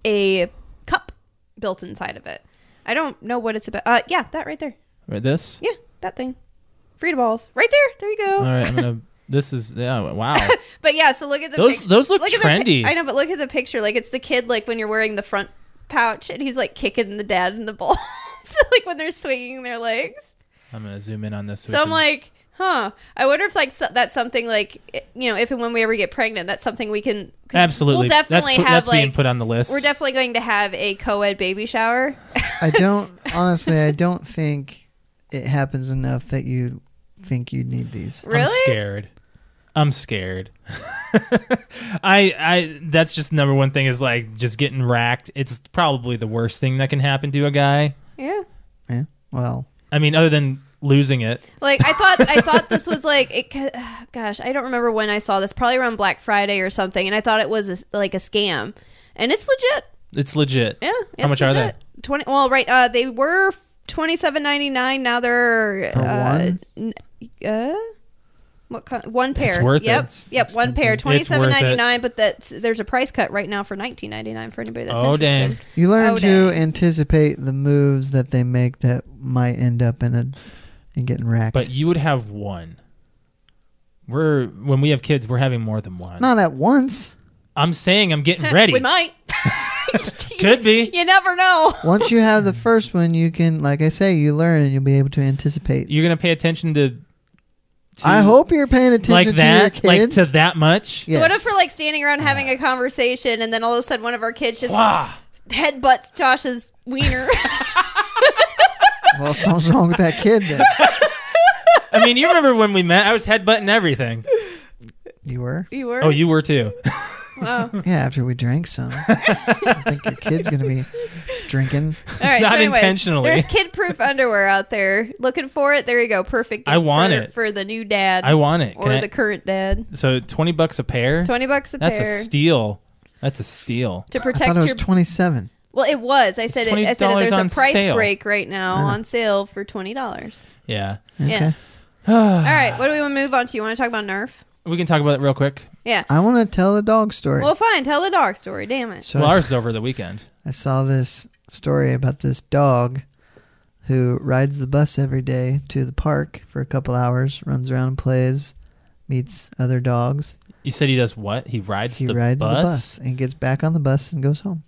Speaker 3: a cup built inside of it. I don't know what it's about. Uh, yeah, that right there.
Speaker 2: Right, this.
Speaker 3: Yeah, that thing. Free to balls, right there. There you go.
Speaker 2: All right, I'm gonna. This is yeah. Wow.
Speaker 3: But yeah, so look at the
Speaker 2: Those-
Speaker 3: pic-
Speaker 2: those look
Speaker 3: at the pic-
Speaker 2: trendy.
Speaker 3: I know, but look at the picture. Like it's the kid, like when you're wearing the front pouch, and he's like kicking the dad in the balls, like when they're swinging their legs.
Speaker 2: I'm gonna zoom in on this. we
Speaker 3: So I'm
Speaker 2: can-
Speaker 3: like, huh. I wonder if like so, that's something like i- you know, if and when we ever get pregnant, that's something we can
Speaker 2: absolutely.
Speaker 3: We'll definitely
Speaker 2: that's, put-
Speaker 3: have
Speaker 2: that's being
Speaker 3: like
Speaker 2: put on the list.
Speaker 3: we're definitely going to have a co-ed baby shower.
Speaker 1: I don't honestly. I don't think it happens enough that you think you need these.
Speaker 3: really?
Speaker 2: I'm scared. I'm scared. I I that's just number one thing is like just getting racked. It's probably the worst thing that can happen to a guy.
Speaker 3: Yeah.
Speaker 1: Yeah. Well,
Speaker 2: I mean, other than losing it.
Speaker 3: Like I thought, I thought this was like, it, ca- ah, gosh, I don't remember when I saw this. Probably around Black Friday or something, and I thought it was a s like a scam, and it's legit.
Speaker 2: It's legit.
Speaker 3: Yeah, it's
Speaker 2: How much are
Speaker 3: legit.
Speaker 2: they?
Speaker 3: Twenty. Well, right, uh, they were twenty seven ninety nine. Now they're
Speaker 1: For
Speaker 3: uh,
Speaker 1: one?
Speaker 3: n- uh, what kind? One pair.
Speaker 2: worth it.
Speaker 3: yep,
Speaker 1: It's
Speaker 3: yep, one pair.
Speaker 1: expensive.
Speaker 3: Twenty
Speaker 2: It's worth
Speaker 3: seven
Speaker 2: it.
Speaker 3: ninety nine. But that's there's a price cut right now for nineteen ninety nine for anybody that's
Speaker 2: Oh,
Speaker 3: interested.
Speaker 2: dang.
Speaker 1: you learn
Speaker 3: Oh,
Speaker 1: to
Speaker 3: dang.
Speaker 1: anticipate the moves that they make that might end up in a in getting racked.
Speaker 2: But you would have one. We're when we have kids, we're having more than one.
Speaker 1: not at once.
Speaker 2: I'm saying I'm getting ready.
Speaker 3: We might.
Speaker 2: Could be.
Speaker 3: You never know.
Speaker 1: Once you have the first one, you can, like I say, you learn and you'll be able to anticipate.
Speaker 2: You're gonna pay attention to. to
Speaker 1: I hope you're paying attention
Speaker 2: like
Speaker 1: to
Speaker 2: that,
Speaker 1: your
Speaker 2: like
Speaker 1: kids.
Speaker 2: to that much.
Speaker 1: Yes.
Speaker 3: So what if we're like standing
Speaker 2: Uh.
Speaker 3: around having a conversation, and then all of a sudden one of our kids just
Speaker 2: Wow.
Speaker 3: headbutts Josh's wiener?
Speaker 1: well, something's wrong with that kid. Then
Speaker 2: I mean, you remember when we met? I was headbutting everything.
Speaker 1: you were,
Speaker 3: you were.
Speaker 2: Oh, you were too.
Speaker 3: Oh.
Speaker 1: yeah. After we drank some, I think your kid's gonna be drinking.
Speaker 3: All right,
Speaker 2: Not
Speaker 3: so anyways,
Speaker 2: intentionally.
Speaker 3: There's kid-proof underwear out there. Looking for it. There you go. Perfect.
Speaker 2: I
Speaker 3: gift
Speaker 2: want
Speaker 3: for,
Speaker 2: it.
Speaker 3: for the new dad
Speaker 2: I want it.
Speaker 3: or
Speaker 2: Can I-
Speaker 3: the current dad.
Speaker 2: so twenty bucks a pair.
Speaker 3: Twenty bucks a
Speaker 2: That's
Speaker 3: pair
Speaker 2: a steal. That's a steal.
Speaker 3: to
Speaker 1: I thought
Speaker 3: protect
Speaker 1: it
Speaker 3: your.
Speaker 1: was twenty-seven.
Speaker 3: well, it was. I said. It, I said
Speaker 2: $20
Speaker 3: it,
Speaker 2: on
Speaker 3: there's a price
Speaker 2: sale.
Speaker 3: break right now
Speaker 1: Yeah.
Speaker 3: on sale for twenty dollars.
Speaker 2: Yeah.
Speaker 1: Okay.
Speaker 3: Yeah. All right. What do we want to move on to? You want to talk about Nerf?
Speaker 2: We can talk about it real quick.
Speaker 3: Yeah.
Speaker 1: I want to tell a dog story.
Speaker 3: Well, fine. Tell the dog story. Damn it.
Speaker 1: so
Speaker 2: Well, ours is over the weekend.
Speaker 1: I saw this story about this dog who rides the bus every day to the park for a couple hours, runs around and plays, meets other dogs.
Speaker 2: You said he does what? He rides
Speaker 1: He
Speaker 2: the
Speaker 1: rides
Speaker 2: bus.
Speaker 1: the bus and gets back on the bus and goes home.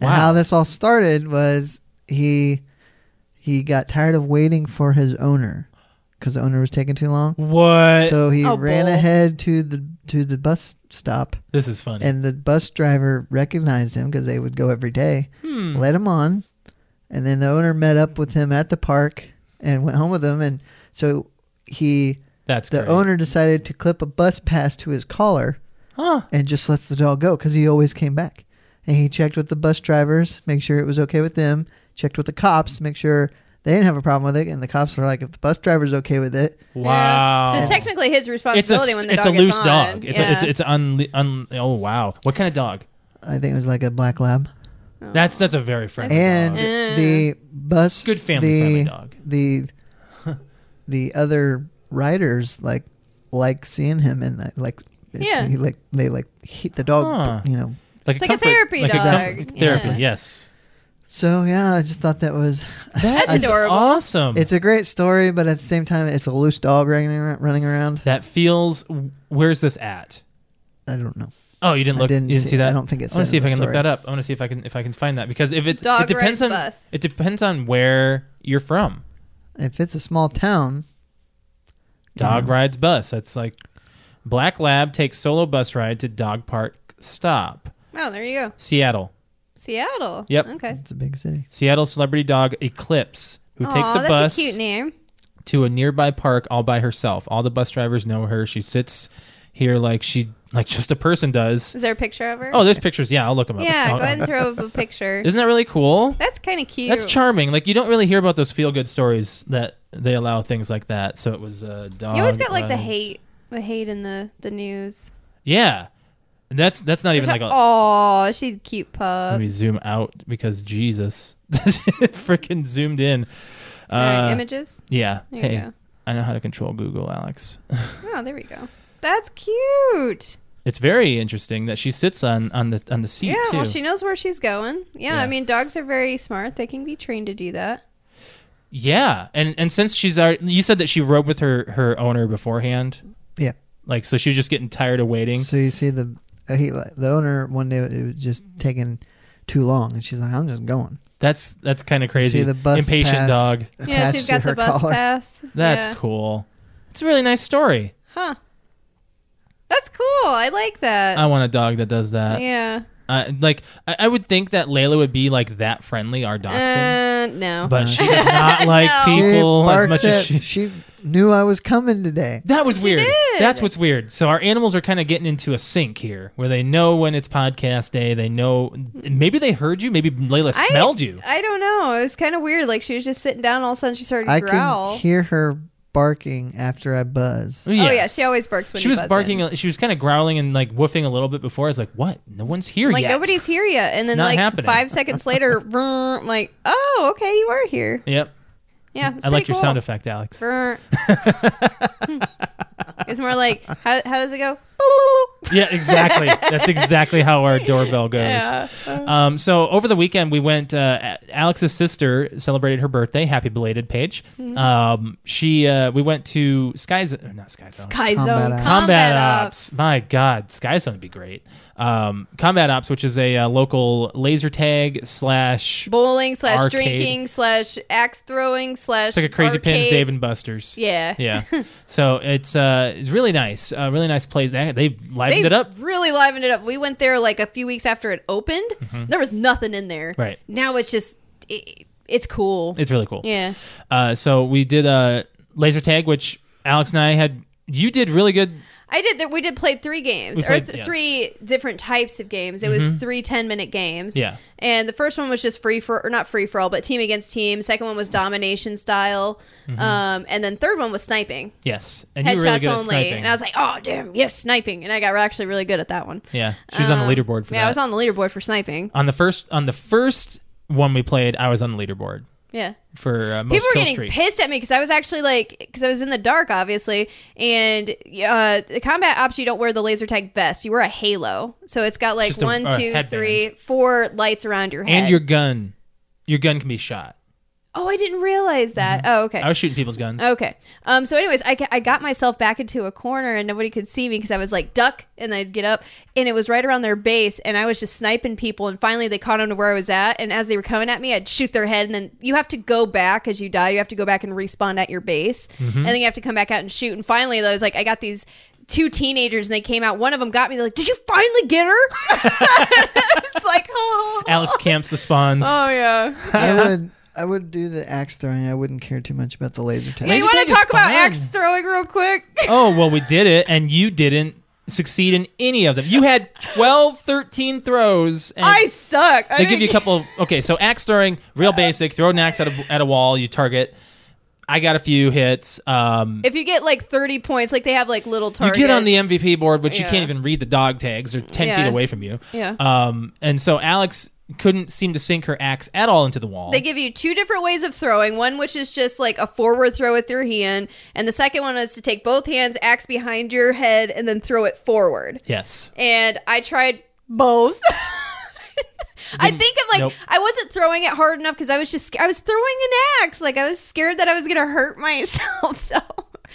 Speaker 1: And
Speaker 2: Wow.
Speaker 1: how this all started was he he got tired of waiting for his owner because the owner was taking too long.
Speaker 2: What?
Speaker 1: So he
Speaker 3: Oh,
Speaker 1: ran
Speaker 3: bull.
Speaker 1: ahead to the to the bus stop,
Speaker 2: this is funny.
Speaker 1: and the bus driver recognized him because they would go every day
Speaker 2: hmm.
Speaker 1: let him on, and then the owner met up with him at the park and went home with him. And so he,
Speaker 2: That's
Speaker 1: the
Speaker 2: great.
Speaker 1: owner, decided to clip a bus pass to his collar
Speaker 2: Huh.
Speaker 1: and just lets the dog go because he always came back. And he checked with the bus drivers, make sure it was okay with them. Checked with the cops, make sure they didn't have a problem with it. And the cops were like, if the bus driver's okay with it,
Speaker 2: Wow.
Speaker 3: Yeah. So it's technically his
Speaker 2: It's a,
Speaker 3: responsibility when the
Speaker 2: it's
Speaker 3: dog
Speaker 2: a loose
Speaker 3: gets on.
Speaker 2: dog. It's
Speaker 3: yeah.
Speaker 2: a, it's it's un, un oh wow. What kind of dog?
Speaker 1: I think it was like a black lab.
Speaker 2: That's that's a very friendly
Speaker 1: And
Speaker 2: dog.
Speaker 3: Mm.
Speaker 1: the bus,
Speaker 2: Good family friendly
Speaker 1: the-
Speaker 2: dog.
Speaker 1: the the other riders like like seeing him and like, like it's-
Speaker 3: Yeah.
Speaker 1: he like they like hit the dog
Speaker 2: Huh.
Speaker 1: you know
Speaker 2: Like
Speaker 3: It's like a
Speaker 2: comfort-
Speaker 3: therapy
Speaker 2: like
Speaker 3: dog.
Speaker 2: comfort
Speaker 3: Yeah.
Speaker 2: therapy. Yes.
Speaker 1: so yeah i just thought that was
Speaker 2: That is
Speaker 3: adorable.
Speaker 2: Awesome.
Speaker 1: it's a great story but at the same time it's a loose dog running around, running around.
Speaker 2: that feels. Where's this at?
Speaker 1: i don't know
Speaker 2: Oh, you didn't
Speaker 1: I
Speaker 2: look.
Speaker 1: didn't
Speaker 2: you didn't
Speaker 1: see-
Speaker 2: see that.
Speaker 1: I don't think it
Speaker 2: I want
Speaker 1: said
Speaker 2: to see
Speaker 1: in
Speaker 2: if I
Speaker 1: the
Speaker 2: can look
Speaker 1: story.
Speaker 2: that up. I want to see if I can if I can find that because if it
Speaker 3: Dog
Speaker 2: it depends
Speaker 3: rides
Speaker 2: on
Speaker 3: bus.
Speaker 2: it depends on where you're from.
Speaker 1: if it's a small town you
Speaker 2: Dog
Speaker 1: know,
Speaker 2: rides bus. That's like Black Lab takes solo bus ride to dog park stop.
Speaker 3: Oh, there you go.
Speaker 2: Seattle.
Speaker 3: Seattle.
Speaker 2: Yep.
Speaker 3: Okay.
Speaker 1: it's a big city
Speaker 2: Seattle celebrity dog Eclipse, who
Speaker 3: Aw,
Speaker 2: takes a
Speaker 3: that's
Speaker 2: bus
Speaker 3: a cute name.
Speaker 2: to a nearby park all by herself. All the bus drivers know her. She sits here like she like just a person does.
Speaker 3: Is there a picture of her?
Speaker 2: Oh, there's pictures. Yeah, I'll look them up.
Speaker 3: yeah.
Speaker 2: I'll-
Speaker 3: Go ahead and throw up a picture.
Speaker 2: Isn't that really cool?
Speaker 3: That's kind of cute.
Speaker 2: That's charming. Like you don't really hear about those feel good stories that they allow things like that. So it was uh, dog.
Speaker 3: You always got like the
Speaker 2: runs.
Speaker 3: hate, the hate in the the news.
Speaker 2: Yeah, and that's that's not even like a.
Speaker 3: oh, she's a cute
Speaker 2: Let
Speaker 3: pup.
Speaker 2: me zoom out because Jesus, freaking zoomed in. Uh,
Speaker 3: All right, images.
Speaker 2: yeah.
Speaker 3: There
Speaker 2: Hey,
Speaker 3: you go.
Speaker 2: I know how to control Google, Alex.
Speaker 3: Oh, there we go. That's cute.
Speaker 2: It's very interesting that she sits on on the on the seat
Speaker 3: Yeah,
Speaker 2: too.
Speaker 3: well, she knows where she's going. Yeah,
Speaker 2: Yeah.
Speaker 3: I mean, dogs are very smart. They can be trained to do that.
Speaker 2: Yeah, and and since she's already, you said that she rode with her her owner beforehand.
Speaker 1: Yeah.
Speaker 2: Like so, she was just getting tired of waiting.
Speaker 1: So you see the uh, he the owner one day it was just taking too long, and she's like, "I'm just going."
Speaker 2: That's that's kind of crazy.
Speaker 1: See the bus
Speaker 2: impatient
Speaker 1: pass
Speaker 2: dog.
Speaker 3: Yeah,
Speaker 1: attached
Speaker 3: she's
Speaker 1: to
Speaker 3: got the
Speaker 1: her
Speaker 3: bus
Speaker 1: collar.
Speaker 3: pass.
Speaker 2: That's
Speaker 3: Yeah.
Speaker 2: cool. It's a really nice story.
Speaker 3: Huh. That's cool. I like that.
Speaker 2: I want a dog that does that.
Speaker 3: yeah.
Speaker 2: Uh, like I, I would think that Layla would be like that friendly, our dachshund,
Speaker 3: Uh, no.
Speaker 2: but
Speaker 1: No.
Speaker 2: she did not like
Speaker 3: No.
Speaker 1: She
Speaker 2: people as
Speaker 1: barks
Speaker 2: much as
Speaker 1: at-
Speaker 2: she.
Speaker 1: she knew I was coming today.
Speaker 2: That was
Speaker 3: She
Speaker 2: weird.
Speaker 3: did.
Speaker 2: That's what's weird. So our animals are kind of getting into a sync here, where they know when it's podcast day. They know maybe they heard you. Maybe Layla
Speaker 3: I-
Speaker 2: smelled you.
Speaker 3: I don't know. It was kind of weird. Like she was just sitting down, all of a sudden she started to
Speaker 1: I
Speaker 3: growl.
Speaker 1: can hear her barking after I buzz.
Speaker 3: Oh yeah, she always barks when
Speaker 2: she
Speaker 3: you
Speaker 2: was
Speaker 3: buzz
Speaker 2: barking. uh,
Speaker 3: in.
Speaker 2: She was kind of growling and like woofing a little bit before. I was like, "What? No one's here
Speaker 3: Like
Speaker 2: yet."
Speaker 3: nobody's here yet, and then
Speaker 2: not
Speaker 3: like
Speaker 2: happening.
Speaker 3: five seconds later, brr, I'm like, oh, okay, you are here.
Speaker 2: Yep.
Speaker 3: Yeah, it's
Speaker 2: I like
Speaker 3: pretty
Speaker 2: your
Speaker 3: cool.
Speaker 2: sound effect, Alex.
Speaker 3: Brr. it's more like how, how does it go?
Speaker 2: yeah, exactly. That's exactly how our doorbell goes.
Speaker 3: Yeah.
Speaker 2: Um, so over the weekend, we went. Uh, A- Alex's sister celebrated her birthday. Happy belated, Paige.
Speaker 3: Mm-hmm.
Speaker 2: Um, she. Uh, we went to Sky's. or Not Sky Zone.
Speaker 3: Sky Zone,
Speaker 1: Combat
Speaker 3: combat,
Speaker 1: Ops.
Speaker 3: ops.
Speaker 2: My God, Sky Zone would be great. Um, combat Ops, which is a uh, local laser tag slash.
Speaker 3: bowling slash
Speaker 2: Arcade.
Speaker 3: drinking slash axe throwing slash
Speaker 2: It's like a Crazy Pins
Speaker 3: arcade.
Speaker 2: Dave and Buster's.
Speaker 3: Yeah,
Speaker 2: Yeah. so it's uh, it's really nice. Uh, really nice place. They, they livened
Speaker 3: They
Speaker 2: it up.
Speaker 3: really livened it up. We went there like a few weeks after it opened. There was nothing in there.
Speaker 2: Mm-hmm. Right.
Speaker 3: Now it's just it, it's cool.
Speaker 2: It's really cool.
Speaker 3: yeah.
Speaker 2: Uh, so we did uh, laser tag, which Alex and I had. You did really good.
Speaker 3: I did. Th- we did play three games,
Speaker 2: We
Speaker 3: or
Speaker 2: played-
Speaker 3: th-
Speaker 2: yeah. Mm-hmm.
Speaker 3: three different types of games. It was three 10 minute games.
Speaker 2: Yeah.
Speaker 3: And the first one was just free for, or not free for all, but team against team. Second one was domination style. Um, and then third one was sniping,
Speaker 2: Yes, and Mm-hmm. you
Speaker 3: headshots
Speaker 2: were really good at
Speaker 3: only.
Speaker 2: sniping.
Speaker 3: And I was like, oh damn, yes, sniping. And I got actually really good at that one.
Speaker 2: yeah, she was on
Speaker 3: Um,
Speaker 2: the leaderboard for
Speaker 3: yeah,
Speaker 2: that.
Speaker 3: I was on the leaderboard for sniping.
Speaker 2: on the first on the first one we played. I was on the leaderboard
Speaker 3: Yeah.
Speaker 2: for uh, most
Speaker 3: People were
Speaker 2: kill
Speaker 3: getting
Speaker 2: streak.
Speaker 3: pissed at me because I was actually like, because I was in the dark, obviously, and uh, the combat ops you don't wear the laser tag vest, you wear a halo, so it's got like
Speaker 2: Just a-
Speaker 3: one,
Speaker 2: a
Speaker 3: two,
Speaker 2: headband.
Speaker 3: three, four lights around your head.
Speaker 2: and your gun, your gun can be shot.
Speaker 3: oh, I didn't realize that.
Speaker 2: Mm-hmm.
Speaker 3: Oh, okay.
Speaker 2: I was shooting people's guns.
Speaker 3: Okay. Um. So, anyways, I, ca- I got myself back into a corner and nobody could see me because I was like duck, and I'd get up, and it was right around their base, and I was just sniping people, and finally they caught on to where I was at, and as they were coming at me, I'd shoot their head, and then you have to go back as you die, you have to go back and respawn at your base,
Speaker 2: Mm-hmm.
Speaker 3: and then you have to come back out and shoot, and finally, I was like, I got these. Two teenagers and they came out. One of them got me. They're like, "Did you finally get her?" it's like, oh,
Speaker 2: Alex camps the spawns.
Speaker 3: oh yeah.
Speaker 1: I would I would do the axe throwing. I wouldn't care too much about the laser tag.
Speaker 3: Yeah, you
Speaker 2: Laser tag
Speaker 3: want to
Speaker 2: is
Speaker 3: talk about
Speaker 2: fun.
Speaker 3: axe throwing real quick?
Speaker 2: oh well, we did it, and you didn't succeed in any of them. You had 12, 13 throws. And
Speaker 3: I suck. I
Speaker 2: they give
Speaker 3: didn't-
Speaker 2: you a couple. Of, okay, so axe throwing, real
Speaker 3: Uh,
Speaker 2: basic. Throw an axe at a, at a wall. You target. I got a few hits. Um,
Speaker 3: if you get like 30 points, like they have like little
Speaker 2: you
Speaker 3: targets.
Speaker 2: get on the MVP board, which you
Speaker 3: Yeah.
Speaker 2: can't even read the dog tags. They're ten
Speaker 3: Yeah.
Speaker 2: feet away from you.
Speaker 3: Yeah.
Speaker 2: Um, and so Alex couldn't seem to sink her axe at all into the wall.
Speaker 3: They give you two different ways of throwing. One, which is just like a forward throw with your hand, and the second one is to take both hands, axe behind your head, and then throw it forward.
Speaker 2: yes.
Speaker 3: And I tried both. I think of like
Speaker 2: nope.
Speaker 3: I wasn't throwing it hard enough because I was just sca- I was throwing an axe like I was scared that I was gonna hurt myself. So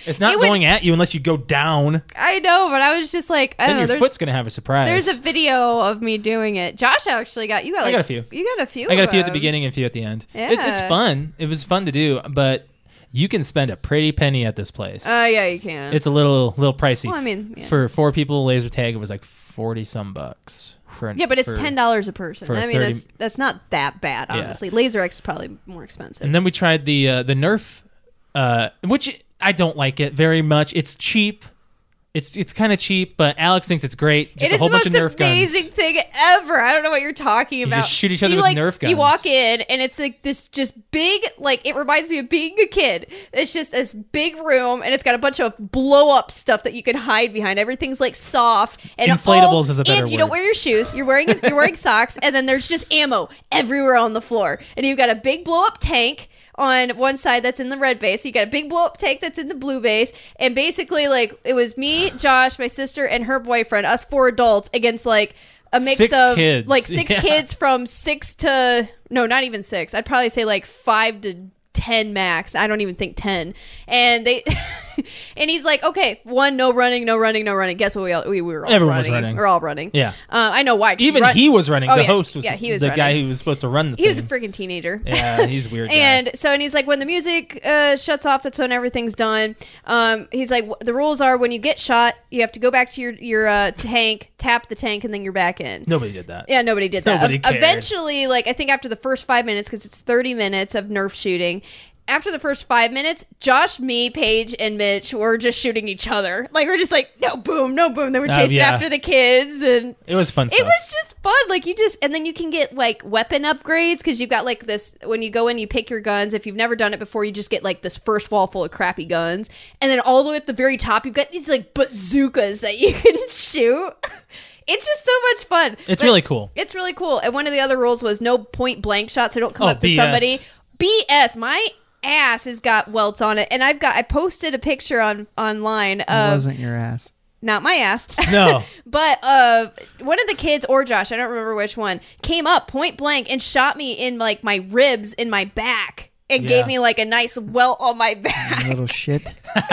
Speaker 2: It's not
Speaker 3: it would-
Speaker 2: going at you unless you go down.
Speaker 3: I know, but I was just like
Speaker 2: Then
Speaker 3: I don't know.
Speaker 2: your
Speaker 3: There's
Speaker 2: foot's gonna have a surprise.
Speaker 3: there's a video of me doing it. Josh actually got you got
Speaker 2: I
Speaker 3: like,
Speaker 2: got a few.
Speaker 3: You got a few.
Speaker 2: I got
Speaker 3: of
Speaker 2: a few at the
Speaker 3: them.
Speaker 2: beginning and a few at the end. It's, it's
Speaker 3: Yeah.
Speaker 2: fun. It was fun to do, but you can spend a pretty penny at this place.
Speaker 3: Oh yeah, you can.
Speaker 2: it's a little little pricey.
Speaker 3: well, I mean, yeah,
Speaker 2: for four people laser tag it was like 40 some bucks for an,
Speaker 3: yeah but it's
Speaker 2: for-
Speaker 3: ten dollars a person.
Speaker 2: for
Speaker 3: I mean,
Speaker 2: 30
Speaker 3: that's, that's not that bad,
Speaker 2: Yeah.
Speaker 3: honestly. Laser X is probably more expensive.
Speaker 2: and then we tried the uh, the nerf uh, which i don't like it very much it's cheap It's it's kind of cheap, but Alex thinks it's great. Just
Speaker 3: It
Speaker 2: a
Speaker 3: is
Speaker 2: whole
Speaker 3: the
Speaker 2: bunch of
Speaker 3: most
Speaker 2: Nerf
Speaker 3: amazing
Speaker 2: guns.
Speaker 3: thing ever. I don't know what you're talking
Speaker 2: You
Speaker 3: about.
Speaker 2: just shoot each other
Speaker 3: See,
Speaker 2: with
Speaker 3: like,
Speaker 2: Nerf guns.
Speaker 3: You walk in and it's like this just big, like it reminds me of being a kid. It's just this big room and it's got a bunch of blow up stuff that you can hide behind. Everything's like soft and all,
Speaker 2: Inflatables is a better
Speaker 3: And you don't
Speaker 2: word.
Speaker 3: wear your shoes. You're wearing you're wearing socks and then there's just ammo everywhere on the floor. And you've got a big blow up tank on one side that's in the red base. You got a big blow up tank that's in the blue base. And basically, like, it was me, Josh, my sister, and her boyfriend, us four adults, against like a mix
Speaker 2: Six
Speaker 3: of
Speaker 2: kids.
Speaker 3: like six
Speaker 2: Yeah.
Speaker 3: kids from six to no, not even six. I'd probably say like five to ten max. I don't even think ten. And they and he's like, okay, one, no running, no running, no running. Guess what? We all we, we were all
Speaker 2: Everyone was
Speaker 3: running.
Speaker 2: running.
Speaker 3: We're all running.
Speaker 2: Yeah.
Speaker 3: Uh, I know why. 'cause
Speaker 2: Even
Speaker 3: run-
Speaker 2: he was running.
Speaker 3: Oh,
Speaker 2: the
Speaker 3: yeah.
Speaker 2: host was,
Speaker 3: Yeah, he was
Speaker 2: the guy
Speaker 3: running.
Speaker 2: who was supposed to run the
Speaker 3: He was a
Speaker 2: thing.
Speaker 3: freaking teenager.
Speaker 2: yeah, he's a weird. guy.
Speaker 3: And so, and he's like, when the music uh, shuts off, that's when everything's done. Um, he's like, "W- the rules are when you get shot, you have to go back to your your uh, tank, tap the tank, and then you're back in.
Speaker 2: nobody did that.
Speaker 3: Yeah, nobody did that.
Speaker 2: Nobody
Speaker 3: Ev-
Speaker 2: cared.
Speaker 3: Eventually, like I think after the first five minutes, because it's thirty minutes of Nerf shooting. After the first five minutes, Josh, me, Paige, and Mitch were just shooting each other. Like we're just like, no boom, no boom. They were
Speaker 2: Oh,
Speaker 3: chasing
Speaker 2: yeah.
Speaker 3: after the kids, and
Speaker 2: It was fun
Speaker 3: it
Speaker 2: stuff.
Speaker 3: was just fun. Like you just, and then you can get like weapon upgrades because you've got like this. When you go in, you pick your guns. If you've never done it before, you just get like this first wall full of crappy guns, and then all the way at the very top, you've got these like bazookas that you can shoot. It's just so much fun.
Speaker 2: it's
Speaker 3: But
Speaker 2: really cool.
Speaker 3: it's really cool. And one of the other rules was no point blank shots. So don't come
Speaker 2: Oh,
Speaker 3: up to
Speaker 2: BS.
Speaker 3: somebody. BS. My ass has got welts on it, and I've got. I posted a picture on online
Speaker 1: It
Speaker 3: of
Speaker 1: wasn't your ass.
Speaker 3: not my ass.
Speaker 2: No.
Speaker 3: But uh, one of the kids or Josh, I don't remember which one, came up point blank and shot me in like my ribs in my back and
Speaker 2: Yeah.
Speaker 3: gave me like a nice welt on my
Speaker 1: You
Speaker 3: back.
Speaker 1: little shit.
Speaker 3: but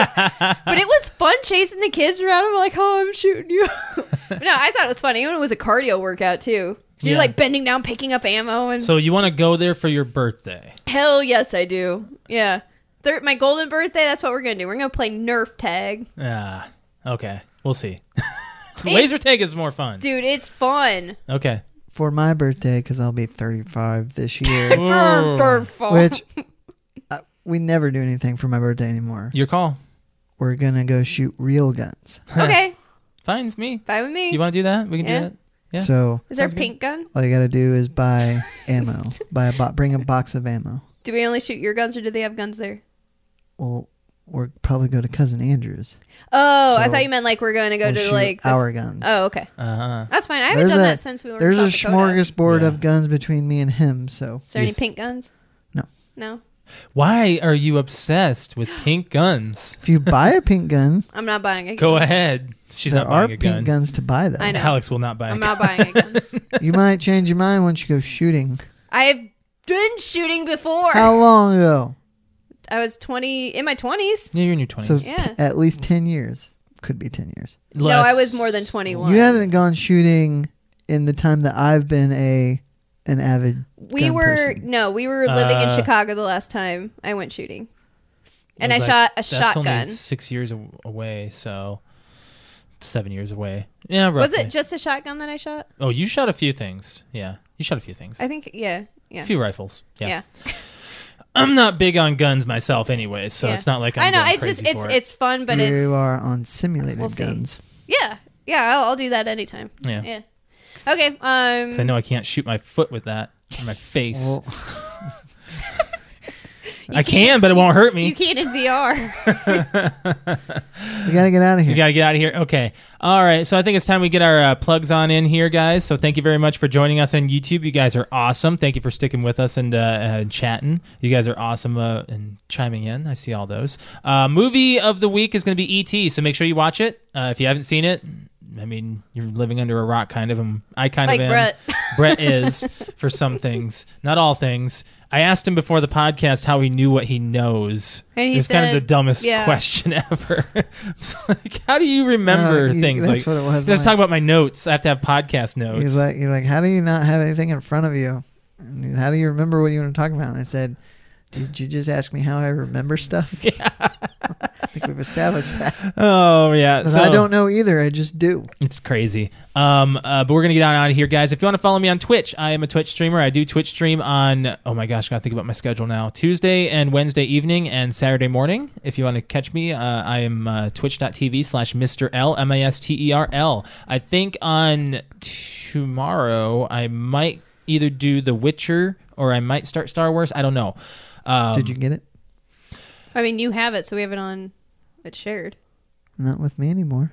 Speaker 3: it was fun chasing the kids around. I'm like, oh, I'm shooting you. no, I thought it was funny. Even it was a cardio workout too. So You're
Speaker 2: Yeah.
Speaker 3: like bending down, picking up ammo, and
Speaker 2: So you want to go there for your birthday?
Speaker 3: hell yes, I do. Yeah. Thir- my golden birthday, that's what we're going to do. We're going to play Nerf tag.
Speaker 2: Ah, okay. We'll see. Laser tag is more fun.
Speaker 3: Dude, it's fun.
Speaker 2: Okay.
Speaker 1: For my birthday, because I'll be 35 this year,
Speaker 2: Ooh.
Speaker 1: Mm. which uh, we never do anything for my birthday anymore.
Speaker 2: Your call.
Speaker 1: We're going to go shoot real guns.
Speaker 3: okay,
Speaker 2: Fine with me.
Speaker 3: fine with me.
Speaker 2: You want to do that? We can
Speaker 3: Yeah.
Speaker 2: do that. Yeah.
Speaker 1: So
Speaker 3: Is there a
Speaker 2: Sounds good.
Speaker 3: pink gun?
Speaker 1: all you got to do is buy ammo. buy a bo- Bring a box of ammo.
Speaker 3: Do we only shoot your guns, or do they have guns there?
Speaker 1: Well, or probably go to Cousin Andrew's.
Speaker 3: Oh, I
Speaker 1: So,
Speaker 3: thought you meant like we're going to go
Speaker 1: We'll
Speaker 3: to
Speaker 1: shoot
Speaker 3: like the-
Speaker 1: our guns.
Speaker 3: Oh, okay,
Speaker 2: Uh huh.
Speaker 3: that's fine. I haven't
Speaker 1: There's
Speaker 3: done
Speaker 1: a-
Speaker 3: that since we were.
Speaker 1: There's a
Speaker 3: in South Dakota.
Speaker 1: smorgasbord
Speaker 2: Yeah.
Speaker 1: of guns between me and him, so
Speaker 3: Is there any
Speaker 2: Yes.
Speaker 3: pink guns?
Speaker 1: No.
Speaker 3: no,
Speaker 2: Why are you obsessed with pink guns?
Speaker 1: if you buy a pink gun,
Speaker 3: I'm not buying a gun.
Speaker 2: Go ahead. She's
Speaker 1: there
Speaker 2: not
Speaker 1: are
Speaker 2: buying a
Speaker 1: pink
Speaker 2: gun.
Speaker 1: guns to buy though.
Speaker 3: I know.
Speaker 2: Alex will not buy. a
Speaker 3: I'm
Speaker 2: gun.
Speaker 3: not buying a gun.
Speaker 1: You might change your mind once you go shooting.
Speaker 3: I've been shooting before.
Speaker 1: How long ago?
Speaker 3: I was 20 in my 20s.
Speaker 2: Yeah, you're in your twenties.
Speaker 1: So
Speaker 3: Yeah.
Speaker 1: t- at least ten years. Could be ten years.
Speaker 3: No, I was more than 21.
Speaker 1: You haven't gone shooting in the time that I've been a an avid.
Speaker 3: We
Speaker 1: gun
Speaker 3: were
Speaker 1: person.
Speaker 3: no, we were living in
Speaker 2: Uh,
Speaker 3: Chicago the last time I went shooting, and I
Speaker 2: It was
Speaker 3: shot a
Speaker 2: that's
Speaker 3: shotgun.
Speaker 2: Only six years aw- away, so seven years away. Yeah, roughly.
Speaker 3: Was it just a shotgun that I shot?
Speaker 2: oh, you shot a few things. Yeah, you shot a few things.
Speaker 3: I think yeah, yeah.
Speaker 2: a few rifles. Yeah.
Speaker 3: Yeah.
Speaker 2: I'm not big on guns myself, anyway, so
Speaker 3: Yeah.
Speaker 2: it's not like I'm
Speaker 3: I know.
Speaker 2: Going
Speaker 3: I just
Speaker 2: crazy
Speaker 3: it's
Speaker 2: for it.
Speaker 3: it's fun, but it's
Speaker 1: you are on simulated
Speaker 3: We'll see.
Speaker 1: guns.
Speaker 3: Yeah, yeah, I'll, I'll do that anytime.
Speaker 2: Yeah.
Speaker 3: Yeah. Okay. Um.
Speaker 2: 'Cause I know I can't shoot my foot with that or my face.
Speaker 1: Well,
Speaker 3: you
Speaker 2: I
Speaker 3: can't-
Speaker 2: can, but it won't hurt me.
Speaker 3: You can't in VR.
Speaker 1: you gotta get out of
Speaker 2: You
Speaker 1: here.
Speaker 2: got to get out of here. Okay. All right. So I think it's time we get our uh, plugs on in here, guys. So thank you very much for joining us on YouTube. You guys are awesome. Thank you for sticking with us and uh, uh, chatting. You guys are awesome uh, and chiming in. I see all those. Uh, movie of the week is going to be E.T., so make sure you watch it. Uh, if you haven't seen it, I mean, you're living under a rock, kind of. And I kind
Speaker 3: Like
Speaker 2: of am.
Speaker 3: Brett.
Speaker 2: Brett is for some things, not all things. I asked him before the podcast how he knew what he knows.
Speaker 3: And he
Speaker 2: it's kind of
Speaker 3: said-
Speaker 2: the dumbest
Speaker 3: yeah.
Speaker 2: question ever. It's like, how do you remember
Speaker 1: Uh, you-
Speaker 2: things?
Speaker 1: That's
Speaker 2: Like,
Speaker 1: what it was.
Speaker 2: let's
Speaker 1: like-
Speaker 2: talk about my notes. I have to have podcast notes.
Speaker 1: He's like, you're like, how do you not have anything in front of you? And he- how do you remember what you want to talk about? And I said, did you just ask me how I remember stuff? think we've established that.
Speaker 2: Oh yeah.
Speaker 1: And
Speaker 2: So
Speaker 1: I don't know either. I just do.
Speaker 2: It's crazy. Um, uh, but we're gonna get on out of here, guys. If you want to follow me on Twitch, I am a Twitch streamer. I do Twitch stream on. Oh my gosh, gotta think about my schedule now. Tuesday and Wednesday evening and Saturday morning. If you want to catch me, uh, I am uh, twitch.tv slash Mr. L M A S T E R L. I think on tomorrow I might either do The Witcher or I might start Star Wars. I don't know. Um,
Speaker 1: Did you get it?
Speaker 3: I mean, you have it, so we have it on. It's shared.
Speaker 1: Not with me anymore.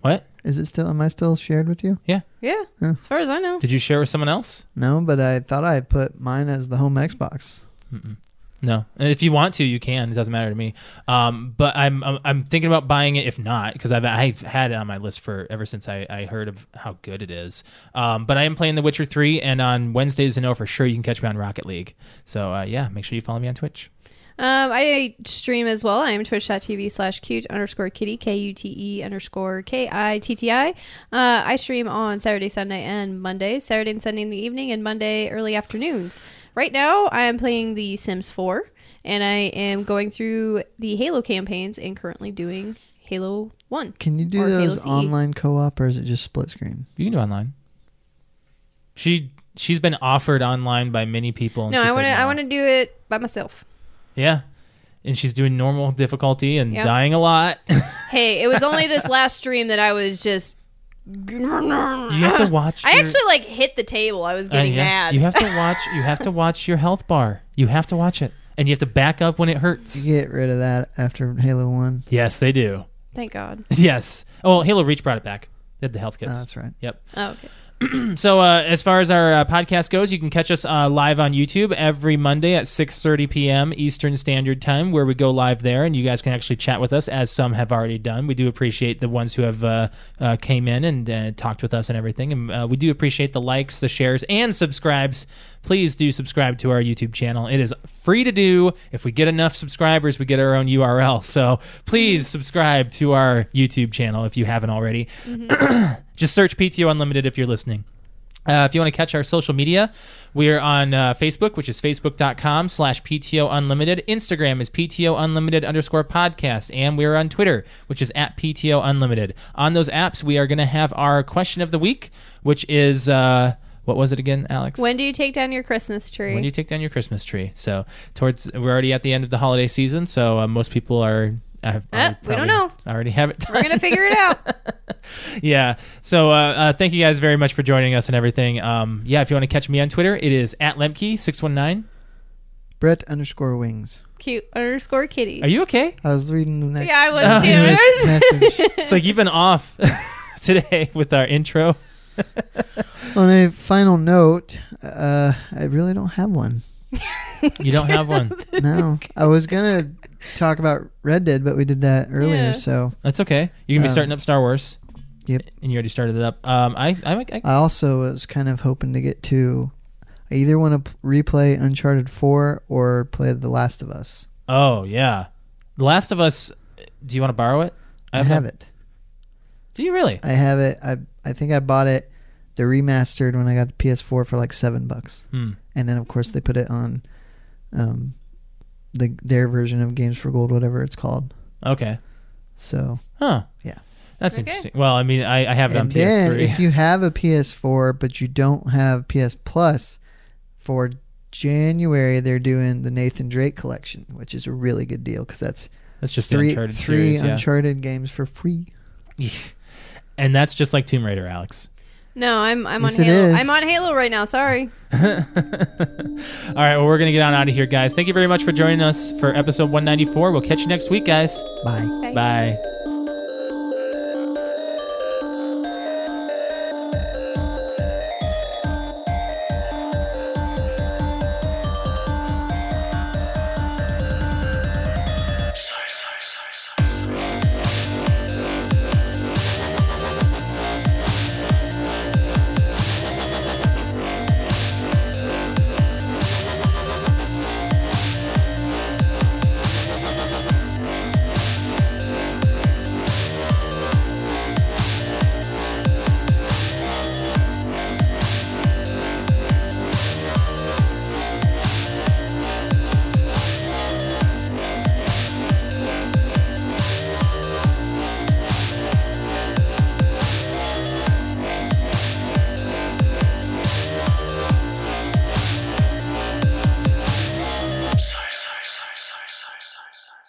Speaker 2: what?
Speaker 1: Is it still? Am I still shared with you?
Speaker 3: Yeah,
Speaker 1: Huh.
Speaker 3: as far as I know.
Speaker 2: Did you share with someone else?
Speaker 1: No, but I thought I put mine as the home Xbox.
Speaker 2: Mm-mm. No, and if you want to, you can. It doesn't matter to me. Um, but I'm, I'm I'm thinking about buying it if not because I've I've had it on my list for ever since I, I heard of how good it is. Um, but I am playing The Witcher three, and on Wednesdays I know for sure you can catch me on Rocket League. So uh, yeah, make sure you follow me on Twitch.
Speaker 3: Um, I stream as well. I am twitch.tv slash cute underscore kitty, K U T E underscore K I T T I. Uh, I stream on Saturday, Sunday, and Monday. Saturday and Sunday in the evening, and Monday early afternoons. Right now, I am playing The Sims 4, and I am going through the Halo campaigns and currently doing Halo 1.
Speaker 1: Can you do
Speaker 3: Or Halo
Speaker 1: those
Speaker 3: CE.
Speaker 1: online co-op, or is it just split screen?
Speaker 2: You can do online. She she's been offered online by many people. and
Speaker 3: No,
Speaker 2: she
Speaker 3: I
Speaker 2: said
Speaker 3: want to I want to do it by myself.
Speaker 2: Yeah, and she's doing normal difficulty and
Speaker 3: Yeah.
Speaker 2: dying a lot.
Speaker 3: Hey, it was only this last stream that I was just.
Speaker 2: you have to watch.
Speaker 3: I
Speaker 2: your-
Speaker 3: actually like hit the table. I was
Speaker 2: Uh,
Speaker 3: getting
Speaker 2: yeah.
Speaker 3: mad.
Speaker 2: You have to watch. You have to watch your health bar. You have to watch it, and you have to back up when it
Speaker 1: You
Speaker 2: hurts.
Speaker 1: get rid of that after Halo One.
Speaker 2: Yes, they do.
Speaker 3: Thank God.
Speaker 2: Yes. Oh, well, Halo Reach brought it back. They had the health
Speaker 1: No,
Speaker 2: kits.
Speaker 1: that's right.
Speaker 2: Yep.
Speaker 3: Oh, okay.
Speaker 2: So uh, as far as our uh, podcast goes, you can catch us uh, live on YouTube every Monday at 6:30 p.m. Eastern Standard Time, where we go live there, and you guys can actually chat with us, as some have already done. We do appreciate the ones who have uh, uh, came in and uh, talked with us and everything, and uh, we do appreciate the likes, the shares, and subscribes. Please do subscribe to our YouTube channel. It is free to do. If we get enough subscribers, we get our own URL. So please subscribe to our YouTube channel if you haven't already. Just search PTO Unlimited if you're listening. Uh, if you want to catch our social media, we are on uh, Facebook, which is facebook.com slash PTO Unlimited. Instagram is PTO Unlimited underscore podcast. And we are on Twitter, which is at PTO Unlimited. On those apps, we are going to have our question of the week, which is uh, what was it again, Alex?
Speaker 3: When do you take down your Christmas tree?
Speaker 2: when do you take down your Christmas tree? So towards we're already at the end of the holiday season, so uh, most people are. Have
Speaker 3: Uh, we don't know.
Speaker 2: Already have it.
Speaker 3: We're gonna figure it out.
Speaker 2: yeah. So uh, uh, thank you guys very much for joining us and everything. Um, yeah, if you want to catch me on Twitter, it is at Lemke619.
Speaker 1: Brett underscore Wings.
Speaker 3: Cute underscore kitty.
Speaker 2: Are you okay?
Speaker 1: I was reading the next
Speaker 3: yeah, I
Speaker 2: Oh,
Speaker 3: was too.
Speaker 2: yes.
Speaker 1: message.
Speaker 2: It's like you've been off today with our intro.
Speaker 1: On a final note, uh, I really don't have one.
Speaker 2: You don't have one.
Speaker 1: No, I was gonna talk about Red Dead, but we did that earlier,
Speaker 3: Yeah.
Speaker 1: so
Speaker 2: That's okay. You can be
Speaker 1: Um,
Speaker 2: starting up Star Wars.
Speaker 1: yep.
Speaker 2: And you already started it up. Um, I, I, I,
Speaker 1: I also was kind of hoping to get to. I either want to replay Uncharted Four or play The Last of Us.
Speaker 2: oh yeah. The Last of Us. Do you want to borrow it?
Speaker 1: I have it.
Speaker 2: Do you really?
Speaker 1: I have it. I I think I bought it, the remastered when I got the PS4 for like seven bucks,
Speaker 2: Hmm.
Speaker 1: and then of course they put it on, um, the their version of Games for Gold, whatever it's called.
Speaker 2: Okay.
Speaker 1: So
Speaker 2: Huh.
Speaker 1: Yeah.
Speaker 2: That's
Speaker 3: Okay.
Speaker 2: interesting. Well, I mean, I, I have it on
Speaker 1: and then
Speaker 2: PS3.
Speaker 1: if you have a PS4 but you don't have PS Plus, for January they're doing the Nathan Drake collection, which is a really good deal because that's
Speaker 2: That's just
Speaker 1: three
Speaker 2: the Uncharted
Speaker 1: three
Speaker 2: series. yeah.
Speaker 1: Uncharted games for free.
Speaker 2: and that's just like Tomb Raider, Alex.
Speaker 3: No, I'm I'm
Speaker 1: Yes,
Speaker 3: on
Speaker 1: it
Speaker 3: Halo.
Speaker 1: is.
Speaker 3: I'm on Halo right now. Sorry.
Speaker 2: All right, well, we're going to get on out of here, guys. Thank you very much for joining us for episode 194. We'll catch you next week, guys.
Speaker 1: Bye.
Speaker 2: Bye.
Speaker 4: Sorry, sorry, sorry, sorry. sorry, sorry.